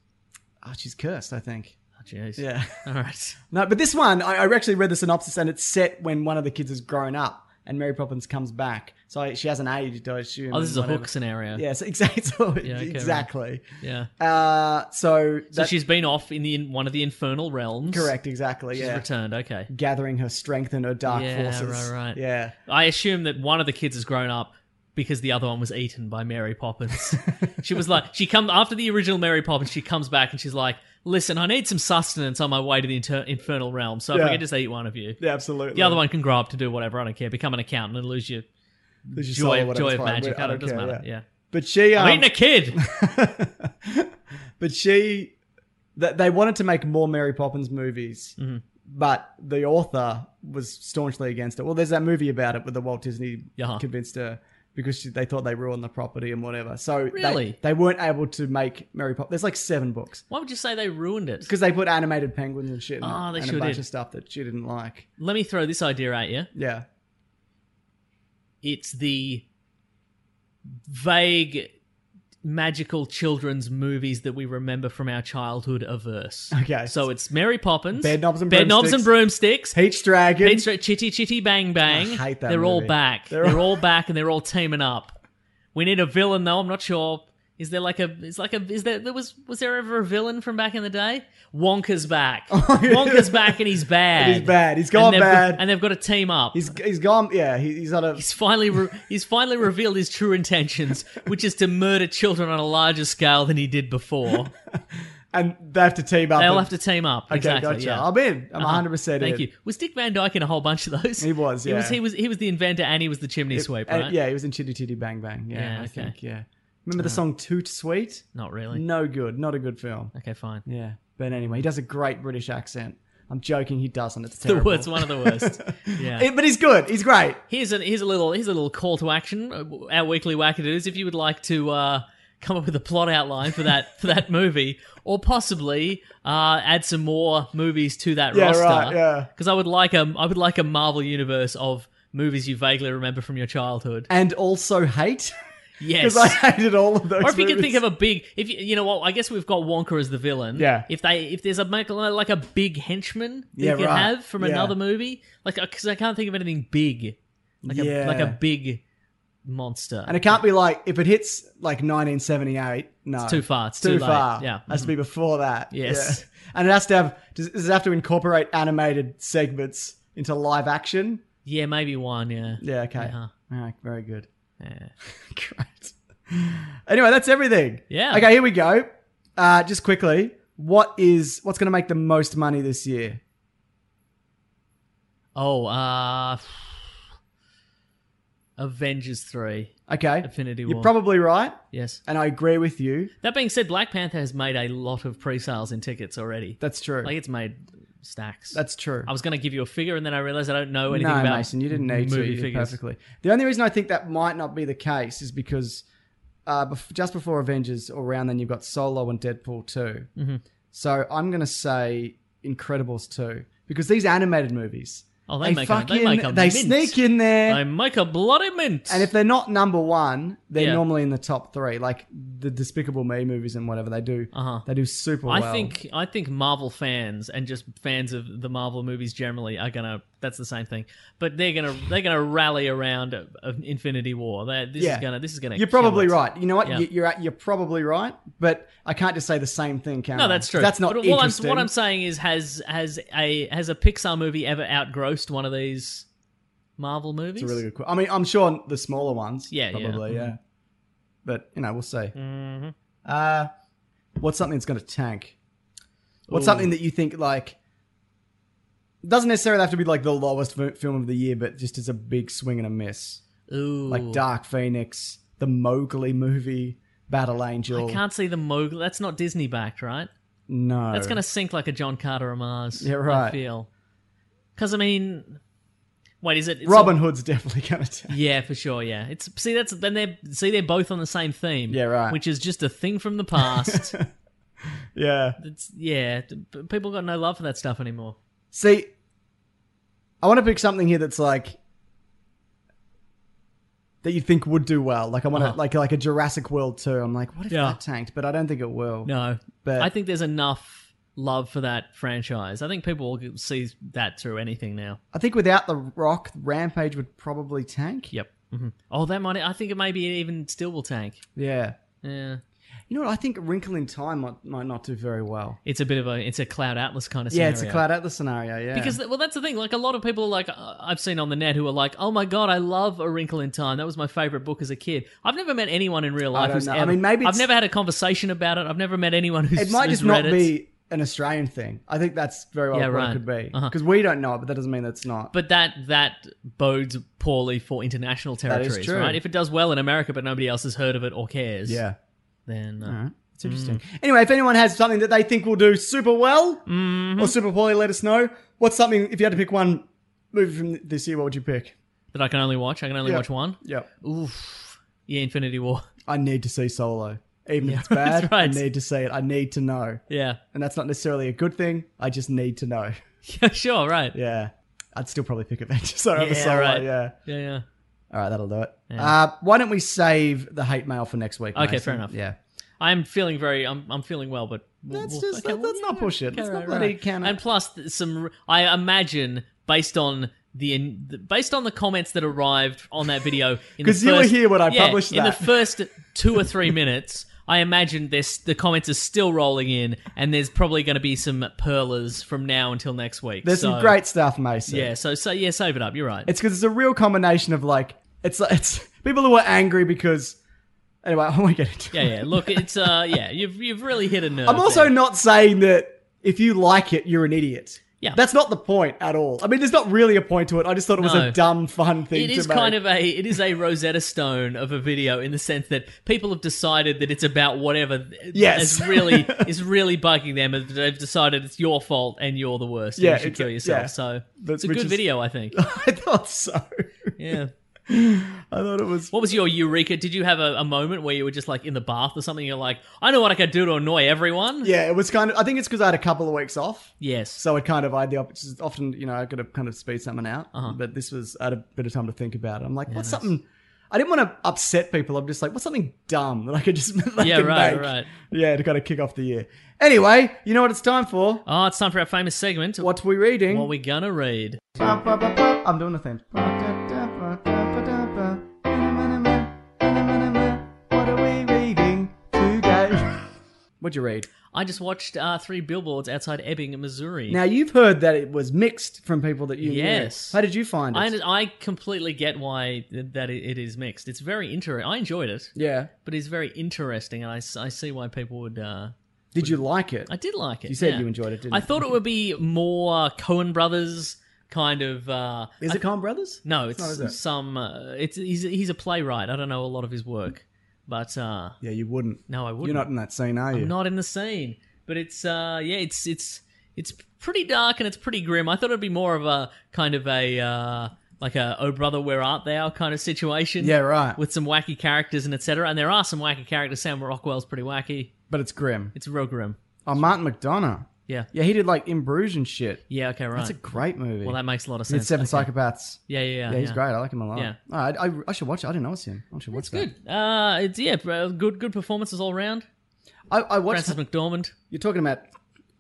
Speaker 2: oh, she's cursed. I think.
Speaker 3: Oh, jeez.
Speaker 2: Yeah.
Speaker 3: All right.
Speaker 2: No, but this one, I, I actually read the synopsis, and it's set when one of the kids has grown up, and Mary Poppins comes back. So I, she hasn't aged, I assume.
Speaker 3: Oh, this is a
Speaker 2: whatever.
Speaker 3: hook scenario.
Speaker 2: Yes, exactly.
Speaker 3: Yeah, okay, right.
Speaker 2: exactly.
Speaker 3: Yeah.
Speaker 2: Uh, so
Speaker 3: So
Speaker 2: that-
Speaker 3: she's been off in the in one of the infernal realms.
Speaker 2: correct. Exactly.
Speaker 3: She's
Speaker 2: yeah.
Speaker 3: returned. Okay.
Speaker 2: Gathering her strength and her dark
Speaker 3: Yeah,
Speaker 2: forces.
Speaker 3: right, right.
Speaker 2: Yeah.
Speaker 3: I assume that one of the kids has grown up because the other one was eaten by Mary Poppins. she was like, she comes after the original Mary Poppins. She comes back and she's like, "Listen, I need some sustenance on my way to the inter- infernal realm. So if I
Speaker 2: Yeah.
Speaker 3: can just eat one of you,
Speaker 2: Yeah, absolutely.
Speaker 3: the other one can grow up to do whatever. I don't care. Become an accountant and lose your
Speaker 2: There's your soul or whatever,
Speaker 3: joy, joy
Speaker 2: it's
Speaker 3: of
Speaker 2: fine.
Speaker 3: magic.
Speaker 2: We-
Speaker 3: I don't, it doesn't
Speaker 2: care,
Speaker 3: matter. Yeah,
Speaker 2: But she. Um,
Speaker 3: I'm eating a kid.
Speaker 2: but she that they wanted to make more Mary Poppins movies,
Speaker 3: Mm-hmm.
Speaker 2: but the author was staunchly against it. Well, there's that movie about it with the Walt Disney
Speaker 3: Yeah.
Speaker 2: convinced her because she, they thought they ruined the property and whatever. So they-
Speaker 3: Really?
Speaker 2: they, weren't able to make Mary Poppins. There's like seven books
Speaker 3: Why would you say they ruined it?
Speaker 2: because they put animated penguins and shit in it
Speaker 3: Oh, they
Speaker 2: and
Speaker 3: sure
Speaker 2: a bunch
Speaker 3: did.
Speaker 2: of stuff that she didn't like.
Speaker 3: Let me throw this idea at you.
Speaker 2: Yeah,
Speaker 3: It's the vague magical children's movies that we remember from our childhood averse.
Speaker 2: Okay.
Speaker 3: So it's Mary Poppins,
Speaker 2: Bed knobs and
Speaker 3: Bed Knobs and Broomsticks,
Speaker 2: Peach Dragon.
Speaker 3: Pete's Ra- Chitty Chitty Bang Bang.
Speaker 2: I hate that
Speaker 3: They're all
Speaker 2: movie.
Speaker 3: back. They're,
Speaker 2: They're all-
Speaker 3: all back and they're all teaming up. We need a villain though. I'm not sure. Is there like a is like a is there there was was there ever a villain from back in the day? Wonka's back. Wonka's back and he's bad.
Speaker 2: Oh, And he's bad. He's gone
Speaker 3: and they've got-
Speaker 2: bad.
Speaker 3: and they've got to team up.
Speaker 2: he's he's gone. Yeah, he, he's on a
Speaker 3: He's finally re- he's finally revealed his true intentions, which is to murder children on a larger scale than he did before.
Speaker 2: and they have to team up.
Speaker 3: They'll
Speaker 2: and-
Speaker 3: have to team up.
Speaker 2: Okay,
Speaker 3: exactly.
Speaker 2: gotcha.
Speaker 3: Yeah.
Speaker 2: I'm in. I'm
Speaker 3: Uh-huh.
Speaker 2: 100 percent in.
Speaker 3: Thank you. Was Dick Van Dyke in a whole bunch of those?
Speaker 2: He was,
Speaker 3: He was.
Speaker 2: yeah.
Speaker 3: He was. He was the inventor, and he was the chimney sweep,
Speaker 2: And-
Speaker 3: right?
Speaker 2: yeah, he was in Chitty Chitty Bang Bang. Yeah,
Speaker 3: Yeah,
Speaker 2: I
Speaker 3: okay. Uh-huh.
Speaker 2: think. Yeah. Remember the song Toot Sweet?
Speaker 3: Not really.
Speaker 2: No good. Not a good film.
Speaker 3: Okay, fine.
Speaker 2: Yeah. But anyway, he does a great British accent. I'm joking. He doesn't. It's
Speaker 3: The
Speaker 2: terrible.
Speaker 3: worst. One of the worst. Yeah.
Speaker 2: It- but he's good. He's great.
Speaker 3: Here's a here's a little here's a little call to action. uh, Our weekly wackadoos. If you would like to uh, come up with a plot outline for that for that movie, or possibly uh, add some more movies to that
Speaker 2: Yeah,
Speaker 3: roster.
Speaker 2: right, yeah.
Speaker 3: Because I would like a I would like a Marvel universe of movies you vaguely remember from your childhood.
Speaker 2: And also hate.
Speaker 3: Yes.
Speaker 2: because I hated all of those.
Speaker 3: Or if you can
Speaker 2: movies.
Speaker 3: think of a big, if you, you know what, I guess we've got Wonka as the villain.
Speaker 2: Yeah.
Speaker 3: If they, if there's a make like a big henchman that
Speaker 2: Yeah,
Speaker 3: you can
Speaker 2: right.
Speaker 3: have from
Speaker 2: Yeah.
Speaker 3: another movie, like because I can't think of anything big, like
Speaker 2: Yeah.
Speaker 3: a like a big monster.
Speaker 2: and it can't be like if it hits like 1978. No,
Speaker 3: It's too far, it's too late,
Speaker 2: far.
Speaker 3: yeah. Mm-hmm.
Speaker 2: has to be before that.
Speaker 3: Yes.
Speaker 2: Yeah. and it has to have. Does, does it have to incorporate animated segments into live action?
Speaker 3: yeah, maybe one. Yeah.
Speaker 2: Yeah. Okay.
Speaker 3: Yeah.
Speaker 2: All right. Very good.
Speaker 3: Uh-huh. Yeah.
Speaker 2: Great. Anyway, that's everything.
Speaker 3: Yeah.
Speaker 2: Okay, here we go. Uh, just quickly, what is what's going to make the most money this year?
Speaker 3: Oh, uh, Avengers three.
Speaker 2: Okay,
Speaker 3: Infinity
Speaker 2: You're
Speaker 3: War.
Speaker 2: probably right,
Speaker 3: Yes.
Speaker 2: and I agree with you.
Speaker 3: That being said, Black Panther has made a lot of pre-sales in tickets already.
Speaker 2: That's true.
Speaker 3: like it's made stacks.
Speaker 2: that's true.
Speaker 3: I was going to give you a figure, and then I realized I don't know anything
Speaker 2: no,
Speaker 3: about
Speaker 2: Mason, you didn't need to.
Speaker 3: movie
Speaker 2: You did
Speaker 3: figures.
Speaker 2: perfectly. The only reason I think that might not be the case is because uh, bef- just before Avengers, or around then, you've got Solo and Deadpool 2
Speaker 3: Mm-hmm.
Speaker 2: So I'm going to say Incredibles two because these animated movies.
Speaker 3: Oh, they make a- they make a
Speaker 2: they
Speaker 3: mint.
Speaker 2: sneak in there.
Speaker 3: I make a bloody mint.
Speaker 2: And if they're not number one, they're
Speaker 3: Yeah.
Speaker 2: normally in the top three. Like the Despicable Me movies and whatever they do,
Speaker 3: Uh-huh.
Speaker 2: they do super
Speaker 3: I
Speaker 2: well.
Speaker 3: think I think Marvel fans and just fans of the Marvel movies generally are gonna. That's the same thing, but they're gonna they're gonna rally around uh, uh, Infinity War. They're, this
Speaker 2: Yeah.
Speaker 3: is gonna this is gonna.
Speaker 2: you're
Speaker 3: kill
Speaker 2: probably
Speaker 3: it.
Speaker 2: right. You know what?
Speaker 3: Yeah.
Speaker 2: You- You're you're probably right, but I can't just say the same thing. Can I?
Speaker 3: No, that's true.
Speaker 2: That's not
Speaker 3: But what I'm
Speaker 2: interesting.
Speaker 3: what I'm saying is has has a has a Pixar movie ever outgrossed one of these Marvel movies?
Speaker 2: It's a really good. Qu- I mean, I'm sure the smaller ones.
Speaker 3: Yeah, yeah. Mm-hmm.
Speaker 2: probably. Yeah.
Speaker 3: Mhm.
Speaker 2: But you know, we'll see. Uh, what's something that's going to tank? What's
Speaker 3: Ooh.
Speaker 2: something that you think like doesn't necessarily have to be like the lowest v- film of the year, but just as a big swing and a miss?
Speaker 3: Ooh,
Speaker 2: like Dark Phoenix, the Mowgli movie, Battle Angel.
Speaker 3: I can't see the Mowgli. That's not Disney backed, right?
Speaker 2: No,
Speaker 3: That's going to sink like a John Carter of Mars.
Speaker 2: Yeah, right.
Speaker 3: I feel. Because, I mean, wait, is it. it's
Speaker 2: Robin
Speaker 3: a-
Speaker 2: Hood's definitely going to.
Speaker 3: yeah, for sure. Yeah, it's see that's then they're see they're both on the same theme.
Speaker 2: Yeah, right.
Speaker 3: Which is just a thing from the past.
Speaker 2: Yeah.
Speaker 3: it's, yeah, t- p- people got no love for that stuff anymore.
Speaker 2: See, I want to pick something here that's like that you think would do well. Like I want to
Speaker 3: Uh-huh.
Speaker 2: like like a Jurassic World too. I'm like, what if
Speaker 3: Yeah.
Speaker 2: that tanked? But I don't think it will.
Speaker 3: No,
Speaker 2: But-
Speaker 3: I think there's enough love for that franchise. I think people will see that through anything now.
Speaker 2: I think without the Rock, Rampage would probably tank.
Speaker 3: Yep. hmm Oh, that might. I think it maybe it even still will tank.
Speaker 2: Yeah.
Speaker 3: Yeah,
Speaker 2: You know what? I think Wrinkle in Time might, might not do very well.
Speaker 3: it's a bit of a it's a Cloud Atlas kind of
Speaker 2: Yeah,
Speaker 3: scenario.
Speaker 2: it's a Cloud Atlas scenario. Yeah.
Speaker 3: Because well, that's the thing. Like a lot of people, are like uh, I've seen on the net, who are like, "Oh my god, I love A Wrinkle in Time. That was my favorite book as a kid." I've never met anyone in real life
Speaker 2: don't
Speaker 3: who's
Speaker 2: know. I
Speaker 3: ever.
Speaker 2: mean, maybe
Speaker 3: I've
Speaker 2: it's-
Speaker 3: never had a conversation about it. I've never met anyone who's.
Speaker 2: it might
Speaker 3: who's
Speaker 2: just not
Speaker 3: read it.
Speaker 2: be an Australian thing. I think that's very well
Speaker 3: Yeah,
Speaker 2: what it
Speaker 3: right.
Speaker 2: could be
Speaker 3: Uh-huh.
Speaker 2: because we don't know it, but that doesn't mean that's not.
Speaker 3: But that that bodes poorly for international
Speaker 2: is
Speaker 3: territories,
Speaker 2: true.
Speaker 3: right? If it does well in America, but nobody else has heard of it or cares,
Speaker 2: yeah,
Speaker 3: then uh,
Speaker 2: it's interesting. Anyway, if anyone has something that they think will do super well
Speaker 3: Mm-hmm.
Speaker 2: or super poorly, let us know. What's something if you had to pick one movie from this year? What would you pick?
Speaker 3: that I can only watch. I can only
Speaker 2: Yeah.
Speaker 3: watch one.
Speaker 2: Yeah,
Speaker 3: Oof. Yeah, Infinity War.
Speaker 2: I need to see Solo, even if it's
Speaker 3: that's
Speaker 2: bad. I
Speaker 3: right.
Speaker 2: need to see it. I need to know,
Speaker 3: Yeah.
Speaker 2: and that's not necessarily a good thing. I just need to know.
Speaker 3: Yeah. Sure. Right. Yeah.
Speaker 2: Yeah, I'd still probably pick Avengers so over
Speaker 3: Yeah,
Speaker 2: Solo.
Speaker 3: right.
Speaker 2: Yeah.
Speaker 3: Yeah.
Speaker 2: All right, that'll do it. Uh, why don't we save the hate mail for next week?
Speaker 3: Okay,
Speaker 2: Mason?
Speaker 3: fair enough.
Speaker 2: Yeah.
Speaker 3: I'm feeling very. I'm. I'm feeling well, but we'll-
Speaker 2: Let's
Speaker 3: we'll-
Speaker 2: just
Speaker 3: okay,
Speaker 2: let,
Speaker 3: we'll-
Speaker 2: us not push it.
Speaker 3: Okay,
Speaker 2: Let's
Speaker 3: right,
Speaker 2: not let
Speaker 3: right.
Speaker 2: it count.
Speaker 3: And plus, th- some I imagine based on the in, the- based on the comments that arrived on that video, in the
Speaker 2: 'Cause you were
Speaker 3: first-
Speaker 2: here when I
Speaker 3: yeah,
Speaker 2: published
Speaker 3: In the
Speaker 2: that.
Speaker 3: first two or three minutes, I imagine this the comments are still rolling in, and there's probably going to be some perlers from now until next week.
Speaker 2: There's
Speaker 3: so,
Speaker 2: some great stuff, Mason.
Speaker 3: Yeah, so so yeah, save it up. You're right.
Speaker 2: It's because it's a real combination of like it's it's people who are angry because anyway I won't get into
Speaker 3: yeah,
Speaker 2: it.
Speaker 3: yeah. Look, it's uh, yeah. You've you've really hit a nerve.
Speaker 2: I'm also
Speaker 3: there.
Speaker 2: not saying that if you like it you're an idiot.
Speaker 3: Yeah.
Speaker 2: That's not the point at all. I mean, there's not really a point to it. I just thought it was a
Speaker 3: No.
Speaker 2: dumb, fun thing. to
Speaker 3: It is
Speaker 2: make.
Speaker 3: kind of a it is a Rosetta Stone of a video in the sense that people have decided that it's about whatever
Speaker 2: Yes.
Speaker 3: is really is really bugging them and they've decided it's your fault and you're the worst. and
Speaker 2: Yeah,
Speaker 3: you should kill
Speaker 2: exa-
Speaker 3: yourself.
Speaker 2: yeah.
Speaker 3: So
Speaker 2: But-
Speaker 3: it's a
Speaker 2: which
Speaker 3: good
Speaker 2: is-
Speaker 3: video, I think.
Speaker 2: I thought so.
Speaker 3: Yeah.
Speaker 2: I thought it was.
Speaker 3: What was your eureka? Did you have a, a moment where you were just like in the bath or something? You're like, I know what I could do to annoy everyone.
Speaker 2: Yeah, it was kind of. I think it's because I had a couple of weeks off.
Speaker 3: Yes.
Speaker 2: So it kind of I had the opportunity.
Speaker 3: Uh-huh.
Speaker 2: Often, you know, I got to kind of speed something out, but this was I had a bit of time to think about it. I'm like, what's something? I didn't want to upset people. I'm just like, what's something dumb that I could just make
Speaker 3: Yeah,
Speaker 2: and
Speaker 3: right,
Speaker 2: bake?
Speaker 3: right.
Speaker 2: Yeah, to kind of kick off the year. Anyway, you know what it's time for?
Speaker 3: Oh, it's time for our famous segment.
Speaker 2: What we reading?
Speaker 3: What we gonna read?
Speaker 2: I'm doing the thing. What are we reading today? What'd you read?
Speaker 3: I just watched uh, three billboards outside Ebbing, Missouri.
Speaker 2: Now you've heard that it was mixed from people that you knew.
Speaker 3: Yes.
Speaker 2: How did you find it?
Speaker 3: I, I completely get why th- that it it is mixed. It's very interesting. I enjoyed it,
Speaker 2: yeah.
Speaker 3: but it's very interesting, and I, s- I see why people would. Uh,
Speaker 2: Did you like it?
Speaker 3: I did like it.
Speaker 2: You said
Speaker 3: yeah.
Speaker 2: you enjoyed it, didn't
Speaker 3: I
Speaker 2: you?
Speaker 3: thought it would be more Cohen Brothers kind of. Uh,
Speaker 2: Is it Coen Brothers?
Speaker 3: no, it's
Speaker 2: not, is it?
Speaker 3: some. Uh, it's he's he's a playwright. I don't know a lot of his work, but uh,
Speaker 2: Yeah, you wouldn't.
Speaker 3: no, I wouldn't.
Speaker 2: You're not in that scene, are you?
Speaker 3: I'm not in the scene. But it's uh yeah, it's it's it's pretty dark and it's pretty grim. I thought it'd be more of a kind of a uh like a oh brother where art thou kind of situation.
Speaker 2: Yeah, right.
Speaker 3: With some wacky characters and etc. And there are some wacky characters. Sam Rockwell's pretty wacky.
Speaker 2: But it's grim.
Speaker 3: It's real grim.
Speaker 2: Oh, Martin McDonough.
Speaker 3: Yeah.
Speaker 2: Yeah, he did like In Bruges and shit.
Speaker 3: Yeah, okay, right.
Speaker 2: That's a great movie.
Speaker 3: well that makes a lot of
Speaker 2: He
Speaker 3: sense.
Speaker 2: did Seven
Speaker 3: Okay.
Speaker 2: Psychopaths.
Speaker 3: Yeah, yeah, yeah.
Speaker 2: Yeah, he's great. I like him a lot.
Speaker 3: Yeah.
Speaker 2: Oh, I, I, I should watch it. I didn't know it's him. I should watch
Speaker 3: It's
Speaker 2: that.
Speaker 3: good. Uh it's yeah, uh, good good performances all around.
Speaker 2: I, I watched.
Speaker 3: Francis McDormand.
Speaker 2: You're talking about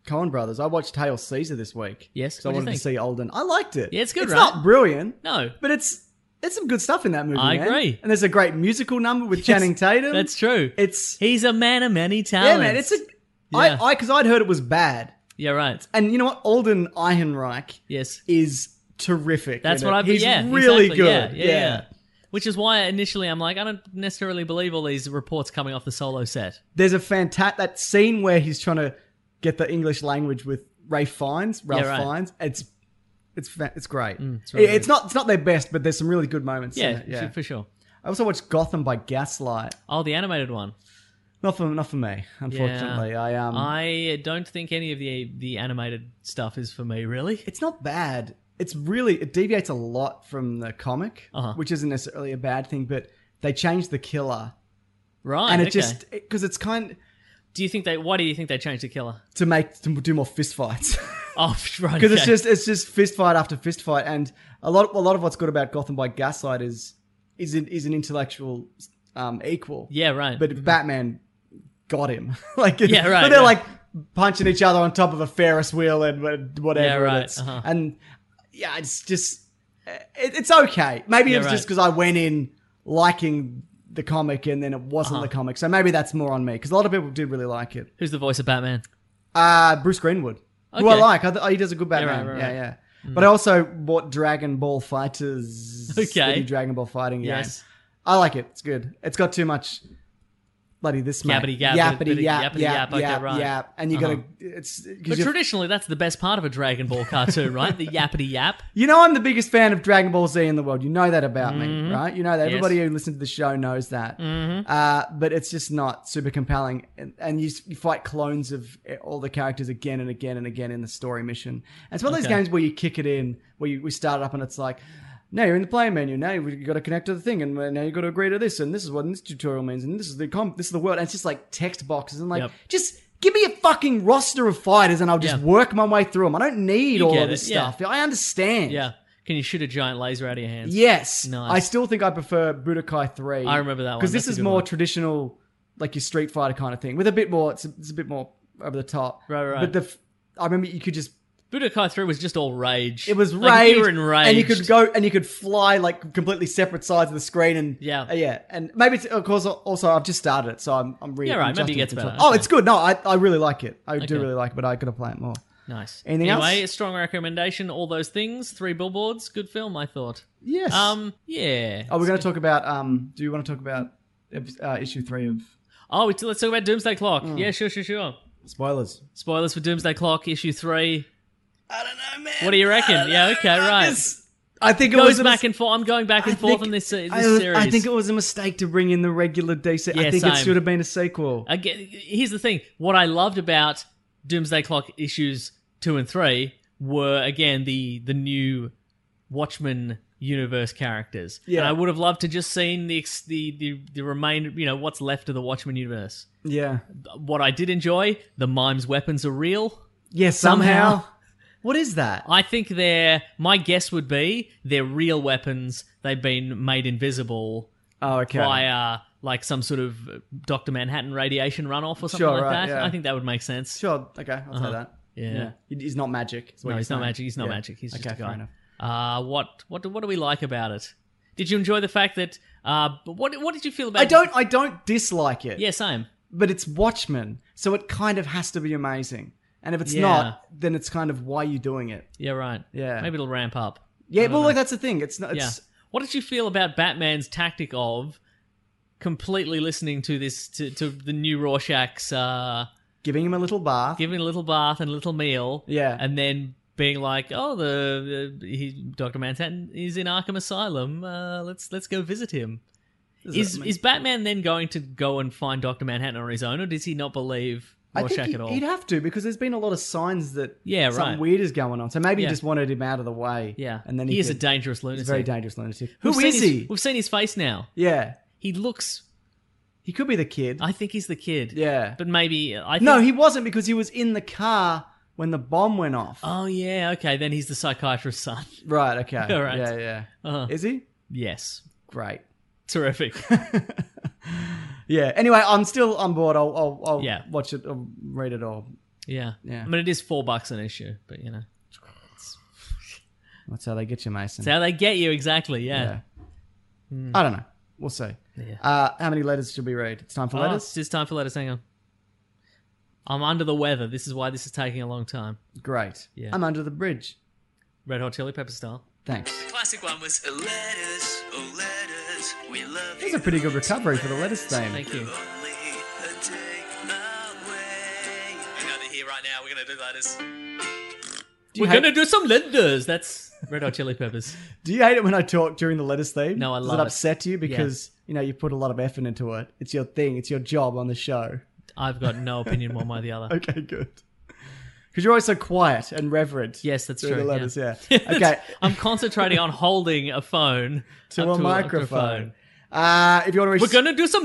Speaker 2: Coen Brothers. I watched Hail Caesar this week.
Speaker 3: Yes,
Speaker 2: So I
Speaker 3: what'd you
Speaker 2: wanted to
Speaker 3: think?
Speaker 2: see Alden. I liked it.
Speaker 3: Yeah, it's good,
Speaker 2: It's
Speaker 3: right?
Speaker 2: not brilliant,
Speaker 3: No.
Speaker 2: but it's it's some good stuff in that movie.
Speaker 3: I
Speaker 2: man.
Speaker 3: agree.
Speaker 2: And there's a great musical number with Channing Tatum.
Speaker 3: That's true.
Speaker 2: It's
Speaker 3: he's a man of many
Speaker 2: yeah,
Speaker 3: talents.
Speaker 2: man. It's a
Speaker 3: Yeah.
Speaker 2: I I because I'd heard it was bad,
Speaker 3: Yeah, right.
Speaker 2: and you know what? Alden Ehrenreich
Speaker 3: Yes.
Speaker 2: is terrific.
Speaker 3: That's
Speaker 2: in
Speaker 3: what
Speaker 2: it.
Speaker 3: I.
Speaker 2: He's
Speaker 3: yeah,
Speaker 2: really
Speaker 3: exactly.
Speaker 2: good.
Speaker 3: Yeah, yeah, yeah. Which is why initially I'm like, I don't necessarily believe all these reports coming off the solo set.
Speaker 2: There's a fantastic that scene where he's trying to get the English language with Ray Fiennes, Ralph
Speaker 3: Yeah, right. Mm,
Speaker 2: Fiennes. It's it's fa- it's great. it's,
Speaker 3: really
Speaker 2: it's not it's not their best, but there's some really good moments. in
Speaker 3: Yeah,
Speaker 2: it, yeah.
Speaker 3: for sure.
Speaker 2: I also watched Gotham by Gaslight.
Speaker 3: Oh, the animated one.
Speaker 2: Not for not for me, unfortunately.
Speaker 3: Yeah.
Speaker 2: I um,
Speaker 3: I don't think any of the the animated stuff is for me, really.
Speaker 2: it's not bad. It's really it deviates a lot from the comic,
Speaker 3: Uh-huh.
Speaker 2: which isn't necessarily a bad thing, but they changed the killer,
Speaker 3: Right.
Speaker 2: and it
Speaker 3: Oh, okay.
Speaker 2: just because it's kind
Speaker 3: Do you think they? Why do you think they changed the killer?
Speaker 2: to make to do more fist fights.
Speaker 3: Oh, right.
Speaker 2: because it's
Speaker 3: okay.
Speaker 2: just it's just fist fight after fist fight, and a lot a lot of what's good about Gotham by Gaslight is is an, is an intellectual um, equal.
Speaker 3: Yeah, right.
Speaker 2: but Batman got him. like, it-
Speaker 3: Uh, mm. Yeah, right,
Speaker 2: But they're
Speaker 3: yeah.
Speaker 2: like punching each other on top of a Ferris wheel and wha- whatever.
Speaker 3: Yeah,
Speaker 2: and
Speaker 3: right,
Speaker 2: it's-
Speaker 3: uh-huh.
Speaker 2: And yeah, it's just eh, it, it's okay. Maybe it
Speaker 3: Yeah,
Speaker 2: was just
Speaker 3: right.
Speaker 2: because I went in liking the comic and then it wasn't
Speaker 3: Uh-huh.
Speaker 2: the comic, so maybe that's more on me because a lot of people did really like it.
Speaker 3: Who's the voice of Batman?
Speaker 2: Uh, Bruce Greenwood, who I
Speaker 3: Okay.
Speaker 2: like. I th- oh, he does a good Batman. Yeah,
Speaker 3: right, Mm.
Speaker 2: yeah.
Speaker 3: right.
Speaker 2: But I also bought Dragon Ball Fighters.
Speaker 3: Okay.
Speaker 2: the new Dragon Ball fighting. game.
Speaker 3: Yes.
Speaker 2: I like it. It's good. It's got too much bloody this mate.
Speaker 3: Yappity yap, bit of
Speaker 2: yappity yap,
Speaker 3: yappity
Speaker 2: yap,
Speaker 3: yap, okay,
Speaker 2: yap,
Speaker 3: right. Uh-huh.
Speaker 2: yap. And you gotta. It's
Speaker 3: But
Speaker 2: because you.
Speaker 3: traditionally, that's the best part of a Dragon Ball cartoon, right? The yappity yap.
Speaker 2: You know, I'm the biggest fan of Dragon Ball Z in the world. You know that about me, right? You know that.
Speaker 3: Mm-hmm. Yes. Mm-hmm.
Speaker 2: Everybody who listens to the show knows that. Uh, but it's just not super compelling. And, and you, s- you fight clones of eh, all the characters again and again and again in the story mission. And it's one of those games where you kick it in, where you, we start it up and it's like, now you're in the play menu. Now you've got to connect to the thing, and uh, now you've got to agree to this, and this is what this tutorial means, and this is the comp, this is the world. And it's just like text boxes, and like
Speaker 3: Yep.
Speaker 2: just give me a fucking roster of fighters, and I'll just
Speaker 3: Yeah.
Speaker 2: work my way through them. I don't need
Speaker 3: You
Speaker 2: all
Speaker 3: get
Speaker 2: of this
Speaker 3: it, yeah.
Speaker 2: stuff. I understand.
Speaker 3: Yeah. Can you shoot a giant laser out of your hands?
Speaker 2: Yes.
Speaker 3: Nice.
Speaker 2: I still think I prefer Budokai 3.
Speaker 3: I remember that one.
Speaker 2: Because this
Speaker 3: That's
Speaker 2: is
Speaker 3: a good
Speaker 2: more
Speaker 3: one.
Speaker 2: traditional, like your Street Fighter kind of thing, with a bit more, it's a, it's a bit more over the top.
Speaker 3: Right, right.
Speaker 2: But the, f- I remember you could just,
Speaker 3: Budokai 3 was just all rage.
Speaker 2: it was rage.
Speaker 3: Like, you were enraged.
Speaker 2: And you could go, and you could fly like completely separate sides of the screen and,
Speaker 3: Yeah.
Speaker 2: uh, yeah. And maybe it's, of course, also I've just started it, so I'm, I'm really.
Speaker 3: Yeah, right,
Speaker 2: I'm
Speaker 3: maybe it
Speaker 2: adjusting
Speaker 3: gets
Speaker 2: to
Speaker 3: better,
Speaker 2: it. Oh,
Speaker 3: okay.
Speaker 2: it's good. No, I, I really like it. I
Speaker 3: Okay.
Speaker 2: do really like it, but I gotta play it more.
Speaker 3: Nice.
Speaker 2: Anything else?
Speaker 3: anyway, a strong recommendation. All those things. Three billboards. Good film, I thought.
Speaker 2: Yes.
Speaker 3: Um. Yeah.
Speaker 2: oh, we're gonna talk about, um, do you want to talk about uh, issue three of
Speaker 3: Oh, we- let's talk about Doomsday Clock.
Speaker 2: Hmm.
Speaker 3: Yeah, sure, sure, sure.
Speaker 2: spoilers?
Speaker 3: Spoilers for Doomsday Clock, issue three. I don't know, man. What do you reckon? Yeah. Okay. Right.
Speaker 2: I think it was
Speaker 3: Goes
Speaker 2: a
Speaker 3: back
Speaker 2: mis-
Speaker 3: and forth. I'm going back
Speaker 2: I
Speaker 3: and forth
Speaker 2: think-
Speaker 3: in this, uh, this
Speaker 2: I,
Speaker 3: series.
Speaker 2: I think it was a mistake to bring in the regular DC. I
Speaker 3: Yeah,
Speaker 2: think it
Speaker 3: same. Uh,
Speaker 2: should have been a sequel.
Speaker 3: Again, here's the thing. What I loved about Doomsday Clock issues two and three were again the the new Watchmen universe characters.
Speaker 2: Yeah.
Speaker 3: And I would have loved to just seen the ex- the the, the remainder, you know, what's left of the Watchmen universe.
Speaker 2: yeah.
Speaker 3: What I did enjoy, the mimes' weapons are real.
Speaker 2: Yeah, somehow.
Speaker 3: Somehow.
Speaker 2: What is that?
Speaker 3: I think they're my guess would be they're real weapons. They've been made invisible
Speaker 2: Oh, okay.
Speaker 3: via like some sort of Doctor Manhattan radiation runoff or something
Speaker 2: Sure,
Speaker 3: like
Speaker 2: right,
Speaker 3: that.
Speaker 2: yeah.
Speaker 3: I think that would make sense.
Speaker 2: Sure. Okay. I'll say that.
Speaker 3: uh-huh. Yeah.
Speaker 2: He- He's not magic. is what
Speaker 3: No,
Speaker 2: you're
Speaker 3: he's not
Speaker 2: saying.
Speaker 3: magic. He's not
Speaker 2: Yeah.
Speaker 3: magic. He's just
Speaker 2: Okay,
Speaker 3: a guy.
Speaker 2: fair enough.
Speaker 3: Uh, what what do, what do we like about it? Did you enjoy the fact that? Uh, but what what did you feel about?
Speaker 2: I don't. I don't dislike it.
Speaker 3: Yeah, same.
Speaker 2: But it's Watchmen, so it kind of has to be amazing. And if it's
Speaker 3: Yeah.
Speaker 2: not, then it's kind of why are you doing it?
Speaker 3: Yeah, right.
Speaker 2: Yeah.
Speaker 3: maybe it'll ramp up.
Speaker 2: Yeah. Well, like that's the thing. It's not.
Speaker 3: yeah.
Speaker 2: It's,
Speaker 3: What did you feel about Batman's tactic of completely listening to this to, to the new Rorschach's uh,
Speaker 2: Giving him a little bath.
Speaker 3: giving a little bath and a little meal,
Speaker 2: Yeah.
Speaker 3: and then being like, "Oh, the, the he, Doctor Manhattan is in Arkham Asylum. Uh, let's let's go visit him." Is is Batman then going to go and find Doctor Manhattan on his own, or does he not believe
Speaker 2: I think
Speaker 3: Rorschach
Speaker 2: he-
Speaker 3: at all?
Speaker 2: he'd have to because there's been a lot of signs that
Speaker 3: Yeah,
Speaker 2: something
Speaker 3: right.
Speaker 2: weird is going on. So maybe
Speaker 3: Yeah.
Speaker 2: he just wanted him out of the way.
Speaker 3: yeah,
Speaker 2: and then
Speaker 3: he,
Speaker 2: he,
Speaker 3: is a
Speaker 2: could-
Speaker 3: dangerous
Speaker 2: He's
Speaker 3: lunatic.
Speaker 2: a very dangerous lunatic. Who
Speaker 3: We've seen
Speaker 2: is
Speaker 3: his-
Speaker 2: he?
Speaker 3: We've seen his face now.
Speaker 2: Yeah,
Speaker 3: He looks.
Speaker 2: he could be the kid.
Speaker 3: I think he's the kid.
Speaker 2: Yeah.
Speaker 3: but maybe I. Think,
Speaker 2: no, he wasn't because he was in the car when the bomb went off.
Speaker 3: Oh yeah, okay. Then he's the psychiatrist's son.
Speaker 2: Right. Okay.
Speaker 3: All right.
Speaker 2: Yeah. Yeah.
Speaker 3: Uh-huh.
Speaker 2: Is he?
Speaker 3: Yes,
Speaker 2: Great.
Speaker 3: terrific.
Speaker 2: Yeah. Anyway, I'm still on board. I'll. I'll, I'll
Speaker 3: Yeah.
Speaker 2: Watch it. I'll read it all.
Speaker 3: yeah,
Speaker 2: Yeah.
Speaker 3: I mean, it is four bucks an issue, but you know,
Speaker 2: That's how they get you, Mason.
Speaker 3: it's how they get you exactly.
Speaker 2: yeah.
Speaker 3: Yeah.
Speaker 2: I don't know. We'll see. Uh, how many letters should we read? It's time for
Speaker 3: Oh,
Speaker 2: letters.
Speaker 3: it's just time for letters. Hang on. I'm under the weather. This is why this is taking a long time.
Speaker 2: Great.
Speaker 3: Yeah.
Speaker 2: I'm under the bridge.
Speaker 3: Red Hot Chili Pepper style.
Speaker 2: Thanks.
Speaker 4: Classic one was oh, letters, oh letters, we love
Speaker 2: This is a pretty good recovery for the letters theme.
Speaker 3: Thank you.
Speaker 4: Only a day away.
Speaker 3: Hang on here right now. We're gonna do letters.
Speaker 2: Do you,
Speaker 3: We're
Speaker 2: hate,
Speaker 3: gonna do some letters. That's Red Hot Chili Peppers.
Speaker 2: do you hate it when I talk during the letters theme?
Speaker 3: No, I
Speaker 2: Does
Speaker 3: love
Speaker 2: it
Speaker 3: it.
Speaker 2: upset you because you know you put a lot of effort into it. It's your thing. It's your job on the show.
Speaker 3: I've got no opinion one way or the other.
Speaker 2: Okay, good. Because you're always so quiet and reverent.
Speaker 3: Yes, that's
Speaker 2: during
Speaker 3: true.
Speaker 2: The letters, yeah. okay,
Speaker 3: That's- I'm concentrating on holding a phone
Speaker 2: to
Speaker 3: up
Speaker 2: a microphone. Uh, if you want to reach,
Speaker 3: We're gonna do some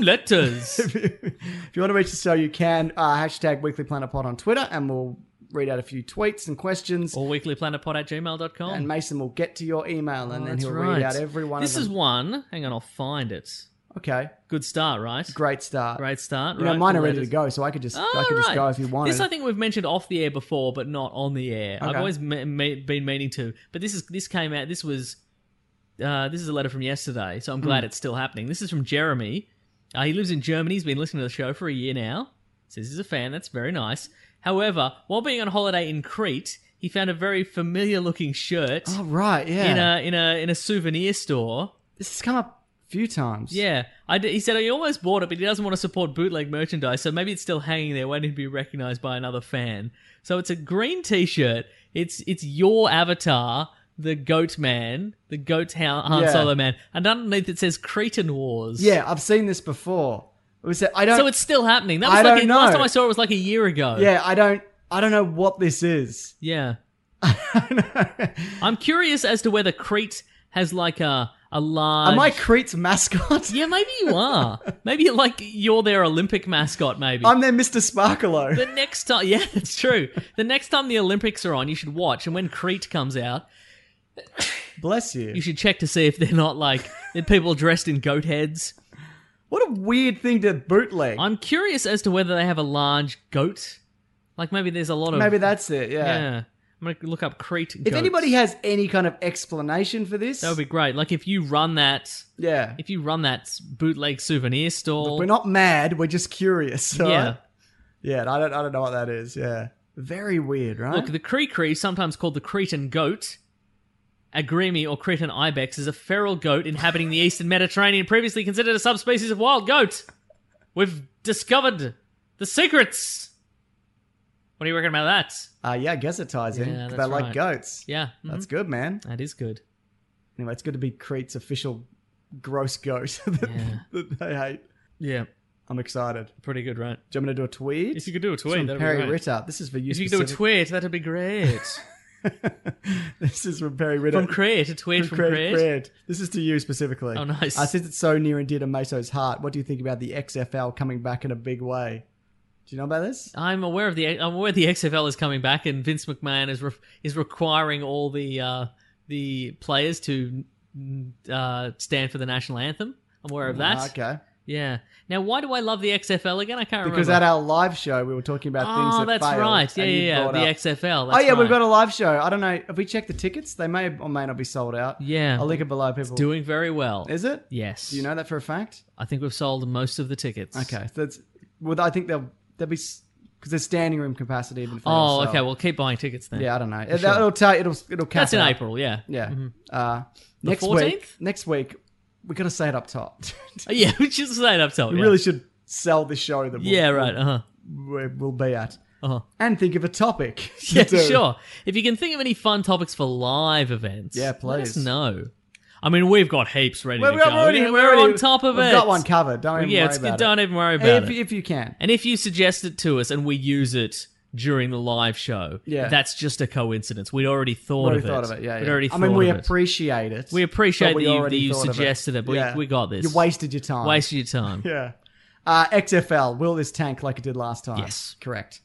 Speaker 3: letters.
Speaker 2: if you want to reach the show, you can uh, hashtag Weekly Planet Pod on Twitter, and we'll read out a few tweets and questions.
Speaker 3: or weeklyplanetpod at gmail.com.
Speaker 2: and Mason will get to your email, and
Speaker 3: Oh,
Speaker 2: then
Speaker 3: that's
Speaker 2: he'll
Speaker 3: right.
Speaker 2: read out every one
Speaker 3: This
Speaker 2: of
Speaker 3: is
Speaker 2: them.
Speaker 3: one. Hang on, I'll find it.
Speaker 2: okay,
Speaker 3: Good start, right?
Speaker 2: great start.
Speaker 3: Great start.
Speaker 2: You
Speaker 3: right?
Speaker 2: know, mine are
Speaker 3: The
Speaker 2: ready to
Speaker 3: letters.
Speaker 2: go, so I could just I
Speaker 3: Ah,
Speaker 2: could just
Speaker 3: right.
Speaker 2: go if you wanted.
Speaker 3: This I think we've mentioned off the air before, but not on the air. I've
Speaker 2: Okay.
Speaker 3: always me- me- been meaning to, but this is this came out. This was uh, this is a letter from yesterday, so I'm
Speaker 2: Hmm.
Speaker 3: glad it's still happening. This is from Jeremy. Uh, he lives in Germany. He's been listening to the show for a year now. Says he's a fan. That's very nice. However, while being on holiday in Crete, he found a very familiar-looking shirt
Speaker 2: oh right, yeah.
Speaker 3: in a in a in a souvenir store.
Speaker 2: this has come up a few times.
Speaker 3: Yeah, I d- he said he almost bought it, but he doesn't want to support bootleg merchandise, so maybe it's still hanging there waiting to be recognized by another fan. So it's a green T-shirt. It's it's your avatar, the Goat Man, the Goat Han, Han
Speaker 2: Yeah.
Speaker 3: Solo Man, and underneath it says Cretan Wars.
Speaker 2: yeah. I've seen this before. It was I don't.
Speaker 3: So it's still happening. That was
Speaker 2: I
Speaker 3: like
Speaker 2: don't
Speaker 3: a- last
Speaker 2: know.
Speaker 3: time I saw it was like a year ago.
Speaker 2: yeah. I don't. I don't know what this is.
Speaker 3: yeah.
Speaker 2: I don't know.
Speaker 3: I'm curious as to whether Crete has like a a large.
Speaker 2: Am I Crete's mascot?
Speaker 3: yeah, maybe you are. maybe you're like you're their Olympic mascot. Maybe
Speaker 2: I'm their Mr. Sparkalo.
Speaker 3: The next time, yeah, it's true. The next time the Olympics are on, you should watch. And when Crete comes out,
Speaker 2: Bless you.
Speaker 3: you should check to see if they're not like the people dressed in goat heads.
Speaker 2: What a weird thing to bootleg.
Speaker 3: I'm curious as to whether they have a large goat. Like maybe there's a lot of
Speaker 2: Maybe that's it. Yeah.
Speaker 3: Yeah, I'm gonna look up Crete.
Speaker 2: If anybody has any kind of explanation for this,
Speaker 3: that would be great. Like if you run that,
Speaker 2: yeah.
Speaker 3: if you run that bootleg souvenir store,
Speaker 2: We're not mad. We're just curious. all
Speaker 3: yeah.
Speaker 2: right? Yeah. and I don't. I don't know what that is. Yeah. Very weird, right?
Speaker 3: Look, the Cree Cree, sometimes called the Cretan goat, Agrimi or Cretan ibex, is a feral goat inhabiting the eastern Mediterranean, previously considered a subspecies of wild goat. We've discovered the secrets. What do you reckon about that?
Speaker 2: uh, yeah. I guess it ties in.
Speaker 3: Yeah,
Speaker 2: 'cause they
Speaker 3: that's
Speaker 2: like
Speaker 3: right.
Speaker 2: goats.
Speaker 3: Yeah, mhm.
Speaker 2: That's good, man.
Speaker 3: that is good.
Speaker 2: Anyway, it's good to be Crete's official gross goat that,
Speaker 3: Yeah.
Speaker 2: that they hate.
Speaker 3: Yeah,
Speaker 2: I'm excited.
Speaker 3: pretty good, right?
Speaker 2: Do you want me to do a tweet?
Speaker 3: If you could do a
Speaker 2: It's
Speaker 3: tweet,
Speaker 2: from
Speaker 3: that'd
Speaker 2: Perry
Speaker 3: be great.
Speaker 2: Ritter. This is for you.
Speaker 3: If you could do a
Speaker 2: specific-
Speaker 3: tweet, that'd be great.
Speaker 2: this is from Perry Ritter.
Speaker 3: from Crete, a tweet from,
Speaker 2: Craig
Speaker 3: Crete.
Speaker 2: Fred. This is to you specifically.
Speaker 3: Oh, nice.
Speaker 2: Uh, since it's so near and dear to Meso's heart, what do you think about the XFL coming back in a big way? Do you know about this?
Speaker 3: I'm aware of the I'm aware the XFL is coming back, and Vince McMahon is re- is requiring all the uh, the players to mm, uh, stand for the national anthem. I'm aware of that.
Speaker 2: Ah, Okay.
Speaker 3: Yeah. Now, why do I love the XFL again? I can't remember.
Speaker 2: Because at our live show, we were talking about things
Speaker 3: oh,
Speaker 2: that
Speaker 3: that's
Speaker 2: failed,
Speaker 3: right. Yeah,
Speaker 2: and you
Speaker 3: yeah, yeah.
Speaker 2: brought
Speaker 3: The
Speaker 2: up-
Speaker 3: XFL.
Speaker 2: oh
Speaker 3: that's
Speaker 2: yeah, we've
Speaker 3: right.
Speaker 2: got a live show. I don't know. Have we checked the tickets? They may or may not be sold out.
Speaker 3: Yeah.
Speaker 2: I'll link it below. People
Speaker 3: doing very well.
Speaker 2: Is it?
Speaker 3: Yes.
Speaker 2: Do you know that for a fact?
Speaker 3: I think we've sold most of the tickets.
Speaker 2: Okay. So that's. Well, I think they'll they'll be because there's standing room capacity. Even for
Speaker 3: Oh,
Speaker 2: ourselves.
Speaker 3: okay. Well, keep buying tickets then.
Speaker 2: Yeah, I don't know.
Speaker 3: For
Speaker 2: It,
Speaker 3: sure.
Speaker 2: It'll tell. It'll it'll cap
Speaker 3: That's in
Speaker 2: it out.
Speaker 3: April. Yeah.
Speaker 2: Yeah. Uh,
Speaker 3: The
Speaker 2: next
Speaker 3: 14th?
Speaker 2: week. Next week, we gotta say it up top.
Speaker 3: Oh, yeah. We should say it up top.
Speaker 2: we
Speaker 3: yeah.
Speaker 2: really should sell the show that. We'll,
Speaker 3: Yeah. Right. Uh huh.
Speaker 2: We'll, we'll be at.
Speaker 3: Uh-huh.
Speaker 2: And think of a topic. to
Speaker 3: Yeah,
Speaker 2: do.
Speaker 3: sure. If you can think of any fun topics for live events,
Speaker 2: Yeah,
Speaker 3: Let us
Speaker 2: please.
Speaker 3: know. I mean, we've got heaps ready
Speaker 2: Well,
Speaker 3: to
Speaker 2: we're
Speaker 3: go.
Speaker 2: already-
Speaker 3: we're
Speaker 2: we're already-
Speaker 3: on top of
Speaker 2: we've
Speaker 3: it.
Speaker 2: got one covered. Don't even
Speaker 3: yeah,
Speaker 2: worry
Speaker 3: it's
Speaker 2: about
Speaker 3: good.
Speaker 2: it.
Speaker 3: Don't even worry about
Speaker 2: If,
Speaker 3: it.
Speaker 2: if you can.
Speaker 3: and if you suggest it to us and we use it during the live show,
Speaker 2: Yeah.
Speaker 3: that's just a coincidence. We'd already
Speaker 2: We
Speaker 3: thought
Speaker 2: already
Speaker 3: of it.
Speaker 2: thought of it. Yeah,
Speaker 3: We'd
Speaker 2: yeah.
Speaker 3: already
Speaker 2: I mean,
Speaker 3: thought
Speaker 2: we
Speaker 3: of it.
Speaker 2: appreciate it.
Speaker 3: We appreciate
Speaker 2: but we
Speaker 3: that you-
Speaker 2: already
Speaker 3: that you
Speaker 2: thought of
Speaker 3: suggested it, but we- we got this.
Speaker 2: You wasted your time.
Speaker 3: Wasted your time.
Speaker 2: Yeah. Uh, XFL, will this tank like it did last time?
Speaker 3: Yes. Mm-hmm.
Speaker 2: Correct.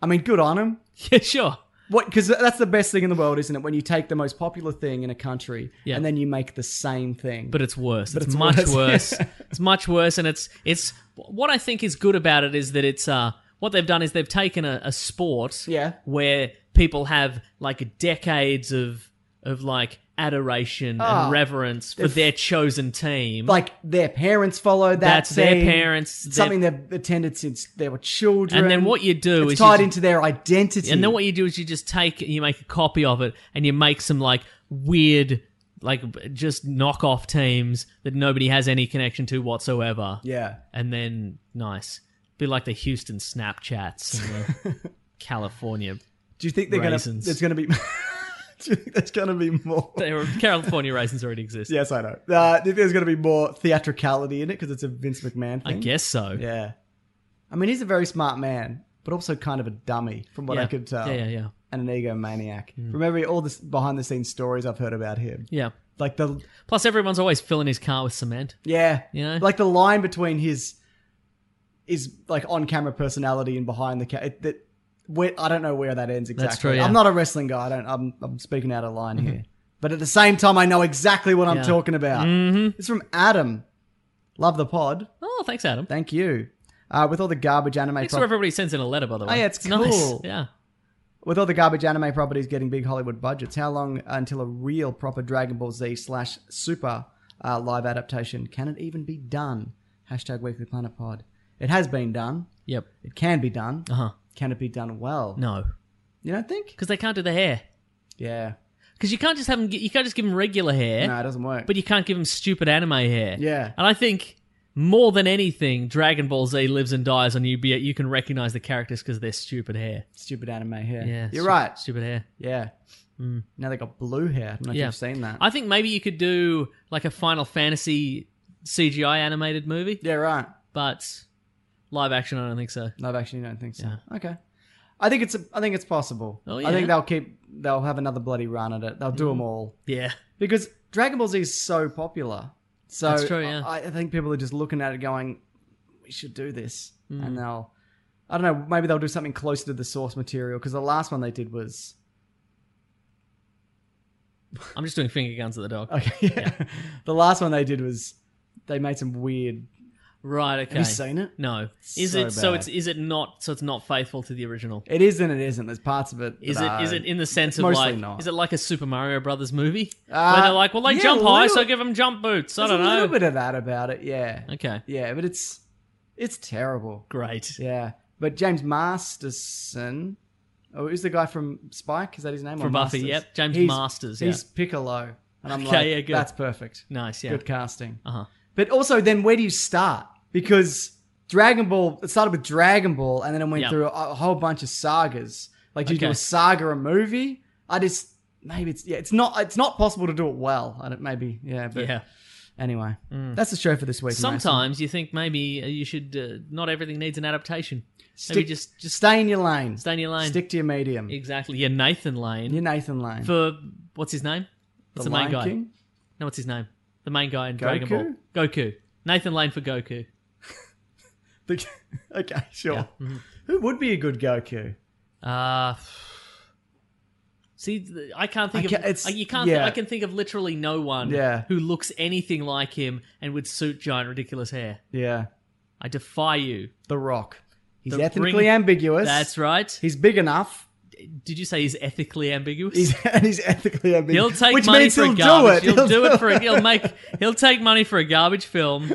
Speaker 2: I mean, good on him.
Speaker 3: yeah, sure.
Speaker 2: What? Because that's the best thing in the world, isn't it? When you take the most popular thing in a country
Speaker 3: Yeah.
Speaker 2: and then you make the same thing.
Speaker 3: but it's worse.
Speaker 2: But
Speaker 3: it's,
Speaker 2: it's
Speaker 3: much worse.
Speaker 2: worse.
Speaker 3: it's much worse, and it's it's what I think is good about it is that it's uh what they've done is they've taken a, a sport
Speaker 2: Yeah.
Speaker 3: where people have like decades of of like adoration
Speaker 2: Ah,
Speaker 3: and reverence for
Speaker 2: they've-
Speaker 3: their chosen team.
Speaker 2: like their parents followed that.
Speaker 3: That's their
Speaker 2: team,
Speaker 3: parents, their-
Speaker 2: Something they've attended since they were children.
Speaker 3: And then what you do
Speaker 2: it's
Speaker 3: is you
Speaker 2: tied
Speaker 3: ju-
Speaker 2: into their identity.
Speaker 3: and then what you do is you just take you make a copy of it and you make some like weird like just knockoff teams that nobody has any connection to whatsoever.
Speaker 2: Yeah.
Speaker 3: and then nice. Be like the Houston Snapchats and the California.
Speaker 2: Do you think they're going to?
Speaker 3: Raisins.
Speaker 2: There's going to be. do you think there's going to be more?
Speaker 3: They were, California raisins already exist.
Speaker 2: Yes, I know. Uh, do you think there's going to be more theatricality in it because it's a Vince McMahon
Speaker 3: I
Speaker 2: thing.
Speaker 3: guess so.
Speaker 2: Yeah. I mean, he's a very smart man, but also kind of a dummy, from what
Speaker 3: Yeah.
Speaker 2: I could tell.
Speaker 3: Yeah, Mm. yeah, yeah.
Speaker 2: And an egomaniac. Remember all the behind the scenes stories I've heard about him.
Speaker 3: Yeah.
Speaker 2: Like the
Speaker 3: Plus, everyone's always filling his car with cement.
Speaker 2: yeah,
Speaker 3: You know?
Speaker 2: like the line between his is like on camera personality and behind the ca- it, that where, I don't know where that ends exactly.
Speaker 3: That's true, yeah. Mm-hmm.
Speaker 2: I'm not a wrestling guy. I don't. I'm I'm speaking out of line here. But at the same time, I know exactly what
Speaker 3: Yeah.
Speaker 2: I'm talking about. Mm-hmm. It's from Adam. Love the pod.
Speaker 3: Oh, thanks, Adam.
Speaker 2: Thank you. Uh, with all the garbage anime.
Speaker 3: Thanks
Speaker 2: prop-
Speaker 3: for everybody sends in a letter, by the way.
Speaker 2: Oh, yeah, it's
Speaker 3: nice.
Speaker 2: cool.
Speaker 3: Yeah.
Speaker 2: With all the garbage anime properties getting big Hollywood budgets, how long until a real proper Dragon Ball Z slash Super uh, live adaptation can it even be done? Hashtag Weekly Planet Pod. It has been done.
Speaker 3: Yep.
Speaker 2: It can be done.
Speaker 3: Uh huh.
Speaker 2: Can it be done well?
Speaker 3: No,
Speaker 2: You don't think?
Speaker 3: because they can't do the hair.
Speaker 2: Yeah.
Speaker 3: Because you can't just have them. You can't just give them regular hair.
Speaker 2: No, it doesn't work.
Speaker 3: but you can't give them stupid anime hair.
Speaker 2: Yeah.
Speaker 3: And I think more than anything, Dragon Ball Z lives and dies on you. Be it you can recognize the characters because they're stupid hair.
Speaker 2: Stupid anime hair.
Speaker 3: Yeah,
Speaker 2: You're
Speaker 3: stu-
Speaker 2: right.
Speaker 3: Stupid hair.
Speaker 2: Yeah. Now they got blue hair. I don't know
Speaker 3: Hmm. Yeah.
Speaker 2: if you've seen that.
Speaker 3: I think maybe you could do like a Final Fantasy CGI animated movie,
Speaker 2: yeah, right.
Speaker 3: but live action, I don't think so.
Speaker 2: No, I actually don't think so. Okay. I think it's I think it's possible.
Speaker 3: Oh,
Speaker 2: I
Speaker 3: yeah. Hmm.
Speaker 2: think they'll keep they'll have another bloody run at it. They'll do them all.
Speaker 3: Yeah,
Speaker 2: because Dragon Ball Z is so popular. So
Speaker 3: That's true, yeah.
Speaker 2: I, I think people are just looking at it going, we should do this.
Speaker 3: Hmm.
Speaker 2: And they'll, I don't know, maybe they'll do something closer to the source material because the last one they did was,
Speaker 3: I'm just doing finger guns at the dog.
Speaker 2: okay, yeah. the last one they did was they made some weird.
Speaker 3: Right. Okay.
Speaker 2: Have you seen it?
Speaker 3: No. Is
Speaker 2: So
Speaker 3: it so?
Speaker 2: bad.
Speaker 3: It's is it not? So it's not faithful to the original.
Speaker 2: It is and it isn't. There's parts of it.
Speaker 3: Is it
Speaker 2: that are-
Speaker 3: is it in the sense
Speaker 2: it's
Speaker 3: of
Speaker 2: mostly
Speaker 3: like
Speaker 2: not.
Speaker 3: is it like a Super Mario Brothers movie where
Speaker 2: Uh,
Speaker 3: they're like well they
Speaker 2: yeah,
Speaker 3: jump
Speaker 2: a
Speaker 3: high
Speaker 2: little-
Speaker 3: so give them jump boots I
Speaker 2: There's
Speaker 3: don't
Speaker 2: a
Speaker 3: know
Speaker 2: little bit of that about it, yeah.
Speaker 3: okay
Speaker 2: Yeah, but it's it's terrible.
Speaker 3: great
Speaker 2: Yeah. But James Masterson, oh, who's the guy from Spike? Is that his name?
Speaker 3: From
Speaker 2: Or
Speaker 3: Buffy,
Speaker 2: Masters?
Speaker 3: yep. James
Speaker 2: He's-
Speaker 3: Masters, yeah.
Speaker 2: He's Piccolo. And I'm
Speaker 3: Okay,
Speaker 2: like,
Speaker 3: yeah, good.
Speaker 2: that's perfect.
Speaker 3: nice yeah
Speaker 2: Good casting.
Speaker 3: Uh-huh.
Speaker 2: But also, then where do you start? Because Dragon Ball, it started with Dragon Ball and then it went
Speaker 3: Yeah.
Speaker 2: through a, a whole bunch of sagas. Like, do you do
Speaker 3: Okay.
Speaker 2: a saga a movie? I just, maybe it's, yeah, it's not, it's not possible to do it well. I don't, maybe, yeah. But
Speaker 3: yeah. Mm.
Speaker 2: anyway, that's the show for this week. Mason.
Speaker 3: Sometimes you think maybe uh, you should. Uh, not everything needs an adaptation. maybe
Speaker 2: Stick-
Speaker 3: just just
Speaker 2: stay in your lane.
Speaker 3: stay in your lane.
Speaker 2: Stick to your medium.
Speaker 3: exactly. Yeah, Nathan Lane
Speaker 2: Your Nathan Lane.
Speaker 3: for what's his name? What's the, main
Speaker 2: Lion
Speaker 3: guy?
Speaker 2: King?
Speaker 3: No, what's his name? The main guy in Dragon Ball.
Speaker 2: Goku?
Speaker 3: Goku. Nathan Lane for Goku.
Speaker 2: The- okay,
Speaker 3: Mm-hmm.
Speaker 2: sure. Who would be a good Goku?
Speaker 3: Uh See, th- I can't
Speaker 2: I
Speaker 3: think of
Speaker 2: ca- it's-
Speaker 3: I- you can't. thi-
Speaker 2: yeah.
Speaker 3: I can think of literally no one
Speaker 2: Yeah.
Speaker 3: who looks anything like him and would suit giant ridiculous hair.
Speaker 2: Yeah.
Speaker 3: I defy you.
Speaker 2: The Rock. He's
Speaker 3: The
Speaker 2: ethnically
Speaker 3: ring-
Speaker 2: ambiguous.
Speaker 3: That's right.
Speaker 2: He's big enough.
Speaker 3: Did you say he's ethically ambiguous?
Speaker 2: He's and he's ethically
Speaker 3: he'll
Speaker 2: ambiguous.
Speaker 3: take
Speaker 2: which
Speaker 3: money
Speaker 2: means
Speaker 3: for
Speaker 2: he'll
Speaker 3: a garbage.
Speaker 2: do it.
Speaker 3: He'll, do it for. A, he'll make. He'll take money for a garbage film.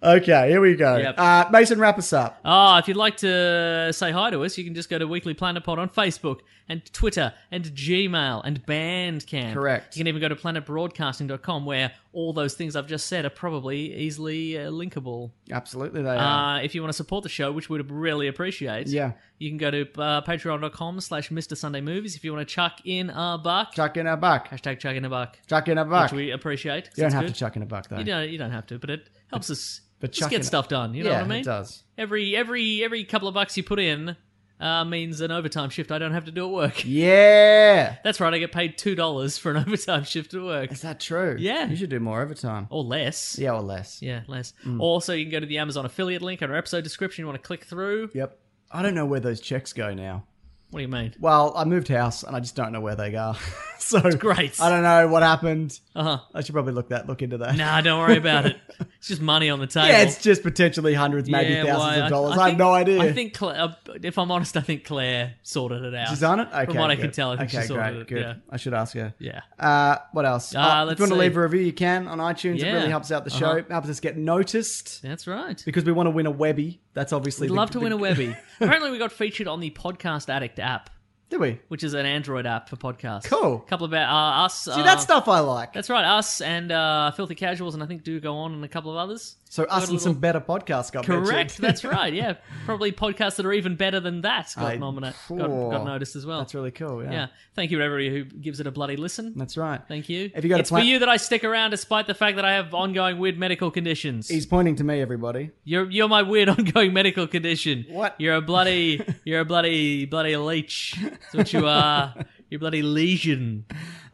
Speaker 2: Okay, here we go.
Speaker 3: Yep.
Speaker 2: Uh, Mason, wrap us up.
Speaker 3: Ah, if you'd like to say hi to us, you can just go to Weekly Planet Pod on Facebook and Twitter and Gmail and Bandcamp.
Speaker 2: Correct.
Speaker 3: You can even go to planetbroadcasting.com where all those things I've just said are probably easily uh, linkable.
Speaker 2: Absolutely, they are.
Speaker 3: Uh, if you want to support the show, which we'd really appreciate,
Speaker 2: Yeah.
Speaker 3: you can go to uh, patreon.com slash Mr. Sunday Movies if you want to chuck in a buck.
Speaker 2: Chuck in a buck.
Speaker 3: Hashtag chuck in a buck.
Speaker 2: Chuck in a buck.
Speaker 3: Which we appreciate. 'cause
Speaker 2: you don't
Speaker 3: it's
Speaker 2: have
Speaker 3: good.
Speaker 2: to chuck in a buck though.
Speaker 3: You don't, you don't have to, but it helps us
Speaker 2: but
Speaker 3: just
Speaker 2: chuck
Speaker 3: get
Speaker 2: in a-
Speaker 3: stuff done. You know
Speaker 2: yeah,
Speaker 3: what I mean?
Speaker 2: it does.
Speaker 3: Every every every couple of bucks you put in uh, means an overtime shift I don't have to do at work.
Speaker 2: Yeah.
Speaker 3: That's right, I get paid two dollars for an overtime shift at work.
Speaker 2: Is that true?
Speaker 3: Yeah.
Speaker 2: You should do more overtime.
Speaker 3: Or less.
Speaker 2: Yeah, Mm. or less.
Speaker 3: Yeah, less. Also you can go to the Amazon affiliate link on our episode description you want to click through.
Speaker 2: Yep. I don't know where those checks go now.
Speaker 3: What do you mean?
Speaker 2: Well, I moved house and I just don't know where they go. so
Speaker 3: great.
Speaker 2: I don't know what happened.
Speaker 3: Uh-huh.
Speaker 2: I should probably look that look into that.
Speaker 3: Nah, don't worry about it. It's just money on the table.
Speaker 2: Yeah, it's just potentially hundreds, maybe
Speaker 3: Yeah,
Speaker 2: thousands
Speaker 3: why,
Speaker 2: of dollars. I,
Speaker 3: think-
Speaker 2: have no idea.
Speaker 3: I think, Cla- uh, if I'm honest, I think Claire sorted it out.
Speaker 2: she's on it. Okay,
Speaker 3: From what I
Speaker 2: good.
Speaker 3: can tell, I think
Speaker 2: okay,
Speaker 3: she
Speaker 2: great,
Speaker 3: sorted it.
Speaker 2: good.
Speaker 3: Yeah.
Speaker 2: I should ask her.
Speaker 3: Yeah.
Speaker 2: Uh, what else?
Speaker 3: Uh,
Speaker 2: if
Speaker 3: let's
Speaker 2: you want to
Speaker 3: see.
Speaker 2: leave a review, you can on iTunes. It
Speaker 3: Yeah.
Speaker 2: really helps out the show.
Speaker 3: Uh-huh.
Speaker 2: Helps us get noticed
Speaker 3: That's right.
Speaker 2: because we want to win a Webby. That's obviously
Speaker 3: We'd
Speaker 2: the-
Speaker 3: love to
Speaker 2: the-
Speaker 3: win a Webby. Apparently, we got featured on the Podcast Addict app,
Speaker 2: Do we?
Speaker 3: which is an Android app for podcasts.
Speaker 2: Cool.
Speaker 3: couple of our- uh, us.
Speaker 2: See, that
Speaker 3: uh,
Speaker 2: stuff I like.
Speaker 3: That's right. Us and uh, Filthy Casuals, and I think do go on, and a couple of others.
Speaker 2: so us
Speaker 3: got a
Speaker 2: and some
Speaker 3: little-
Speaker 2: better podcasts got
Speaker 3: Correct.
Speaker 2: mentioned.
Speaker 3: That's right. Yeah, probably podcasts that are even better than that got
Speaker 2: I-
Speaker 3: nominated, got,
Speaker 2: Phew.
Speaker 3: got noticed as well.
Speaker 2: That's really cool. Yeah.
Speaker 3: yeah. Thank you, to everybody who gives it a bloody listen.
Speaker 2: That's right.
Speaker 3: Thank you.
Speaker 2: If you go to
Speaker 3: it's
Speaker 2: plan-
Speaker 3: for you that I stick around, despite the fact that I have ongoing weird medical conditions.
Speaker 2: He's pointing to me, everybody.
Speaker 3: You're you're my weird ongoing medical condition.
Speaker 2: What?
Speaker 3: You're a bloody you're a bloody bloody leech. That's what you are. You're a bloody lesion.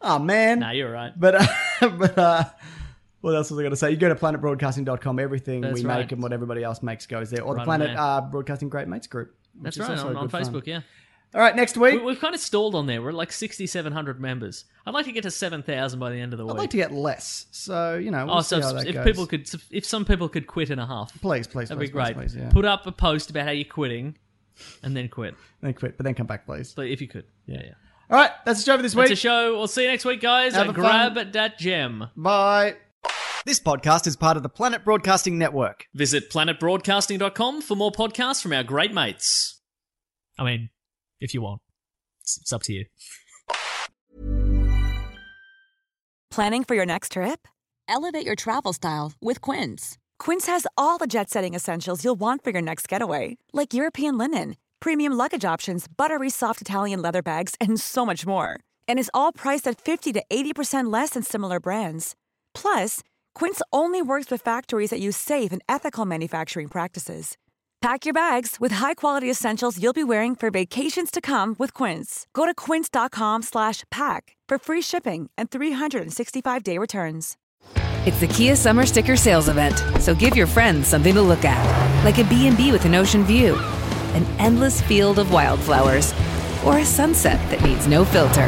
Speaker 2: Oh man.
Speaker 3: Nah, you're right.
Speaker 2: But uh, but uh, what else was I going to say? You go to planetbroadcasting.com. Everything
Speaker 3: That's
Speaker 2: we
Speaker 3: right.
Speaker 2: make and what everybody else makes goes there, or the
Speaker 3: Right on
Speaker 2: Planet
Speaker 3: there.
Speaker 2: uh, Broadcasting Great Mates group. which
Speaker 3: That's
Speaker 2: is
Speaker 3: right
Speaker 2: also
Speaker 3: on,
Speaker 2: a
Speaker 3: on
Speaker 2: good fun.
Speaker 3: Facebook. Yeah,
Speaker 2: All right, next
Speaker 3: we,
Speaker 2: week
Speaker 3: we've kind of stalled on there. We're at like sixty seven hundred members. I'd like to get to seven thousand by the end of the week.
Speaker 2: I'd like to get less. So you know, we'll
Speaker 3: oh, so
Speaker 2: see how
Speaker 3: if,
Speaker 2: that
Speaker 3: if
Speaker 2: goes.
Speaker 3: people could, if some people could quit in a half,
Speaker 2: please, please,
Speaker 3: that'd
Speaker 2: please,
Speaker 3: be great.
Speaker 2: Please, please, yeah.
Speaker 3: Put up a post about how you're quitting, and then quit.
Speaker 2: then quit, but then come back, please.
Speaker 3: But if you could, yeah, yeah.
Speaker 2: All right, that's the show for this
Speaker 3: That's
Speaker 2: week.
Speaker 3: a show. We'll see you next week, guys.
Speaker 2: Have
Speaker 3: And
Speaker 2: a fun-
Speaker 3: grab that gem.
Speaker 2: Bye. This podcast is part of the Planet Broadcasting Network.
Speaker 3: Visit planetbroadcasting.com for more podcasts from our great mates. I mean, if you want, it's, it's up to you.
Speaker 6: Planning for your next trip? Elevate your travel style with Quince. Quince has all the jet setting essentials you'll want for your next getaway, like European linen, premium luggage options, buttery soft Italian leather bags, and so much more. And is all priced at 50 to 80% less than similar brands. Plus, Quince only works with factories that use safe and ethical manufacturing practices. Pack your bags with high-quality essentials you'll be wearing for vacations to come with Quince. Go to quince.com/pack slash pack for free shipping and 365-day returns.
Speaker 7: It's the Kia Summer Sticker Sales Event, so give your friends something to look at, like a B&B with an ocean view, an endless field of wildflowers, or a sunset that needs no filter.